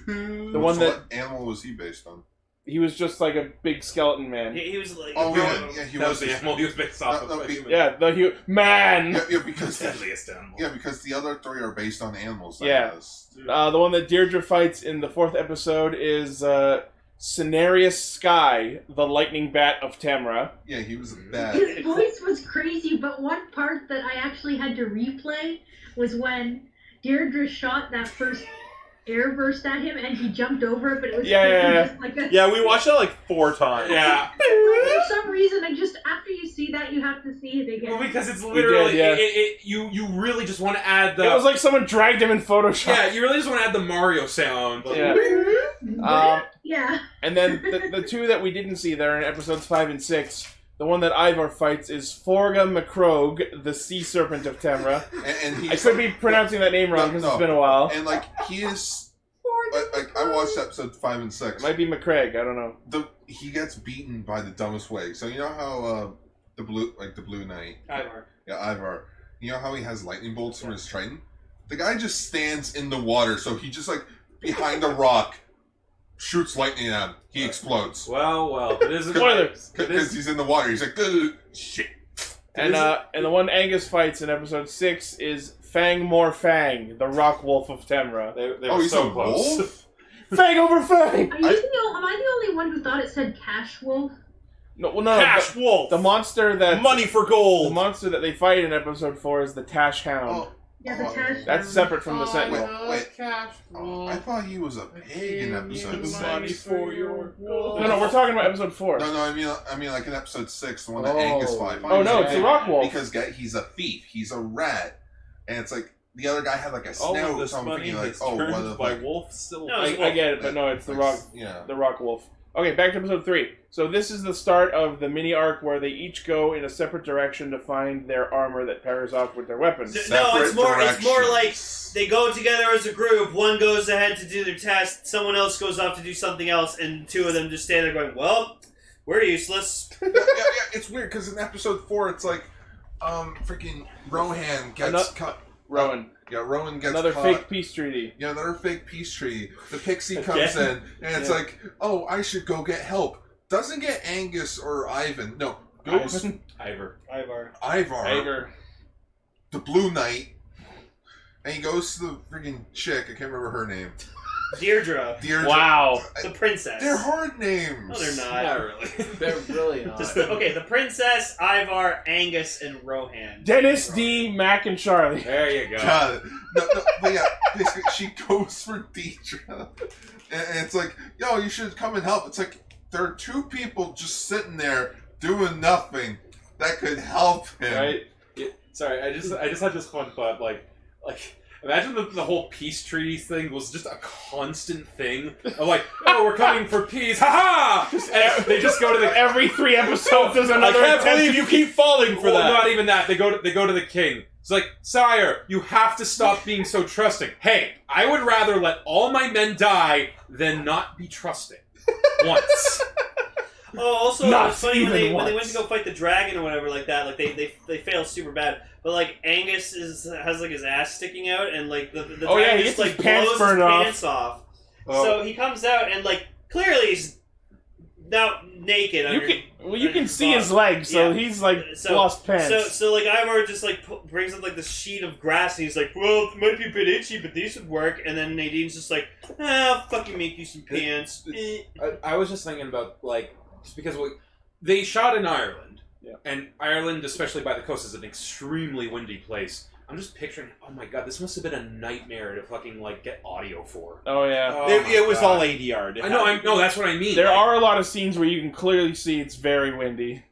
Speaker 3: The
Speaker 2: one
Speaker 3: so
Speaker 2: that-
Speaker 3: what animal was he based on?
Speaker 2: He was just like a big skeleton man.
Speaker 4: He, he was like,
Speaker 3: Oh yeah,
Speaker 4: growing-
Speaker 3: yeah he
Speaker 6: That
Speaker 3: was.
Speaker 6: was the [LAUGHS] animal he was based off
Speaker 3: No, no,
Speaker 6: of.
Speaker 3: be-
Speaker 6: human.
Speaker 2: Yeah, the hu- man.
Speaker 4: [LAUGHS]
Speaker 3: yeah, yeah, because
Speaker 6: [LAUGHS] Deadliest animal.
Speaker 3: yeah, because the other three are based on animals. I
Speaker 2: Yeah.
Speaker 3: guess.
Speaker 2: Uh, the one that Deirdre fights in the fourth episode is uh, Cenarius Sky, the lightning bat of Tamra.
Speaker 3: yeah, he was bad.
Speaker 1: His voice was crazy, but one part that I actually had to replay was when Deirdre shot that first air burst at him and he jumped over it, but it was
Speaker 2: Yeah, yeah, yeah.
Speaker 1: just like a,
Speaker 9: Yeah, we watched that like four times.
Speaker 6: Yeah.
Speaker 1: For some reason, I just after you see that, you have to see it again.
Speaker 6: Well, because it's literally
Speaker 2: yeah.
Speaker 6: it, it, it- you. You really just want to add the.
Speaker 2: It was like someone dragged him in Photoshop.
Speaker 6: yeah, you really just want to add the Mario sound.
Speaker 2: [LAUGHS]
Speaker 6: Like,
Speaker 2: Yeah.
Speaker 1: [LAUGHS]
Speaker 2: Um,
Speaker 1: yeah,
Speaker 2: and then the, the two that we didn't see there in episodes five and six. The one that Ivar fights is Forga McCrogue, the sea serpent of Tamra.
Speaker 3: And, and he
Speaker 2: I could be pronouncing that name wrong because it's been a while.
Speaker 3: [LAUGHS] and like he is. Like, like I watched episode five and
Speaker 2: It
Speaker 3: six.
Speaker 2: might be McCraig. I don't know.
Speaker 3: the he gets beaten by the dumbest way. So you know how uh, the blue like the blue knight,
Speaker 4: Ivar.
Speaker 3: yeah, Ivar. You know how he has lightning bolts from his triton. The guy just stands in the water, so he just like behind a rock shoots lightning at him. He explodes
Speaker 6: Well, well, it is
Speaker 2: Spoilers.
Speaker 6: It
Speaker 3: because
Speaker 6: is,
Speaker 3: he's in the water. He's like, "Ugh, shit.
Speaker 2: And uh, and the one Angus fights in episode six is Fang More Fang, the rock wolf of Tamra.
Speaker 6: they, they
Speaker 3: Oh,
Speaker 6: were
Speaker 3: he's
Speaker 6: so
Speaker 3: a
Speaker 6: close.
Speaker 3: wolf.
Speaker 2: [LAUGHS] Fang over Fang.
Speaker 1: are you the, o- am I the only one who thought it said Cash Wolf?
Speaker 2: No, well, no, no,
Speaker 9: Cash
Speaker 2: Oh, the,
Speaker 9: Wolf.
Speaker 2: the monster that
Speaker 9: Money for
Speaker 2: the
Speaker 9: gold.
Speaker 2: monster that they fight in episode four is the Tash Hound.
Speaker 3: Oh,
Speaker 1: Yeah, the
Speaker 3: Oh,
Speaker 1: Cash.
Speaker 2: That's
Speaker 1: Wolf.
Speaker 2: separate from the Sentinel.
Speaker 3: Wait,
Speaker 8: Oh,
Speaker 3: wait.
Speaker 8: Cash
Speaker 3: oh, I
Speaker 8: Wolf.
Speaker 3: thought he was a pig in episode six.
Speaker 6: for your
Speaker 2: No, no, we're talking about episode four.
Speaker 3: Oh. No, no, I mean, I mean, like in episode six, the one that
Speaker 8: Oh.
Speaker 3: Angus fight.
Speaker 2: oh no, it's the rock wolf.
Speaker 3: because guy, he's a thief, he's a rat, and it's like the other guy had like a
Speaker 9: All
Speaker 3: snout
Speaker 9: of
Speaker 3: or
Speaker 9: this
Speaker 3: something.
Speaker 9: money
Speaker 3: You're like,
Speaker 9: is
Speaker 3: oh,
Speaker 9: turned
Speaker 3: what if
Speaker 9: by
Speaker 3: like,
Speaker 9: wolf silver.
Speaker 4: No,
Speaker 2: I, I get it, but no, it's the
Speaker 3: like,
Speaker 2: rock,
Speaker 3: Yeah,
Speaker 2: the rock wolf. Okay, back to episode three. So this is the start of the mini arc where they each go in a separate direction to find their armor that pairs off with their weapons.
Speaker 4: D- no, it's
Speaker 3: Separate
Speaker 4: more. It's more like
Speaker 3: directions.
Speaker 4: they go together as a group. One goes ahead to do their task. Someone else goes off to do something else, and two of them just stand there going, "Well, we're useless."
Speaker 3: [LAUGHS] yeah, yeah, yeah, it's weird because in episode four, it's like, um, freaking Rohan gets
Speaker 2: Ano-
Speaker 3: cut.
Speaker 2: Rowan,
Speaker 3: Yeah, Rohan gets
Speaker 2: another
Speaker 3: caught.
Speaker 2: fake peace treaty.
Speaker 3: Yeah, another fake peace treaty. The pixie comes
Speaker 6: Again?
Speaker 3: in, and it's
Speaker 2: Yeah.
Speaker 3: like, oh, I should go get help. Doesn't get Angus or Ivan. No, goes
Speaker 2: Ivan?
Speaker 6: Ivor.
Speaker 4: Ivar.
Speaker 3: Ivar.
Speaker 2: Ager.
Speaker 3: the Blue Knight, and he goes to the freaking chick. I can't remember her name.
Speaker 4: Deirdre,
Speaker 3: Deirdre.
Speaker 2: Wow.
Speaker 4: the princess.
Speaker 3: They're hard names.
Speaker 4: No, they're not.
Speaker 8: Not really. They're really not.
Speaker 4: Just the- okay, the princess, Ivar, Angus, and Rohan.
Speaker 2: Dennis D. Mac and Charlie.
Speaker 6: There you go.
Speaker 3: God. No, no, but yeah, basically, she goes for Deidre. And, and it's like, yo, you should come and help. It's like, there are two people just sitting there doing nothing that could help him.
Speaker 6: Right? Yeah, sorry, I just I just had this fun thought. Like, like imagine the, the whole peace treaty thing was just a constant thing. Of like, oh, we're coming for peace, haha! And they just go to the
Speaker 2: Every three episodes, there's
Speaker 9: I
Speaker 2: another
Speaker 9: can't
Speaker 2: attempt
Speaker 9: believe you keep falling for
Speaker 6: Well,
Speaker 9: that.
Speaker 6: Not even that. They go to they go to the king. It's like, sire, you have to stop being so trusting. Hey, I would rather let all my men die than not be trusting.
Speaker 9: [LAUGHS]
Speaker 6: Once.
Speaker 4: Oh, also, it
Speaker 2: Not
Speaker 4: was funny
Speaker 2: even
Speaker 4: when they, when they went
Speaker 2: once.
Speaker 4: to go fight the dragon or whatever like that. Like they they, they fail super bad. But like Angus is has like his ass sticking out, and like the, the
Speaker 2: Oh, yeah,
Speaker 4: dragon
Speaker 2: he
Speaker 4: just
Speaker 2: gets
Speaker 4: like
Speaker 2: his pants
Speaker 4: blows
Speaker 2: burned
Speaker 4: his
Speaker 2: off.
Speaker 4: pants off.
Speaker 2: Oh.
Speaker 4: So he comes out and like clearly he's now naked.
Speaker 2: You
Speaker 4: under-
Speaker 2: can well, you
Speaker 4: under
Speaker 2: can
Speaker 4: his
Speaker 2: see his
Speaker 4: bra.
Speaker 2: legs, so
Speaker 4: Yeah.
Speaker 2: he's like
Speaker 4: So-
Speaker 2: lost pants.
Speaker 4: So so like Ivar just like pu- brings up like the sheet of grass, and he's like, "Well, it might be a bit itchy, but these would work." And then Nadine's just like, "Ah, I'll fucking make you some pants." Eh.
Speaker 6: I, I was just thinking about like just because we, they shot in Ireland,
Speaker 2: Yeah.
Speaker 6: and Ireland, especially by the coast, is an extremely windy place. I'm just picturing, oh my god, this must have been a nightmare to fucking like get audio for.
Speaker 2: oh yeah.
Speaker 6: Oh
Speaker 9: it,
Speaker 6: my
Speaker 9: it was
Speaker 6: God.
Speaker 9: all ADR.
Speaker 6: I know. I no. That's what I mean.
Speaker 2: There
Speaker 6: Like,
Speaker 2: are a lot of scenes where you can clearly see it's very windy.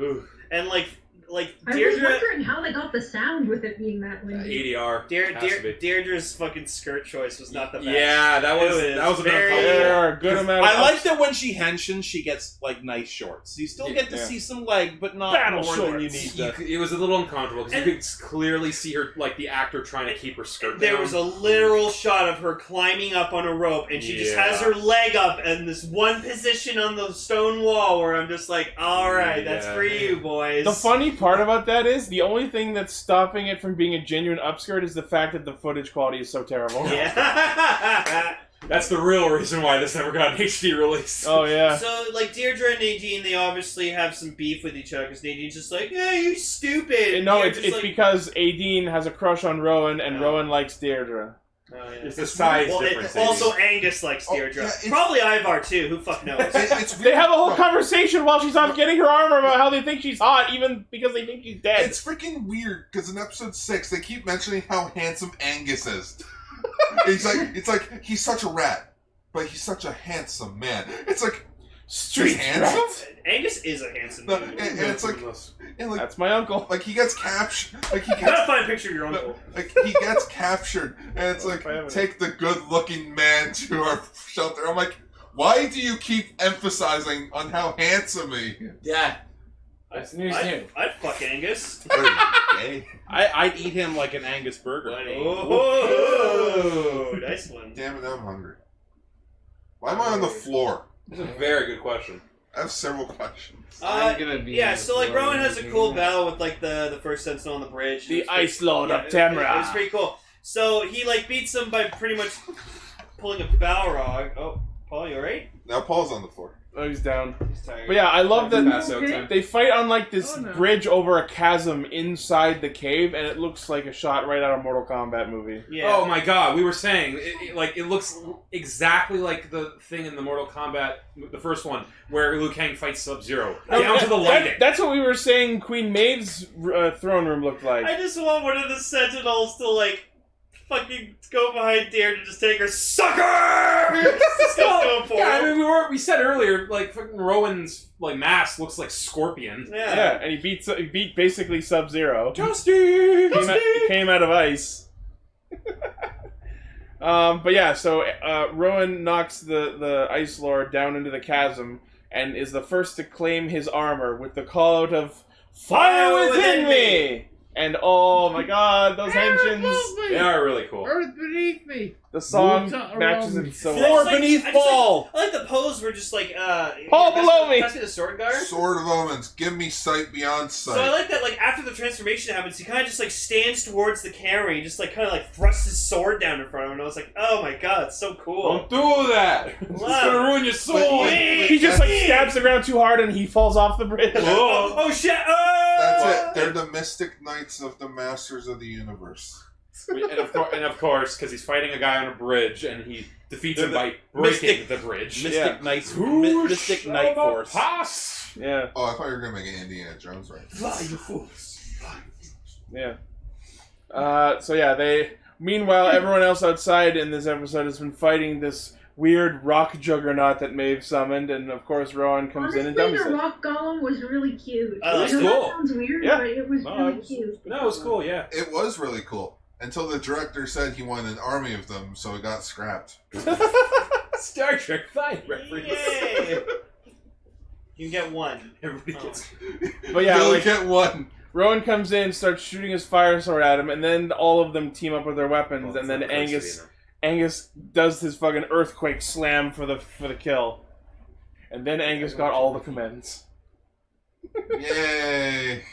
Speaker 6: ugh,
Speaker 4: And like like
Speaker 1: I was
Speaker 4: Deirdre.
Speaker 1: wondering how they got the sound with it being that
Speaker 2: Uh,
Speaker 1: windy.
Speaker 6: ADR.
Speaker 4: Deir,
Speaker 6: has to
Speaker 4: Deir,
Speaker 6: be.
Speaker 4: Deirdre's fucking skirt choice was not the best.
Speaker 6: Yeah, that was
Speaker 4: It was
Speaker 6: that was a bit
Speaker 4: very-
Speaker 6: uncomfortable.
Speaker 2: There are a good amount. Of
Speaker 9: I like that when she henshin, she gets like nice shorts. You still
Speaker 6: Yeah,
Speaker 9: get to
Speaker 2: yeah.
Speaker 9: see some leg, but not
Speaker 2: Battle
Speaker 9: more than you
Speaker 2: shorts.
Speaker 9: need
Speaker 6: You
Speaker 9: to.
Speaker 6: could- it was a little uncomfortable because
Speaker 4: And-
Speaker 6: you could s- clearly see her, like the actor, trying to keep her skirt
Speaker 4: There
Speaker 6: down.
Speaker 4: was a literal shot of her climbing up on a rope, and she just
Speaker 6: Yeah.
Speaker 4: has her leg up in this one position on the stone wall where I'm just like, all right, that's for
Speaker 6: Yeah.
Speaker 4: you, boys.
Speaker 2: The funny part about that is the only thing that's stopping it from being a genuine upskirt is the fact that the footage quality is so terrible.
Speaker 4: [LAUGHS] Yeah.
Speaker 6: That's the real reason why this never got an HD release.
Speaker 2: Oh yeah.
Speaker 4: So, like, Deirdre and Nadine, they obviously have some beef with each other because Nadine's just like, yeah, you stupid.
Speaker 2: And no,
Speaker 4: They're
Speaker 2: it's,
Speaker 4: just
Speaker 2: it's
Speaker 4: like-
Speaker 2: because Adine has a crush on Rowan, and
Speaker 4: Yeah.
Speaker 2: Rowan likes Deirdre.
Speaker 4: Oh, yeah.
Speaker 6: It's the size
Speaker 4: Well, it-
Speaker 6: difference. I
Speaker 4: also,
Speaker 6: mean.
Speaker 4: Angus likes
Speaker 3: Oh,
Speaker 4: Deirdre.
Speaker 3: yeah, it's-
Speaker 4: Probably Ivar, too. Who fuck
Speaker 3: [LAUGHS]
Speaker 4: knows?
Speaker 3: It- it's
Speaker 2: [LAUGHS] They have a whole
Speaker 3: Bro,
Speaker 2: conversation while she's off getting her armor about how they think she's hot, even because they think she's dead.
Speaker 3: It's freaking weird because in episode six they keep mentioning how handsome
Speaker 2: [LAUGHS]
Speaker 3: Angus is. it's like it's like he's such a rat, but he's such a handsome man. It's like
Speaker 2: Street
Speaker 3: Just handsome?
Speaker 2: rats.
Speaker 4: Angus is a handsome
Speaker 3: [LAUGHS] No,
Speaker 4: dude.
Speaker 3: and, and it's like and like
Speaker 2: That's my uncle.
Speaker 3: like he gets captured. Like he
Speaker 4: You
Speaker 3: gets
Speaker 4: gotta
Speaker 2: [LAUGHS]
Speaker 4: find a picture of your uncle.
Speaker 3: like he gets captured, and it's like
Speaker 2: Family.
Speaker 3: take the good-looking man [LAUGHS] to our shelter. I'm like, why do you keep emphasizing on how handsome he? is?
Speaker 8: Yeah. It's news
Speaker 4: I'd,
Speaker 8: new.
Speaker 4: I'd fuck Angus.
Speaker 9: I, I'd eat him like an Angus burger.
Speaker 4: Oh, nice one.
Speaker 3: Damn it, I'm hungry. Why am I on the floor?
Speaker 6: This is a very good question.
Speaker 3: I have several [LAUGHS] questions.
Speaker 4: Uh,
Speaker 8: I'm gonna be
Speaker 4: yeah, so like Rowan
Speaker 8: Rowan
Speaker 4: has a cool battle with like the the first sentinel on the bridge. It
Speaker 2: The
Speaker 4: was pretty-
Speaker 2: Ice Lord
Speaker 4: yeah,
Speaker 2: of
Speaker 4: it- It, was
Speaker 2: Tamra.
Speaker 4: pretty cool. So he like beats him by pretty much pulling a Balrog. Oh, Paul, you alright?
Speaker 3: Now Paul's on the floor.
Speaker 2: Oh, he's down.
Speaker 4: He's tired.
Speaker 2: But yeah, I love that
Speaker 6: Pass out
Speaker 1: Okay.
Speaker 6: time.
Speaker 2: They fight on like this
Speaker 1: Oh, no.
Speaker 2: bridge over a chasm inside the cave, and it looks like a shot right out of Mortal Kombat movie.
Speaker 4: Yeah.
Speaker 6: Oh my god, we were saying it, it- like it looks exactly like the thing in the Mortal Kombat, the first one, where Liu Kang fights Sub Zero
Speaker 2: No,
Speaker 6: down to
Speaker 2: that-
Speaker 6: the lighting.
Speaker 2: that- that's what we were saying. Queen Maeve's uh, throne room looked like.
Speaker 4: I just want one of the sentinels to like fucking go behind Dare to just take
Speaker 2: [LAUGHS]
Speaker 4: her sucker. just go for
Speaker 6: yeah, I
Speaker 4: him.
Speaker 6: mean we were we said earlier like fucking Rowan's like mask looks like Scorpion.
Speaker 4: yeah.
Speaker 2: yeah, and he beat he beat basically Sub Zero.
Speaker 6: Toasty.
Speaker 2: Came out, he came out of ice. [LAUGHS] um, but yeah, so uh, Rowan knocks the the ice lord down into the chasm and is the first to claim his armor with the call out of "Fire,
Speaker 4: Fire
Speaker 2: within,
Speaker 4: within
Speaker 2: me!" And oh my god, those
Speaker 7: Fire
Speaker 2: engines!
Speaker 7: above me.
Speaker 6: They are really cool.
Speaker 7: Earth beneath me.
Speaker 2: The song
Speaker 7: Move to
Speaker 2: matches
Speaker 7: around
Speaker 2: it so
Speaker 4: Floor
Speaker 2: well.
Speaker 4: It's like- beneath I just like- ball. I like the pose where just like uh
Speaker 2: Paul
Speaker 4: pass
Speaker 2: below
Speaker 4: me-
Speaker 2: me.
Speaker 4: Pass me the sword guard.
Speaker 3: Sword of Omens, give me sight beyond
Speaker 4: So I
Speaker 3: sight.
Speaker 4: like that, like after the transformation happens, he kind of just like stands towards the camera and just like kind of like thrusts his sword down in front of him, and I was like, oh my god, it's so cool.
Speaker 6: Don't
Speaker 3: [LAUGHS]
Speaker 6: do that. It's gonna ruin your soul.
Speaker 4: Wait,
Speaker 2: He just like
Speaker 4: wait.
Speaker 2: stabs the ground too hard and he falls off the bridge. [LAUGHS]
Speaker 4: Oh, oh shit! Oh!
Speaker 3: That's it. They're the Mystic Knights of the Masters of the Universe.
Speaker 6: and of course, and of course, because he's fighting a guy on a bridge and he defeats
Speaker 9: They're
Speaker 6: him
Speaker 9: the
Speaker 6: by breaking
Speaker 9: mystic-
Speaker 6: the bridge.
Speaker 9: Mystic
Speaker 2: Yeah.
Speaker 9: Knights, Mi- Mystic Knight Force.
Speaker 6: Pass.
Speaker 2: Yeah,
Speaker 3: Oh, I thought you were gonna make an Indiana Jones right.
Speaker 4: Fly, you fools!
Speaker 2: yeah. Uh, so yeah, they. Meanwhile, everyone else outside in this episode has been fighting this weird rock juggernaut that Maeve summoned, and of course Rowan comes in and
Speaker 1: Honestly,
Speaker 2: dumps
Speaker 1: the
Speaker 2: it.
Speaker 1: rock golem was really cute.
Speaker 4: I liked
Speaker 1: I
Speaker 4: it.
Speaker 1: know
Speaker 6: Cool.
Speaker 1: that sounds weird,
Speaker 2: Yeah.
Speaker 1: but it was
Speaker 6: No,
Speaker 1: really
Speaker 6: it was-
Speaker 1: cute.
Speaker 6: No, it was cool. Yeah.
Speaker 3: It was really cool until the director said he wanted an army of them, so it got scrapped.
Speaker 6: Star Trek Five reference.
Speaker 4: Yay! You can get one.
Speaker 6: Everybody gets.
Speaker 2: But yeah,
Speaker 3: you only
Speaker 2: like,
Speaker 3: get one.
Speaker 2: Rowan comes in, starts shooting his fire sword at him, and then all of them team up with their weapons, and then Angus Angus does his fucking earthquake slam for the for the kill, and then Angus got all the commands.
Speaker 3: Yay!
Speaker 8: [GASPS]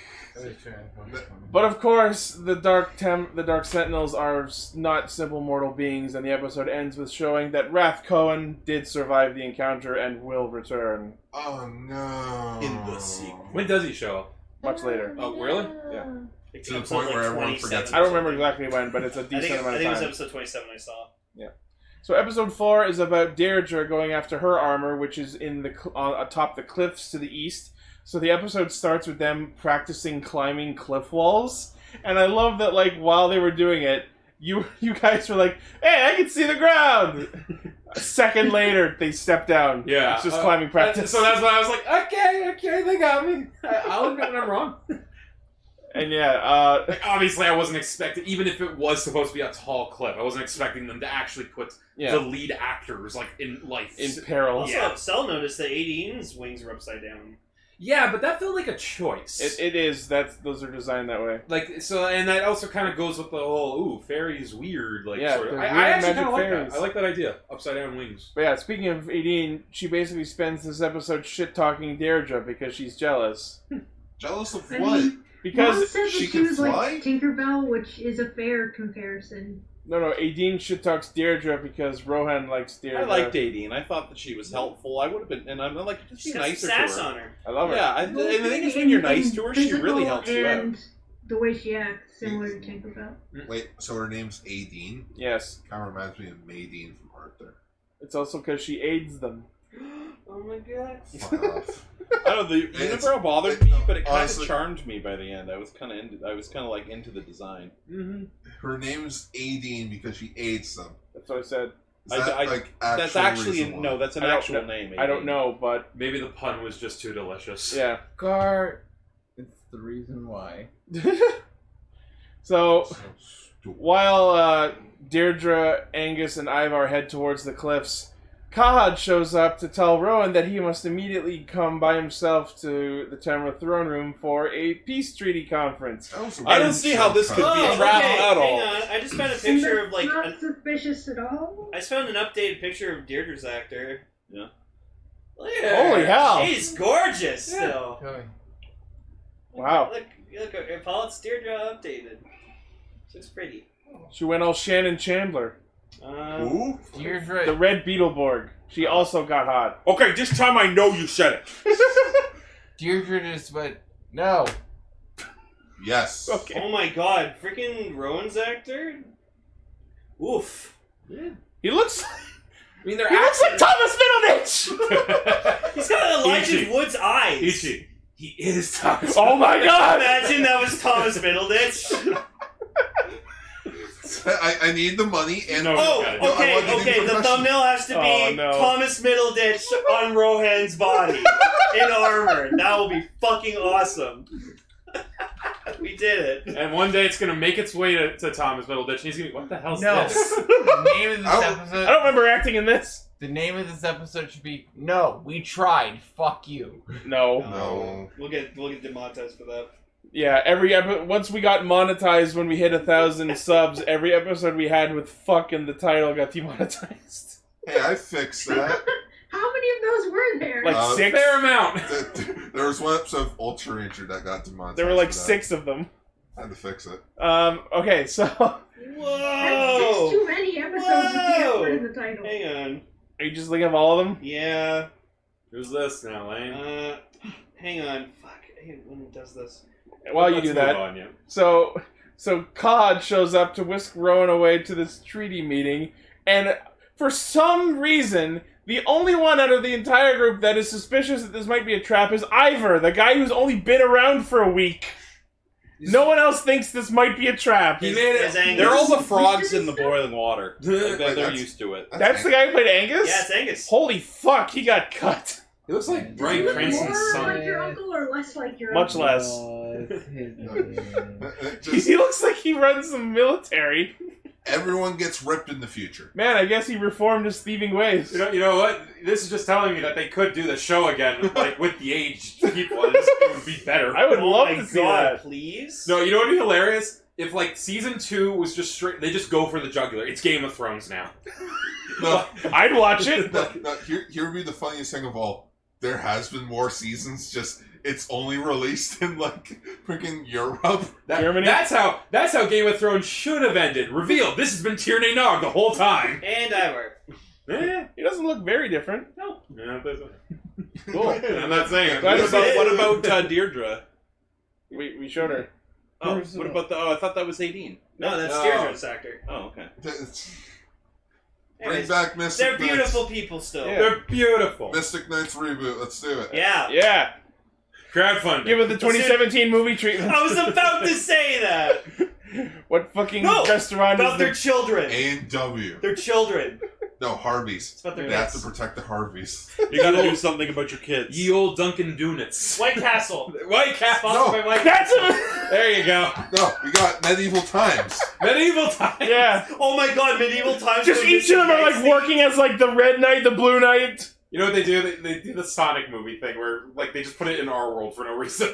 Speaker 2: But of course, the dark tem- the dark sentinels are s- not simple mortal beings, and the episode ends with showing that Wrath Cohen did survive the encounter and will return
Speaker 3: Oh no!
Speaker 9: In the sequel.
Speaker 6: [LAUGHS] When does he show up?
Speaker 2: much
Speaker 1: Ah.
Speaker 2: later.
Speaker 6: Oh, really?
Speaker 2: Yeah.
Speaker 4: It's
Speaker 3: To the
Speaker 4: episode,
Speaker 3: point where everyone
Speaker 4: 27
Speaker 3: forgets
Speaker 2: I don't remember exactly when, but it's a
Speaker 4: I
Speaker 2: decent
Speaker 4: think, it,
Speaker 2: amount of
Speaker 4: I think it was
Speaker 2: time.
Speaker 4: episode 27 I saw.
Speaker 2: So episode four is about Deirdre going after her armor, which is in the cl- uh, atop the cliffs to the east. So the episode starts with them practicing climbing cliff walls, and I love that. Like while they were doing it, you [LAUGHS] you guys were like, "Hey, I can see the ground." A second [LAUGHS] later, they step down.
Speaker 6: Yeah,
Speaker 2: it's just
Speaker 6: uh,
Speaker 2: climbing practice.
Speaker 6: So that's why I was like, okay, okay, they got me. I, I'll admit when I'm wrong.
Speaker 2: and yeah, uh,
Speaker 6: Like, obviously, I wasn't expecting, even if it was supposed to be a tall clip, I wasn't expecting them to actually put the
Speaker 2: yeah,
Speaker 6: lead actors like in
Speaker 2: [LAUGHS]
Speaker 6: life.
Speaker 2: in peril.
Speaker 4: Also,
Speaker 6: Yeah.
Speaker 4: Cell noticed that Adine's wings were upside down.
Speaker 6: yeah, but that felt like a choice.
Speaker 2: It, it is that's those are designed that way.
Speaker 6: like so, and that also kind of goes with the whole ooh, fairies weird. Like,
Speaker 2: Yeah,
Speaker 6: sort of.
Speaker 2: they're
Speaker 6: I, I
Speaker 2: weird
Speaker 6: actually
Speaker 2: magic
Speaker 6: kind of like
Speaker 2: fairies.
Speaker 6: that. I like that idea. Upside down wings.
Speaker 2: But yeah, speaking of Aideen, she basically spends this episode shit talking Deirdre because she's jealous.
Speaker 3: Jealous of
Speaker 1: I
Speaker 3: what?
Speaker 1: mean, Mom
Speaker 2: Because
Speaker 1: said that
Speaker 3: she
Speaker 1: she,
Speaker 3: can
Speaker 1: was
Speaker 3: fly?
Speaker 1: like Tinkerbell, which is a fair comparison.
Speaker 2: no, no, Adine shit talks Deirdre because Rohan likes Deirdre.
Speaker 9: I liked
Speaker 6: uh,
Speaker 9: Aideen. I thought that she was helpful. I would have been, and I'm like, just
Speaker 4: She's
Speaker 9: be
Speaker 4: got some sass
Speaker 9: nicer to her. Oh,
Speaker 4: on her.
Speaker 2: I love her.
Speaker 9: Yeah, I, and
Speaker 1: Well,
Speaker 9: the thing is,
Speaker 1: in-
Speaker 9: when you're
Speaker 1: in-
Speaker 9: nice
Speaker 1: in
Speaker 9: to her, she really
Speaker 1: physical
Speaker 9: helps
Speaker 6: [LAUGHS]
Speaker 9: you out.
Speaker 1: and The way she acts, similar to Tinkerbell.
Speaker 3: Wait, so her name's Aideen?
Speaker 2: Yes,
Speaker 3: Kind of reminds me of Maydeen from Arthur.
Speaker 2: it's also because she aids them.
Speaker 4: Oh my god.
Speaker 3: Fuck off.
Speaker 9: I don't know. The
Speaker 3: It's-
Speaker 9: unibrow bothered
Speaker 3: it-
Speaker 9: me,
Speaker 3: no,
Speaker 9: but it kind of
Speaker 3: honestly-
Speaker 9: charmed me by the end. I was kind of into. I was kind of like into the design.
Speaker 2: Mm-hmm.
Speaker 3: Her name's Aideen because she aids them.
Speaker 2: That's what I said.
Speaker 3: Is
Speaker 9: I-
Speaker 3: that,
Speaker 9: I-
Speaker 3: like,
Speaker 9: that's actually
Speaker 3: reason
Speaker 9: a,
Speaker 3: why?
Speaker 9: no. That's an
Speaker 2: I don't
Speaker 9: actual
Speaker 2: know-
Speaker 9: name.
Speaker 2: I don't
Speaker 9: Aideen.
Speaker 2: know, but
Speaker 6: Maybe the pun was just too delicious.
Speaker 2: yeah.
Speaker 8: Gar, it's the reason why.
Speaker 2: so
Speaker 3: So stupid.
Speaker 2: while uh, Deirdre, Angus, and Ivar head towards the cliffs, Kahad shows up to tell Rowan that he must immediately come by himself to the Tamra throne room for a peace treaty conference.
Speaker 3: That was a
Speaker 9: I don't
Speaker 3: weird
Speaker 9: see how this could be
Speaker 3: shortcut.
Speaker 4: Oh,
Speaker 9: a trap
Speaker 4: okay,
Speaker 9: at all.
Speaker 4: Hang on. I just found a picture of
Speaker 1: [LAUGHS]
Speaker 4: like
Speaker 1: not
Speaker 4: an,
Speaker 1: suspicious at all.
Speaker 4: I just found an updated picture of Deirdre's actor.
Speaker 9: Yeah.
Speaker 4: Look at her.
Speaker 2: Holy hell.
Speaker 4: She's gorgeous
Speaker 2: Yeah.
Speaker 4: still.
Speaker 2: Wow.
Speaker 4: Look, look, uh, Paulette's Deirdre updated. She looks pretty.
Speaker 2: She went all Shannon Chandler,
Speaker 4: Um,
Speaker 3: Who?
Speaker 8: Deirdre,
Speaker 2: the Red Beetleborg. She also got hot.
Speaker 9: Okay, this time I know you said it. [LAUGHS]
Speaker 8: Deirdre just went, no.
Speaker 9: [LAUGHS]
Speaker 3: Yes.
Speaker 2: Okay.
Speaker 4: oh my god, freaking Rowan's actor? Oof.
Speaker 2: He looks.
Speaker 8: I mean, they're
Speaker 2: He looks
Speaker 8: actually.
Speaker 2: like Thomas Middleditch.
Speaker 4: He's got Elijah
Speaker 6: Ichi.
Speaker 4: Wood's eyes.
Speaker 6: Ichi, he is Thomas.
Speaker 2: [LAUGHS] oh my God!
Speaker 4: Imagine that was Thomas Middleditch.
Speaker 3: I, I need the money and
Speaker 6: No.
Speaker 4: oh,
Speaker 6: God.
Speaker 3: I want
Speaker 4: okay,
Speaker 3: to do
Speaker 4: okay. The
Speaker 3: percussion.
Speaker 4: thumbnail has to be
Speaker 2: Oh, no.
Speaker 4: Thomas Middleditch on Rohan's body [LAUGHS] in armor. That will be fucking awesome. [LAUGHS] we did it.
Speaker 6: And one day it's gonna make its way to, to Thomas Middleditch, and he's gonna be, what the hell's
Speaker 8: No.
Speaker 6: this?
Speaker 8: [LAUGHS] the name of this
Speaker 3: I don't-
Speaker 2: I
Speaker 8: episode.
Speaker 2: don't remember acting in this.
Speaker 8: The name of this episode should be No, we tried. Fuck you.
Speaker 2: Oh, No.
Speaker 3: [LAUGHS] No.
Speaker 4: We'll get we'll get demonetized for that.
Speaker 2: Yeah. Every episode. Once we got monetized, when we hit a [LAUGHS] thousand subs, every episode we had with "fuck" in the title got demonetized. [LAUGHS]
Speaker 3: Hey, I fixed that.
Speaker 1: How many of those were there?
Speaker 2: Like
Speaker 3: Uh,
Speaker 2: six.
Speaker 6: Fair amount.
Speaker 3: There- [LAUGHS] there was one episode of Ultra Ranger that got demonetized.
Speaker 2: There were like
Speaker 3: for that.
Speaker 2: six of them.
Speaker 3: I had to fix it.
Speaker 2: Um. Okay. So [LAUGHS]
Speaker 1: That's six
Speaker 4: Whoa!
Speaker 1: too many episodes with the F word in the title.
Speaker 4: Hang on.
Speaker 2: are you just looking at all of them?
Speaker 4: Yeah.
Speaker 6: Who's this now, Lane?
Speaker 4: Uh, hang on. Fuck. I hate when it does this.
Speaker 2: While you
Speaker 6: Let's
Speaker 2: do
Speaker 6: move
Speaker 2: that,
Speaker 6: on, yeah.
Speaker 2: So, so Cod shows up to whisk Rowan away to this treaty meeting, and for some reason, the only one out of the entire group that is suspicious that this might be a trap is Ivor, the guy who's only been around for a week. No one else thinks this might be a trap.
Speaker 9: He
Speaker 4: His-
Speaker 9: made it.
Speaker 4: his angus.
Speaker 9: They're all the frogs in the boiling water. Like,
Speaker 3: Wait,
Speaker 9: they're, they're
Speaker 3: that's-
Speaker 9: used to it.
Speaker 2: That's the guy who played Angus.
Speaker 4: Yeah, it's Angus.
Speaker 2: Holy fuck, he got cut. [LAUGHS]
Speaker 6: He looks like
Speaker 1: Does he
Speaker 6: Brian
Speaker 1: look
Speaker 6: Cranston's
Speaker 1: more
Speaker 6: son.
Speaker 1: like your uncle or less like your
Speaker 2: Much
Speaker 1: uncle?
Speaker 2: less.
Speaker 8: [LAUGHS]
Speaker 9: [LAUGHS]
Speaker 3: It just-
Speaker 2: He looks like he runs the military.
Speaker 3: everyone gets ripped in the future.
Speaker 2: Man, I guess he reformed his thieving ways.
Speaker 6: You know, you know what? This is just telling me that they could do the show
Speaker 9: [LAUGHS]
Speaker 6: again, like with the aged people. and it's- It would be better.
Speaker 2: I would
Speaker 4: oh
Speaker 2: love
Speaker 4: my
Speaker 2: to
Speaker 4: god,
Speaker 2: see that.
Speaker 4: please.
Speaker 6: No, you know what would be hilarious? If like season two was just straight, they just go for the jugular. It's Game of Thrones now.
Speaker 9: Oh,
Speaker 3: No,
Speaker 2: I'd watch
Speaker 3: [LAUGHS]
Speaker 2: it.
Speaker 3: no, no, here, here would be the funniest thing of all. There has been more seasons, just it's only released in like freaking Europe. [LAUGHS]
Speaker 6: That-
Speaker 2: Germany?
Speaker 6: That's how. That's how Game of Thrones should have ended. Revealed. This has been Tierney Nog the whole time.
Speaker 4: And Ivor.
Speaker 6: Eh,
Speaker 2: He doesn't look very different.
Speaker 4: No.
Speaker 6: yeah, that's-
Speaker 2: [LAUGHS] Cool.
Speaker 6: I'm not
Speaker 2: What
Speaker 6: saying.
Speaker 9: What
Speaker 2: That's-
Speaker 6: it.
Speaker 2: about-
Speaker 9: about,
Speaker 2: what
Speaker 9: uh, Deirdre?
Speaker 2: We, we showed her.
Speaker 9: Oh, what about the? Oh, I thought that was Aideen.
Speaker 4: No, that's
Speaker 9: No.
Speaker 4: Deirdre's actor.
Speaker 9: Oh, okay.
Speaker 3: It's- Bring
Speaker 4: Anyways,
Speaker 3: back Mystic
Speaker 4: they're
Speaker 3: Knights.
Speaker 4: beautiful people still.
Speaker 2: Yeah.
Speaker 6: They're beautiful.
Speaker 3: Mystic Knights reboot. Let's do it.
Speaker 4: Yeah.
Speaker 2: Yeah,
Speaker 6: Crowdfunding.
Speaker 2: give it the 2017 movie treatment.
Speaker 4: I was about to say
Speaker 2: [LAUGHS]
Speaker 4: that.
Speaker 2: What fucking
Speaker 4: No!
Speaker 2: restaurant
Speaker 4: About
Speaker 2: is
Speaker 4: their
Speaker 2: the...
Speaker 4: children.
Speaker 3: A and W.
Speaker 4: Their children.
Speaker 3: No, Harveys.
Speaker 4: It's about their
Speaker 3: They have
Speaker 4: kids.
Speaker 3: to protect the Harveys.
Speaker 9: [LAUGHS] You got to do something about your kids.
Speaker 6: Ye old Dunkin' Donuts.
Speaker 4: White Castle.
Speaker 6: White Castle.
Speaker 3: No.
Speaker 6: by
Speaker 2: [LAUGHS]
Speaker 6: White
Speaker 2: That's a...
Speaker 6: There you go.
Speaker 3: No, we got medieval times.
Speaker 6: Medieval time.
Speaker 2: yeah.
Speaker 4: [LAUGHS] Oh my god, medieval
Speaker 2: [LAUGHS]
Speaker 4: times.
Speaker 2: Just
Speaker 4: were
Speaker 2: each of them are like
Speaker 4: amazing.
Speaker 2: working as like the red knight, the blue knight.
Speaker 6: You know what they do? They, they do the Sonic movie thing where like they just put it in our world for no reason.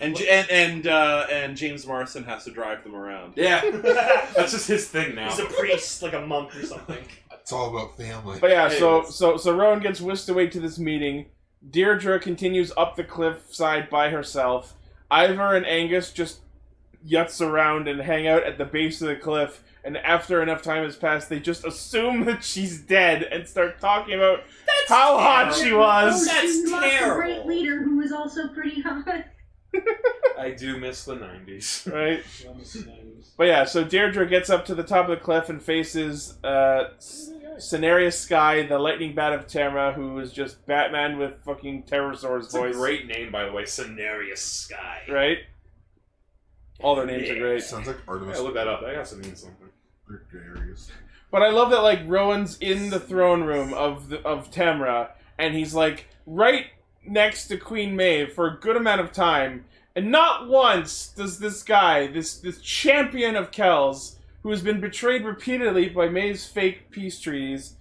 Speaker 9: And J- and and, uh, and James Morrison has to drive them around.
Speaker 6: [LAUGHS] Yeah,
Speaker 4: [LAUGHS]
Speaker 6: that's just his thing now.
Speaker 4: He's a priest, like a monk or something.
Speaker 3: It's all about family.
Speaker 2: But yeah,
Speaker 6: Hey,
Speaker 2: so
Speaker 6: it's-
Speaker 2: so so Rowan gets whisked away to this meeting. Deirdre continues up the cliff side by herself. Ivor and Angus just yuts around and hang out at the base of the cliff. And after enough time has passed, they just assume [LAUGHS] that she's dead and start talking about
Speaker 4: That's
Speaker 2: how hot
Speaker 4: terrible.
Speaker 2: she was.
Speaker 4: That's
Speaker 1: Oh, She lost a great
Speaker 4: terrible.
Speaker 1: leader who was also pretty hot.
Speaker 6: I do miss the '90s.
Speaker 2: Right? But yeah, so Deirdre gets up to the top of the cliff and faces uh, Scenarius Sky, the lightning bat of Terra, who is just Batman with fucking Pterosaur's
Speaker 6: It's a
Speaker 2: voice.
Speaker 6: great name, by the way, Cenarius Sky.
Speaker 2: right? All their names are great.
Speaker 3: Sounds like Artemis
Speaker 6: I look that up. That has to mean something.
Speaker 3: Gregarious.
Speaker 2: But I love that like Rowan's in the throne room of the, of Tamra, and he's like right next to Queen Maeve for a good amount of time, and not once does this guy, this this champion of Kells, who has been betrayed repeatedly by Maeve's fake peace treaties,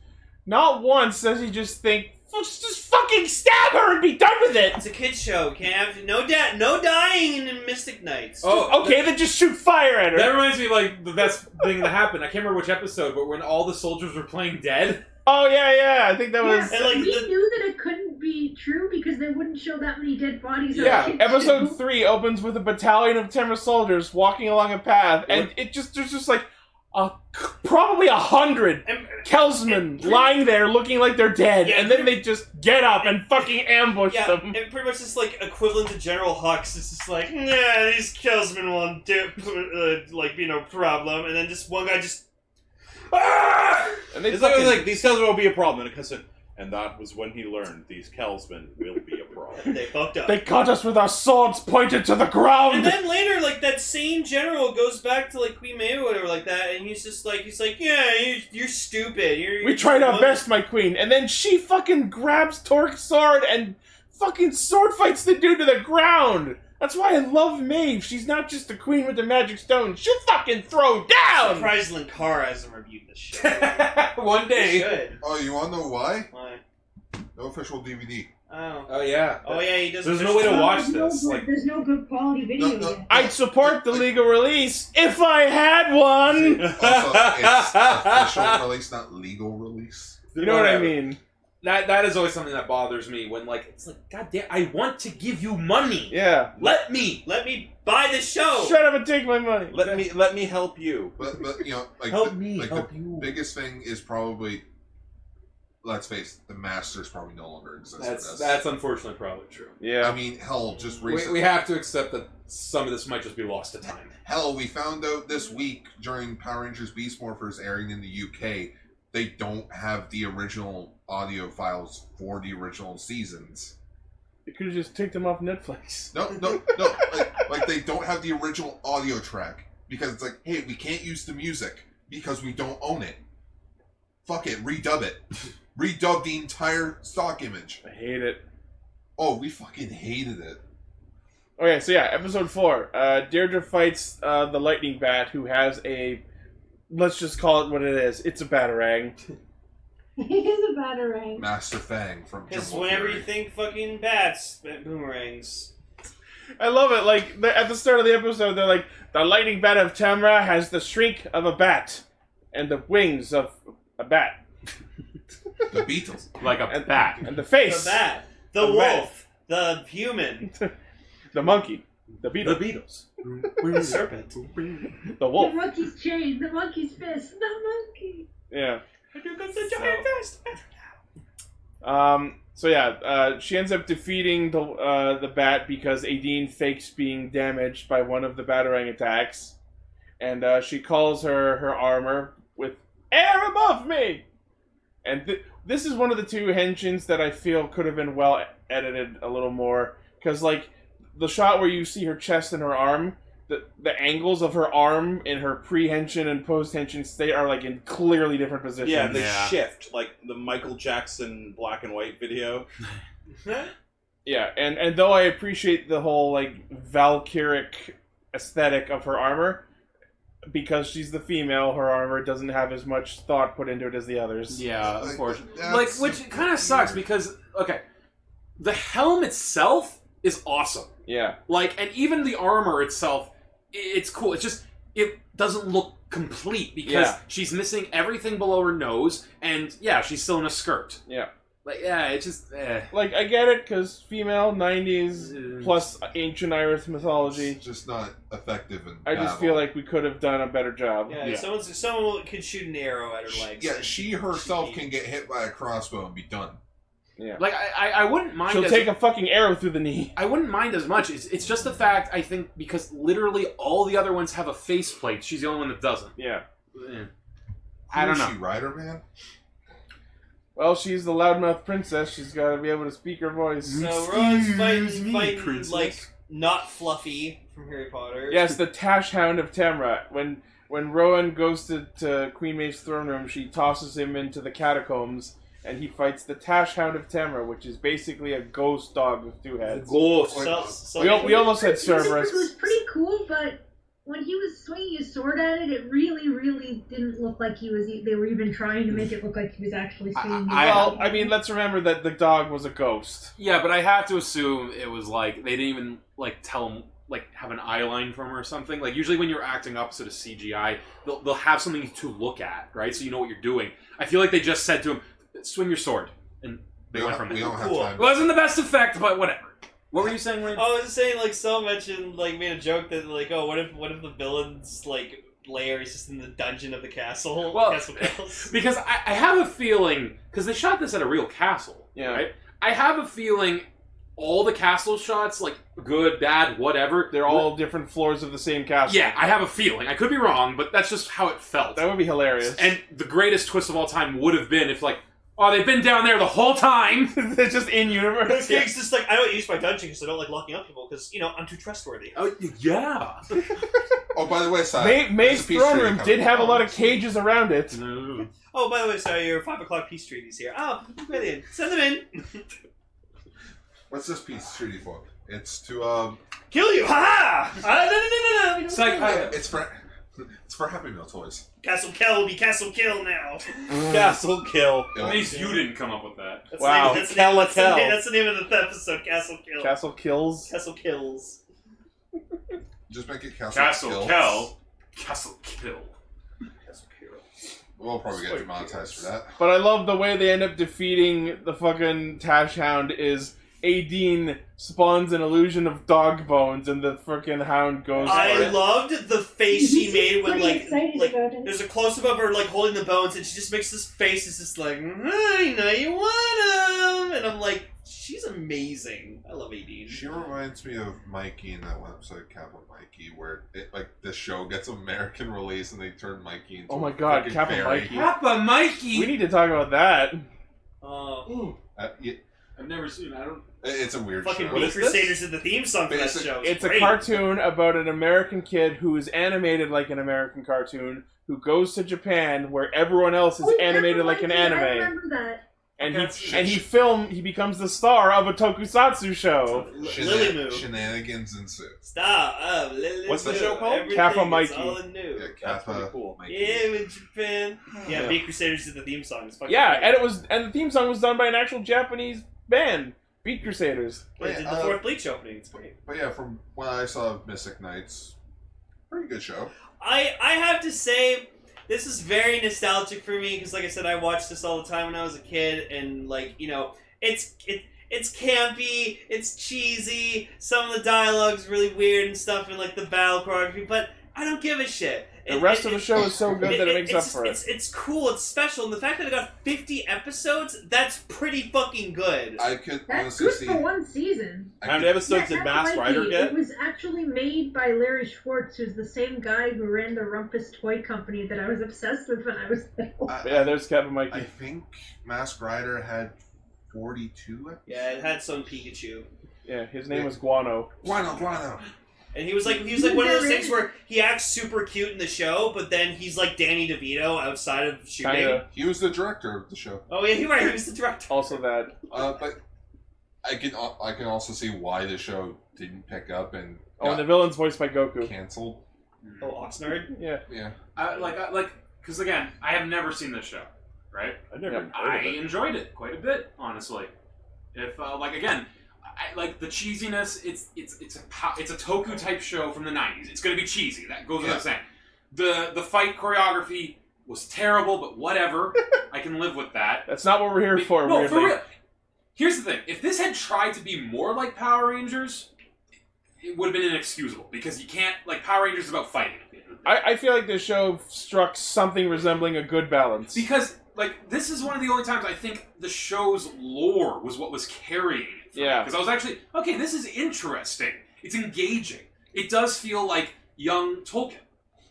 Speaker 2: not once does he just think, let's just fucking stab her and be done with it.
Speaker 4: It's a kids show. Can't have no da- no dying in Mystic Knights.
Speaker 6: Oh,
Speaker 2: Okay, then just shoot fire at her.
Speaker 6: That reminds me of like the best thing that happened. I can't remember which episode, but when all the soldiers were playing dead. [LAUGHS]
Speaker 2: oh yeah, yeah, I think that was.
Speaker 4: And, like,
Speaker 1: we
Speaker 4: the-
Speaker 1: knew that it couldn't be true because they wouldn't show that many dead bodies. on
Speaker 2: Yeah,
Speaker 1: the kids'
Speaker 2: episode
Speaker 1: show.
Speaker 2: three opens with a battalion of Timor soldiers walking along a path, and it just there's just like a, probably a hundred
Speaker 4: And-
Speaker 2: Kelsmen lying there looking like they're dead,
Speaker 4: Yeah,
Speaker 2: and then they just get up and fucking ambush
Speaker 4: yeah,
Speaker 2: them.
Speaker 4: and pretty much it's like equivalent to General Hux. It's just like, nah, these Kelsmen won't do, uh, like be no problem. And then just one guy just, ah!
Speaker 2: And they
Speaker 9: It's like,
Speaker 2: fucking-
Speaker 9: like these Kelsmen will be a problem, and it comes in, and that was when he learned these Kelsmen will be a problem.
Speaker 4: And they fucked up.
Speaker 2: they caught us with our swords pointed to the
Speaker 4: And
Speaker 2: ground.
Speaker 4: then later, like that same general goes back to like Queen May or whatever, like that, and he's just like, he's like, yeah, you, you're stupid. You're,
Speaker 2: we tried our best, my queen, and then she fucking grabs Torque's sword and fucking sword fights the dude to the ground. That's why I love Maeve. She's not just the queen with the magic stone. She'll fucking throw
Speaker 4: I'm
Speaker 2: down.
Speaker 4: surprised Linkara hasn't reviewed this show.
Speaker 6: One
Speaker 4: He
Speaker 6: day.
Speaker 4: should.
Speaker 3: Oh, you want to know why?
Speaker 4: Why?
Speaker 3: No official DVD.
Speaker 4: Oh.
Speaker 6: Oh yeah.
Speaker 4: Oh yeah, he does.
Speaker 6: There's no way to
Speaker 1: Well,
Speaker 6: watch
Speaker 1: there's no
Speaker 6: this.
Speaker 1: good-
Speaker 6: Like
Speaker 1: there's no good quality video.
Speaker 3: No, no.
Speaker 1: yet. [LAUGHS]
Speaker 2: I'd support the legal release if I had one.
Speaker 3: Also, it's official release, not legal release.
Speaker 2: You know what I
Speaker 6: Whatever.
Speaker 2: mean?
Speaker 6: That that is always something that bothers me when like it's like God damn, I want to give you money.
Speaker 2: Yeah.
Speaker 6: Let me.
Speaker 4: Let me buy this show.
Speaker 2: Shut up and take my money.
Speaker 9: let me let me help you.
Speaker 3: But, but you know, like, the,
Speaker 6: me.
Speaker 3: like the
Speaker 6: you.
Speaker 3: biggest thing is probably, let's face it, the Masters probably no longer exists. for
Speaker 6: That's
Speaker 3: this.
Speaker 6: that's unfortunately probably true.
Speaker 3: I
Speaker 2: Yeah.
Speaker 3: mean, hell, just
Speaker 6: We,
Speaker 3: recently.
Speaker 6: we have to accept that some of this might just be lost to time.
Speaker 3: Hell, we found out this week during Power Rangers Beast Morphers airing in the UK, they don't have the original audio files for the original seasons.
Speaker 2: You could have just take them off Netflix. [LAUGHS]
Speaker 3: No, no, no. like, like, they don't have the original audio track because it's like, hey, we can't use the music because we don't own it. Fuck it, redub it. redub the entire stock image.
Speaker 2: I hate it.
Speaker 3: Oh, we fucking hated it.
Speaker 2: Okay, so yeah, episode four. Uh, Deirdre fights uh, the lightning bat, who has a. Let's just call it what it is. It's a batarang.
Speaker 10: It is a batarang.
Speaker 3: Master Fang from
Speaker 4: Because
Speaker 3: Jungle
Speaker 4: whenever you
Speaker 3: Fury.
Speaker 4: think fucking bats, boomerangs.
Speaker 2: I love it. Like the, at the start of the episode, they're like, "The lightning bat of Tamra has the shriek of a bat, and the wings of a bat,
Speaker 3: The Beatles.
Speaker 6: Like a
Speaker 2: And-
Speaker 6: bat.
Speaker 2: and the face,
Speaker 4: The bat, the,
Speaker 2: The rat.
Speaker 4: wolf, the human,
Speaker 2: the monkey, the beetle,
Speaker 6: Beatles.
Speaker 4: the serpent.
Speaker 2: the
Speaker 1: The
Speaker 2: wolf."
Speaker 1: monkey's chain, the monkey's fist, the monkey.
Speaker 2: Yeah.
Speaker 4: The giant fist.
Speaker 2: Um, so yeah, uh, she ends up defeating the uh, the bat because Adine fakes being damaged by one of the batarang attacks, and uh, she calls her her armor with "Air above me," and th- this is one of the two henchins that I feel could have been well e-, edited a little more because like the shot where you see her chest and her arm. The, the angles of her arm in her pre-hension and post-hension state are like in clearly different positions.
Speaker 9: Yeah, they
Speaker 6: Yeah.
Speaker 9: shift like the Michael Jackson black and white video.
Speaker 2: Yeah, and and though I appreciate the whole like Valkyric aesthetic of her armor, because she's the female, her armor doesn't have as much thought put into it as the others.
Speaker 6: Yeah,
Speaker 3: Like,
Speaker 6: Uh, unfortunately.
Speaker 3: that's
Speaker 6: Like, which kind of sucks because okay, the helm itself is awesome.
Speaker 2: Yeah,
Speaker 6: Like, and even the armor itself, i- it's cool. It's just it doesn't look complete because
Speaker 2: Yeah.
Speaker 6: she's missing everything below her nose, and yeah, she's still in a skirt.
Speaker 2: Yeah.
Speaker 6: Like, yeah, it's just. Eh.
Speaker 2: like I get it, cause female '90s plus ancient Irish mythology.
Speaker 3: It's just not effective in
Speaker 2: I just
Speaker 3: battle.
Speaker 2: feel like we could have done a better job.
Speaker 4: Yeah, if someone's, if someone could shoot an arrow at her
Speaker 3: She-
Speaker 4: legs.
Speaker 3: yeah,
Speaker 4: and
Speaker 3: she herself
Speaker 4: she-
Speaker 3: can get hit by a crossbow and be done.
Speaker 8: Like I, I, I wouldn't mind.
Speaker 2: She'll
Speaker 8: as-
Speaker 2: take a fucking arrow through the knee.
Speaker 6: I wouldn't mind as much. It's, it's just the fact I think because literally all the other ones have a faceplate. She's the only one that doesn't.
Speaker 2: Yeah.
Speaker 6: Eh. I don't
Speaker 3: Who is
Speaker 6: know.
Speaker 3: She Rider Man.
Speaker 2: Well, she's the loudmouth princess. She's got to be able to speak her voice.
Speaker 4: So Rowan's
Speaker 11: Excuse
Speaker 4: fighting,
Speaker 11: me,
Speaker 4: fighting
Speaker 11: princess.
Speaker 4: like not fluffy from Harry Potter.
Speaker 2: Yes, the Tash Hound of Tamra. When when Rowan goes to, to Queen Maeve's throne room, she tosses him into the catacombs, and he fights the Tash Hound of Tamra, which is basically a ghost dog with two heads.
Speaker 11: Ghost.
Speaker 4: So, so
Speaker 2: We, al- we almost had
Speaker 10: This was
Speaker 2: Cerberus.
Speaker 10: pretty cool, but when he was swinging his sword at it, it really, really didn't look like he was. e- They were even trying to make it look like he was actually swinging.
Speaker 6: I-
Speaker 2: Well,
Speaker 1: [LAUGHS]
Speaker 2: I mean, let's remember that the dog was a ghost.
Speaker 6: Yeah, but I have to assume it was like they didn't even like tell him like have an eye line from her or something. Like usually when you're acting opposite of CGI, they'll, they'll have something to look at, right? So you know what you're doing. I feel like they just said to him, "Swing your sword," and
Speaker 3: We
Speaker 6: they
Speaker 3: don't,
Speaker 6: went
Speaker 3: ha-
Speaker 6: from
Speaker 3: we
Speaker 6: there.
Speaker 3: don't have
Speaker 4: Cool.
Speaker 6: It
Speaker 3: time.
Speaker 6: wasn't the best effect, but whatever. Oh, What were you saying, Ryan?
Speaker 4: I was saying like Sel mentioned like made a joke that like oh what if what if the villain's like lair is just in the dungeon of the castle
Speaker 6: Well-
Speaker 4: castle
Speaker 2: [LAUGHS]
Speaker 4: bells.
Speaker 6: Because I, I have a feeling because they shot this at a real castle,
Speaker 2: Yeah.
Speaker 6: right? I have a feeling all the castle shots, like good, bad, whatever,
Speaker 2: They're all different floors of the same castle.
Speaker 6: Yeah, I have a feeling. I could be wrong, but that's just how it felt.
Speaker 2: That would be hilarious. [LAUGHS]
Speaker 6: And the greatest twist of all time would have been if, like, oh, they've been down there the whole time.
Speaker 2: it's just in universe.
Speaker 4: Yeah, it's just like I don't use my dungeon because I don't like locking up people because you know I'm too trustworthy.
Speaker 6: Oh, yeah.
Speaker 3: Oh, by the way, Sai,
Speaker 2: May- Maeve's
Speaker 3: There's a piece
Speaker 2: throne
Speaker 3: tree
Speaker 2: room
Speaker 3: that
Speaker 2: did
Speaker 3: comes
Speaker 2: have a
Speaker 3: along.
Speaker 2: lot of cages around it.
Speaker 4: Oh, by the way, sorry, your five o'clock peace treaty's here. Oh, brilliant! Send them in.
Speaker 3: What's this piece treaty for? It's to um.
Speaker 4: Kill you! Ha ha! Ah, no, no, no, no, no!
Speaker 6: It's like, I-
Speaker 3: It's for. It's for Happy Meal toys.
Speaker 4: Castle Kill will be Castle Kill now.
Speaker 11: Castle kill.
Speaker 3: Yeah.
Speaker 6: at least you didn't come up with that.
Speaker 4: That's
Speaker 2: Wow.
Speaker 4: The name, that's, the name, that's, the
Speaker 11: Calatel.
Speaker 4: name, that's the name of the episode. Castle Kill.
Speaker 2: Castle kills.
Speaker 4: Castle Kills.
Speaker 3: Just make it Castle
Speaker 6: Castle
Speaker 3: Kill.
Speaker 6: Kel. Castle Kill.
Speaker 3: We'll probably get demonetized for that.
Speaker 2: But I love the way they end up defeating the fucking Tash Hound is Adine spawns an illusion of dog bones and the freaking hound goes for
Speaker 4: I
Speaker 2: it.
Speaker 4: loved the face he made when
Speaker 10: pretty
Speaker 4: like
Speaker 10: excited
Speaker 4: like
Speaker 10: about it.
Speaker 4: there's a close up of her like holding the bones and she just makes this face. It's just like "Mm, I know you want them, and I'm like she's amazing. I love Adine.
Speaker 3: She reminds me of Mikey in that website, Kappa Mikey, where it, like the show gets American release and they turn Mikey into.
Speaker 2: Oh my
Speaker 3: a
Speaker 2: god,
Speaker 3: freaking
Speaker 2: Kappa
Speaker 3: fairy.
Speaker 2: Mikey.
Speaker 6: Papa
Speaker 2: We
Speaker 6: Mikey.
Speaker 2: need to talk about that.
Speaker 4: Oh,
Speaker 3: Uh, yeah,
Speaker 6: I've never seen. I don't.
Speaker 3: it- it's a weird
Speaker 4: fucking
Speaker 3: show.
Speaker 4: Mean
Speaker 11: is this?
Speaker 4: Crusaders is the theme song for that
Speaker 3: Basic-
Speaker 4: show.
Speaker 2: It's a
Speaker 4: great.
Speaker 2: cartoon about an American kid who is animated like an American cartoon, who goes to Japan where everyone else is
Speaker 10: Oh, Captain
Speaker 2: animated like an
Speaker 10: Mikey, I
Speaker 2: anime.
Speaker 10: remember that.
Speaker 2: And
Speaker 6: Okay.
Speaker 2: he and he film he becomes the star of a tokusatsu show.
Speaker 3: Shena-
Speaker 4: Lily Moo.
Speaker 3: Shenanigans ensue.
Speaker 4: Stop. Uh, Lily
Speaker 11: What's the
Speaker 4: Moo.
Speaker 11: show called?
Speaker 4: Everything
Speaker 2: Kappa
Speaker 4: is
Speaker 2: Mikey.
Speaker 4: all anew.
Speaker 3: Yeah,
Speaker 11: That's pretty
Speaker 3: Kappa.
Speaker 11: cool.
Speaker 4: Yeah, with Japan.
Speaker 10: Hmm.
Speaker 4: Yeah,
Speaker 2: Yeah.
Speaker 4: Mean Crusaders did the theme song. It's fucking
Speaker 2: Yeah,
Speaker 4: great.
Speaker 2: and it was and the theme song was done by an actual Japanese band, Beat Crusaders.
Speaker 4: They did the
Speaker 3: Yeah, uh,
Speaker 4: fourth Bleach opening. It's great.
Speaker 3: But yeah, from when I saw Mystic Knights, pretty good show.
Speaker 4: I I have to say this is very nostalgic for me because like I said I watched this all the time when I was a kid and like you know it's it, it's campy it's cheesy some of the dialogue's really weird and stuff and like the battle choreography but I don't give a shit.
Speaker 2: The
Speaker 4: It-
Speaker 2: rest
Speaker 4: it-
Speaker 2: of the
Speaker 4: it-
Speaker 2: show is so good that it makes
Speaker 4: it's
Speaker 2: up
Speaker 4: just-
Speaker 2: for it.
Speaker 4: It's, it's cool. It's special, and the fact that it got fifty episodes, that's pretty fucking good.
Speaker 3: I could
Speaker 10: That's
Speaker 3: honestly
Speaker 10: good
Speaker 3: see.
Speaker 10: for one season.
Speaker 11: How
Speaker 3: I
Speaker 11: many
Speaker 3: could,
Speaker 11: episodes
Speaker 10: Yeah, Captain
Speaker 11: did Mass
Speaker 10: Mikey,
Speaker 11: Rider get?
Speaker 10: It was actually made by Larry Schwartz, who's the same guy who ran the Rumpus Toy Company that I was obsessed with when I was little.
Speaker 3: I,
Speaker 2: Yeah, there's Kappa
Speaker 3: I
Speaker 2: Mikey.
Speaker 3: think Mask Rider had 42 episodes.
Speaker 4: yeah, it had some Pikachu,
Speaker 2: Yeah, his name was Guano.
Speaker 3: Guano, Guano.
Speaker 4: and he was like he was like one of those things where he acts super cute in the show, but then he's like Danny DeVito outside of shooting.
Speaker 2: Kinda
Speaker 3: He was the director of the show.
Speaker 4: Oh yeah, you're right. He was the director.
Speaker 2: also that.
Speaker 3: Uh, but I can al- I can also see why the show didn't pick up and
Speaker 2: Oh, and the
Speaker 3: got
Speaker 2: villain's voiced by Goku.
Speaker 3: canceled.
Speaker 4: Oh, Oxnard.
Speaker 2: Yeah.
Speaker 3: Yeah.
Speaker 6: I, like, I, like, because again, I have never seen this show, right?
Speaker 11: I never
Speaker 2: Yeah.
Speaker 11: even heard
Speaker 6: I
Speaker 11: of it.
Speaker 6: enjoyed it quite a bit, honestly. If uh, like again, I, like the cheesiness, it's it's it's a po- it's a toku type show from the '90s. It's gonna be cheesy. That goes without
Speaker 3: Yeah.
Speaker 6: saying. The the fight choreography was terrible,
Speaker 2: [LAUGHS]
Speaker 6: but whatever. I can live with that.
Speaker 2: That's not what we're here for,
Speaker 6: no,
Speaker 2: weirdly.
Speaker 6: for real. Here's the thing: if this had tried to be more like Power Rangers, it would have been inexcusable because you can't like Power Rangers is about fighting.
Speaker 2: I, I feel like this show struck something resembling a good balance.
Speaker 6: Because like this is one of the only times I think the show's lore was what was carrying it.
Speaker 2: Yeah.
Speaker 6: Because I was actually okay. This is interesting. It's engaging. It does feel like young Tolkien.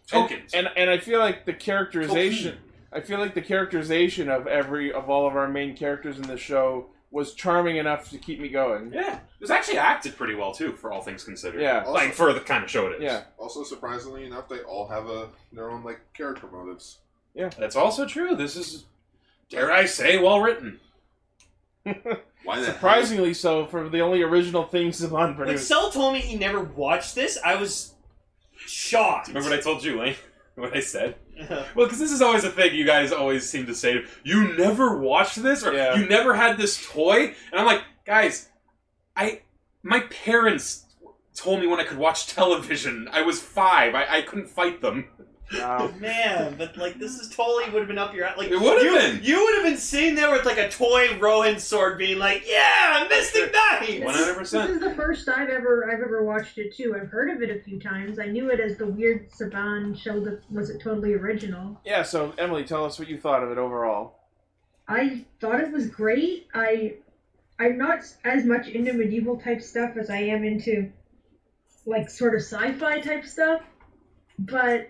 Speaker 6: Tolkien's
Speaker 2: And and I feel like the characterization I feel like the characterization of every of all of our main characters in the show was charming enough to keep me going.
Speaker 6: Yeah, it was actually acted pretty well too, for all things considered.
Speaker 2: Yeah.
Speaker 3: Also-
Speaker 6: like for the kind of show it is.
Speaker 2: Yeah.
Speaker 3: Also, surprisingly enough, they all have a their own like character motives.
Speaker 6: that's also true. This is, dare I say, well written.
Speaker 3: Why the hell-
Speaker 2: Surprisingly so for the only original things Saban
Speaker 4: When
Speaker 2: produced.
Speaker 4: Sel told me he never watched this, I was shocked.
Speaker 11: Remember what I told you,
Speaker 6: [LAUGHS]
Speaker 11: Lane? What I said? Well, because this is always a thing you guys always seem to say. You never watched this, or
Speaker 2: Yeah.
Speaker 11: you never had this toy, and I'm like, guys, I, my parents told me when I could watch television. I was five. I, I couldn't fight them.
Speaker 2: Wow.
Speaker 4: [LAUGHS] Man, but like this is totally would have been up your alley.
Speaker 11: It would have
Speaker 4: you,
Speaker 11: been.
Speaker 4: You would have been sitting there with like a toy Rohan sword, being like, "Yeah, Mystic Knight."
Speaker 11: One hundred
Speaker 1: This
Speaker 11: percent.
Speaker 1: is the first I've ever I've ever watched it too. I've heard of it a few times. I knew it as the weird Saban show that wasn't totally original.
Speaker 2: Yeah, so Emily, tell us what you thought of it overall.
Speaker 1: I thought it was great. I I'm not s- as much into medieval type stuff as I am into like sort of sci-fi type stuff, but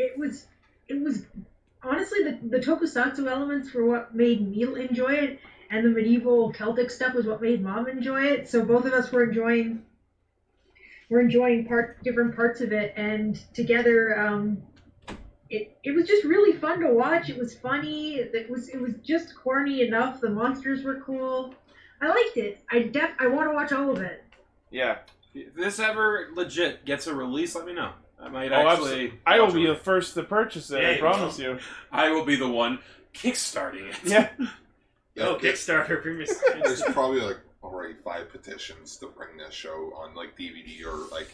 Speaker 1: it was it was honestly the the tokusatsu elements were what made me enjoy it and the medieval Celtic stuff was what made mom enjoy it. So both of us were enjoying we're enjoying part different parts of it and together um, it, it was just really fun to watch. It was funny. It was it was just corny enough. The monsters were cool. I liked it. I def I want to watch all of it.
Speaker 2: Yeah.
Speaker 6: If this ever legit gets a release, let me know. I might
Speaker 2: Oh,
Speaker 6: actually.
Speaker 2: I will
Speaker 6: watch
Speaker 2: be
Speaker 6: it.
Speaker 2: the first to purchase it,
Speaker 4: Yeah,
Speaker 2: I
Speaker 4: you
Speaker 2: promise you.
Speaker 6: I will be the one kickstarting [LAUGHS] it.
Speaker 2: Yeah.
Speaker 3: Yeah,
Speaker 4: oh,
Speaker 3: there's,
Speaker 4: Kickstarter [LAUGHS] for Mystic
Speaker 3: there's
Speaker 4: Knight.
Speaker 3: [LAUGHS] probably like already five petitions to bring this show on like DVD or like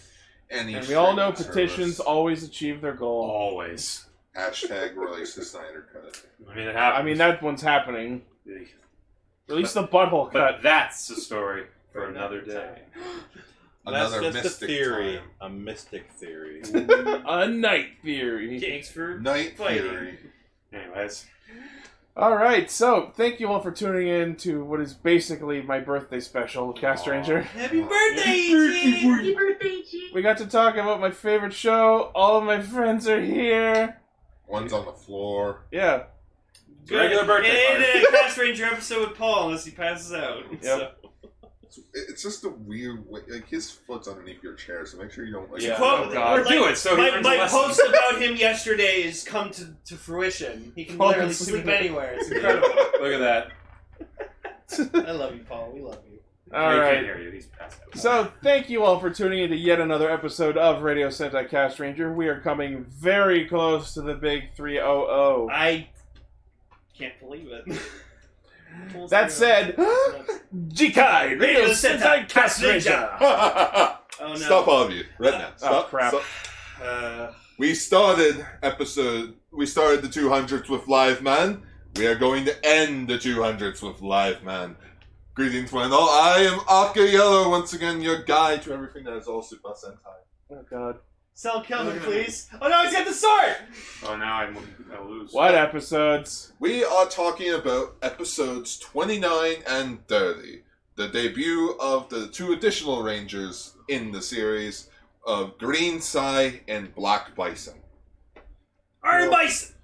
Speaker 3: any.
Speaker 2: And we all know
Speaker 3: streaming
Speaker 2: petitions
Speaker 3: service.
Speaker 2: always achieve their goal.
Speaker 6: Always.
Speaker 3: Hashtag release the Snyder cut.
Speaker 6: I mean, it
Speaker 2: I mean
Speaker 6: happens.
Speaker 2: that one's happening.
Speaker 6: mean,
Speaker 2: Release the butthole cut.
Speaker 6: but that's a story for another day.
Speaker 3: Another
Speaker 9: That's just
Speaker 3: mystic
Speaker 9: a theory.
Speaker 3: time.
Speaker 9: A mystic theory.
Speaker 2: A night theory.
Speaker 4: Thanks for
Speaker 11: [LAUGHS]
Speaker 3: Night
Speaker 4: Fighting.
Speaker 3: theory.
Speaker 6: Anyways,
Speaker 2: All right, so thank you all for tuning in to what is basically my birthday special, Cast Ranger.
Speaker 4: Happy
Speaker 3: Aw.
Speaker 4: birthday, Ichi!
Speaker 1: Happy birthday, G.
Speaker 2: We got to talk about my favorite show. All of my friends are here.
Speaker 3: One's on the floor.
Speaker 2: Yeah,
Speaker 6: It's a regular birthday
Speaker 4: And
Speaker 6: party.
Speaker 4: a Cast Ranger episode with Paul unless he passes out.
Speaker 2: Yep.
Speaker 4: So,
Speaker 3: It's, it's just a weird way. Like his foot's underneath your chair, so make sure you don't like.
Speaker 2: Yeah.
Speaker 4: Quote-
Speaker 6: Oh, God.
Speaker 4: or like,
Speaker 6: Do it so he
Speaker 4: my,
Speaker 6: learns a
Speaker 4: my
Speaker 6: lesson.
Speaker 4: post about him yesterday has come to, to fruition. He can
Speaker 2: Paul
Speaker 4: literally
Speaker 2: can sleep
Speaker 4: sleep anywhere. It's incredible.
Speaker 6: Look at that.
Speaker 4: I love you, Paul. We love you.
Speaker 2: all
Speaker 6: he
Speaker 2: right.
Speaker 6: can't hear you. He's passed out.
Speaker 2: So, thank you all for tuning in to yet another episode of Radio Sentai Cast Ranger. We are coming very close to the big 300.
Speaker 4: I can't believe it. Almost
Speaker 2: oh. That
Speaker 4: there.
Speaker 2: said, [GASPS] Jikai Radio Sentai Cast Ranger.
Speaker 3: [LAUGHS]
Speaker 4: oh no. Oh,
Speaker 3: Stop all of you right now. Stop,
Speaker 2: crap.
Speaker 3: stop.
Speaker 4: Uh,
Speaker 3: We started episode. We started the 200s with Live Man. We are going to end the 200s with Live Man. Greetings, one and all. I am Aka Yellow, once again, your guide to everything that is all Super Sentai.
Speaker 2: Oh God,
Speaker 4: Sell Kelvin, please. Oh no, he's got the sword!
Speaker 6: oh, now I'm, I lose.
Speaker 2: what episodes?
Speaker 3: We are talking about episodes 29 and 30, the debut of the two additional Rangers in the series of Green Sai and Black Bison.
Speaker 4: Iron Bison!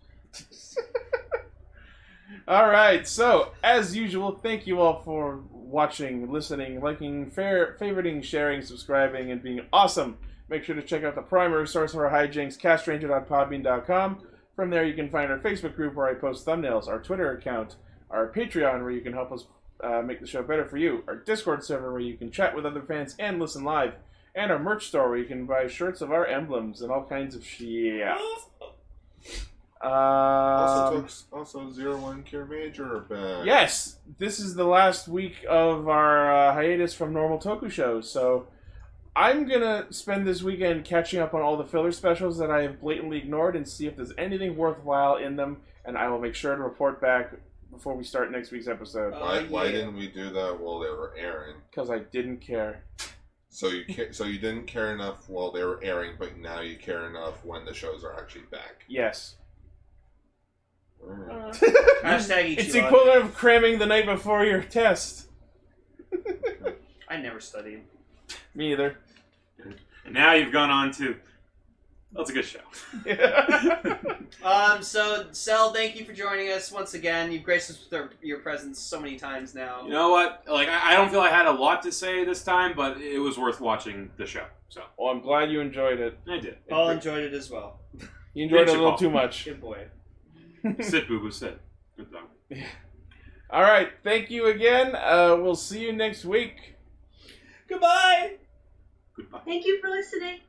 Speaker 2: All right, so as usual, thank you all for watching, listening, liking, fair, favoriting, sharing, subscribing, and being awesome. Make sure to check out the primary source of our hijinks, castranger.podbean.com. From there, you can find our Facebook group where I post thumbnails, our Twitter account, our Patreon where you can help us uh, make the show better for you, our Discord server where you can chat with other fans and listen live, and our merch store where you can buy shirts of our emblems and all kinds of shit.
Speaker 3: Also,
Speaker 2: Um,
Speaker 3: talks, also Zero One Cure Major are back.
Speaker 2: Yes, this is the last week of our uh, hiatus from normal Toku shows, so I'm gonna spend this weekend catching up on all the filler specials that I have blatantly ignored and see if there's anything worthwhile in them, and I will make sure to report back before we start next week's episode
Speaker 4: Oh,
Speaker 3: Why, why
Speaker 4: yeah.
Speaker 3: didn't we do that while they were airing?
Speaker 2: because I didn't care.
Speaker 3: So you ca- so you didn't care enough while they were airing, but now you care enough when the shows are actually back.
Speaker 2: Yes.
Speaker 4: Oh,
Speaker 3: Mm.
Speaker 4: Hashtag each
Speaker 2: It's the
Speaker 4: other.
Speaker 2: equivalent of cramming the night before your test.
Speaker 4: I never studied.
Speaker 2: Me either. [LAUGHS]
Speaker 6: And now you've gone on to. That's a good show.
Speaker 4: Um, so, Sel, thank you for joining us once again. You've graced us with our, your presence so many times now.
Speaker 6: You know what? Like, I, I don't feel I had a lot to say this time, but it was worth watching the show. So
Speaker 2: well, I'm glad you enjoyed it. [LAUGHS]
Speaker 6: I did.
Speaker 4: Paul enjoyed it as well.
Speaker 2: You enjoyed it
Speaker 6: Makes
Speaker 2: a
Speaker 6: you
Speaker 2: little
Speaker 6: cough.
Speaker 2: too much.
Speaker 4: Good boy.
Speaker 6: sit, boo boo, sit. Good dog.
Speaker 2: All right. Thank you again. Uh, we'll see you next week.
Speaker 4: Goodbye!
Speaker 6: Goodbye.
Speaker 1: Thank you for listening.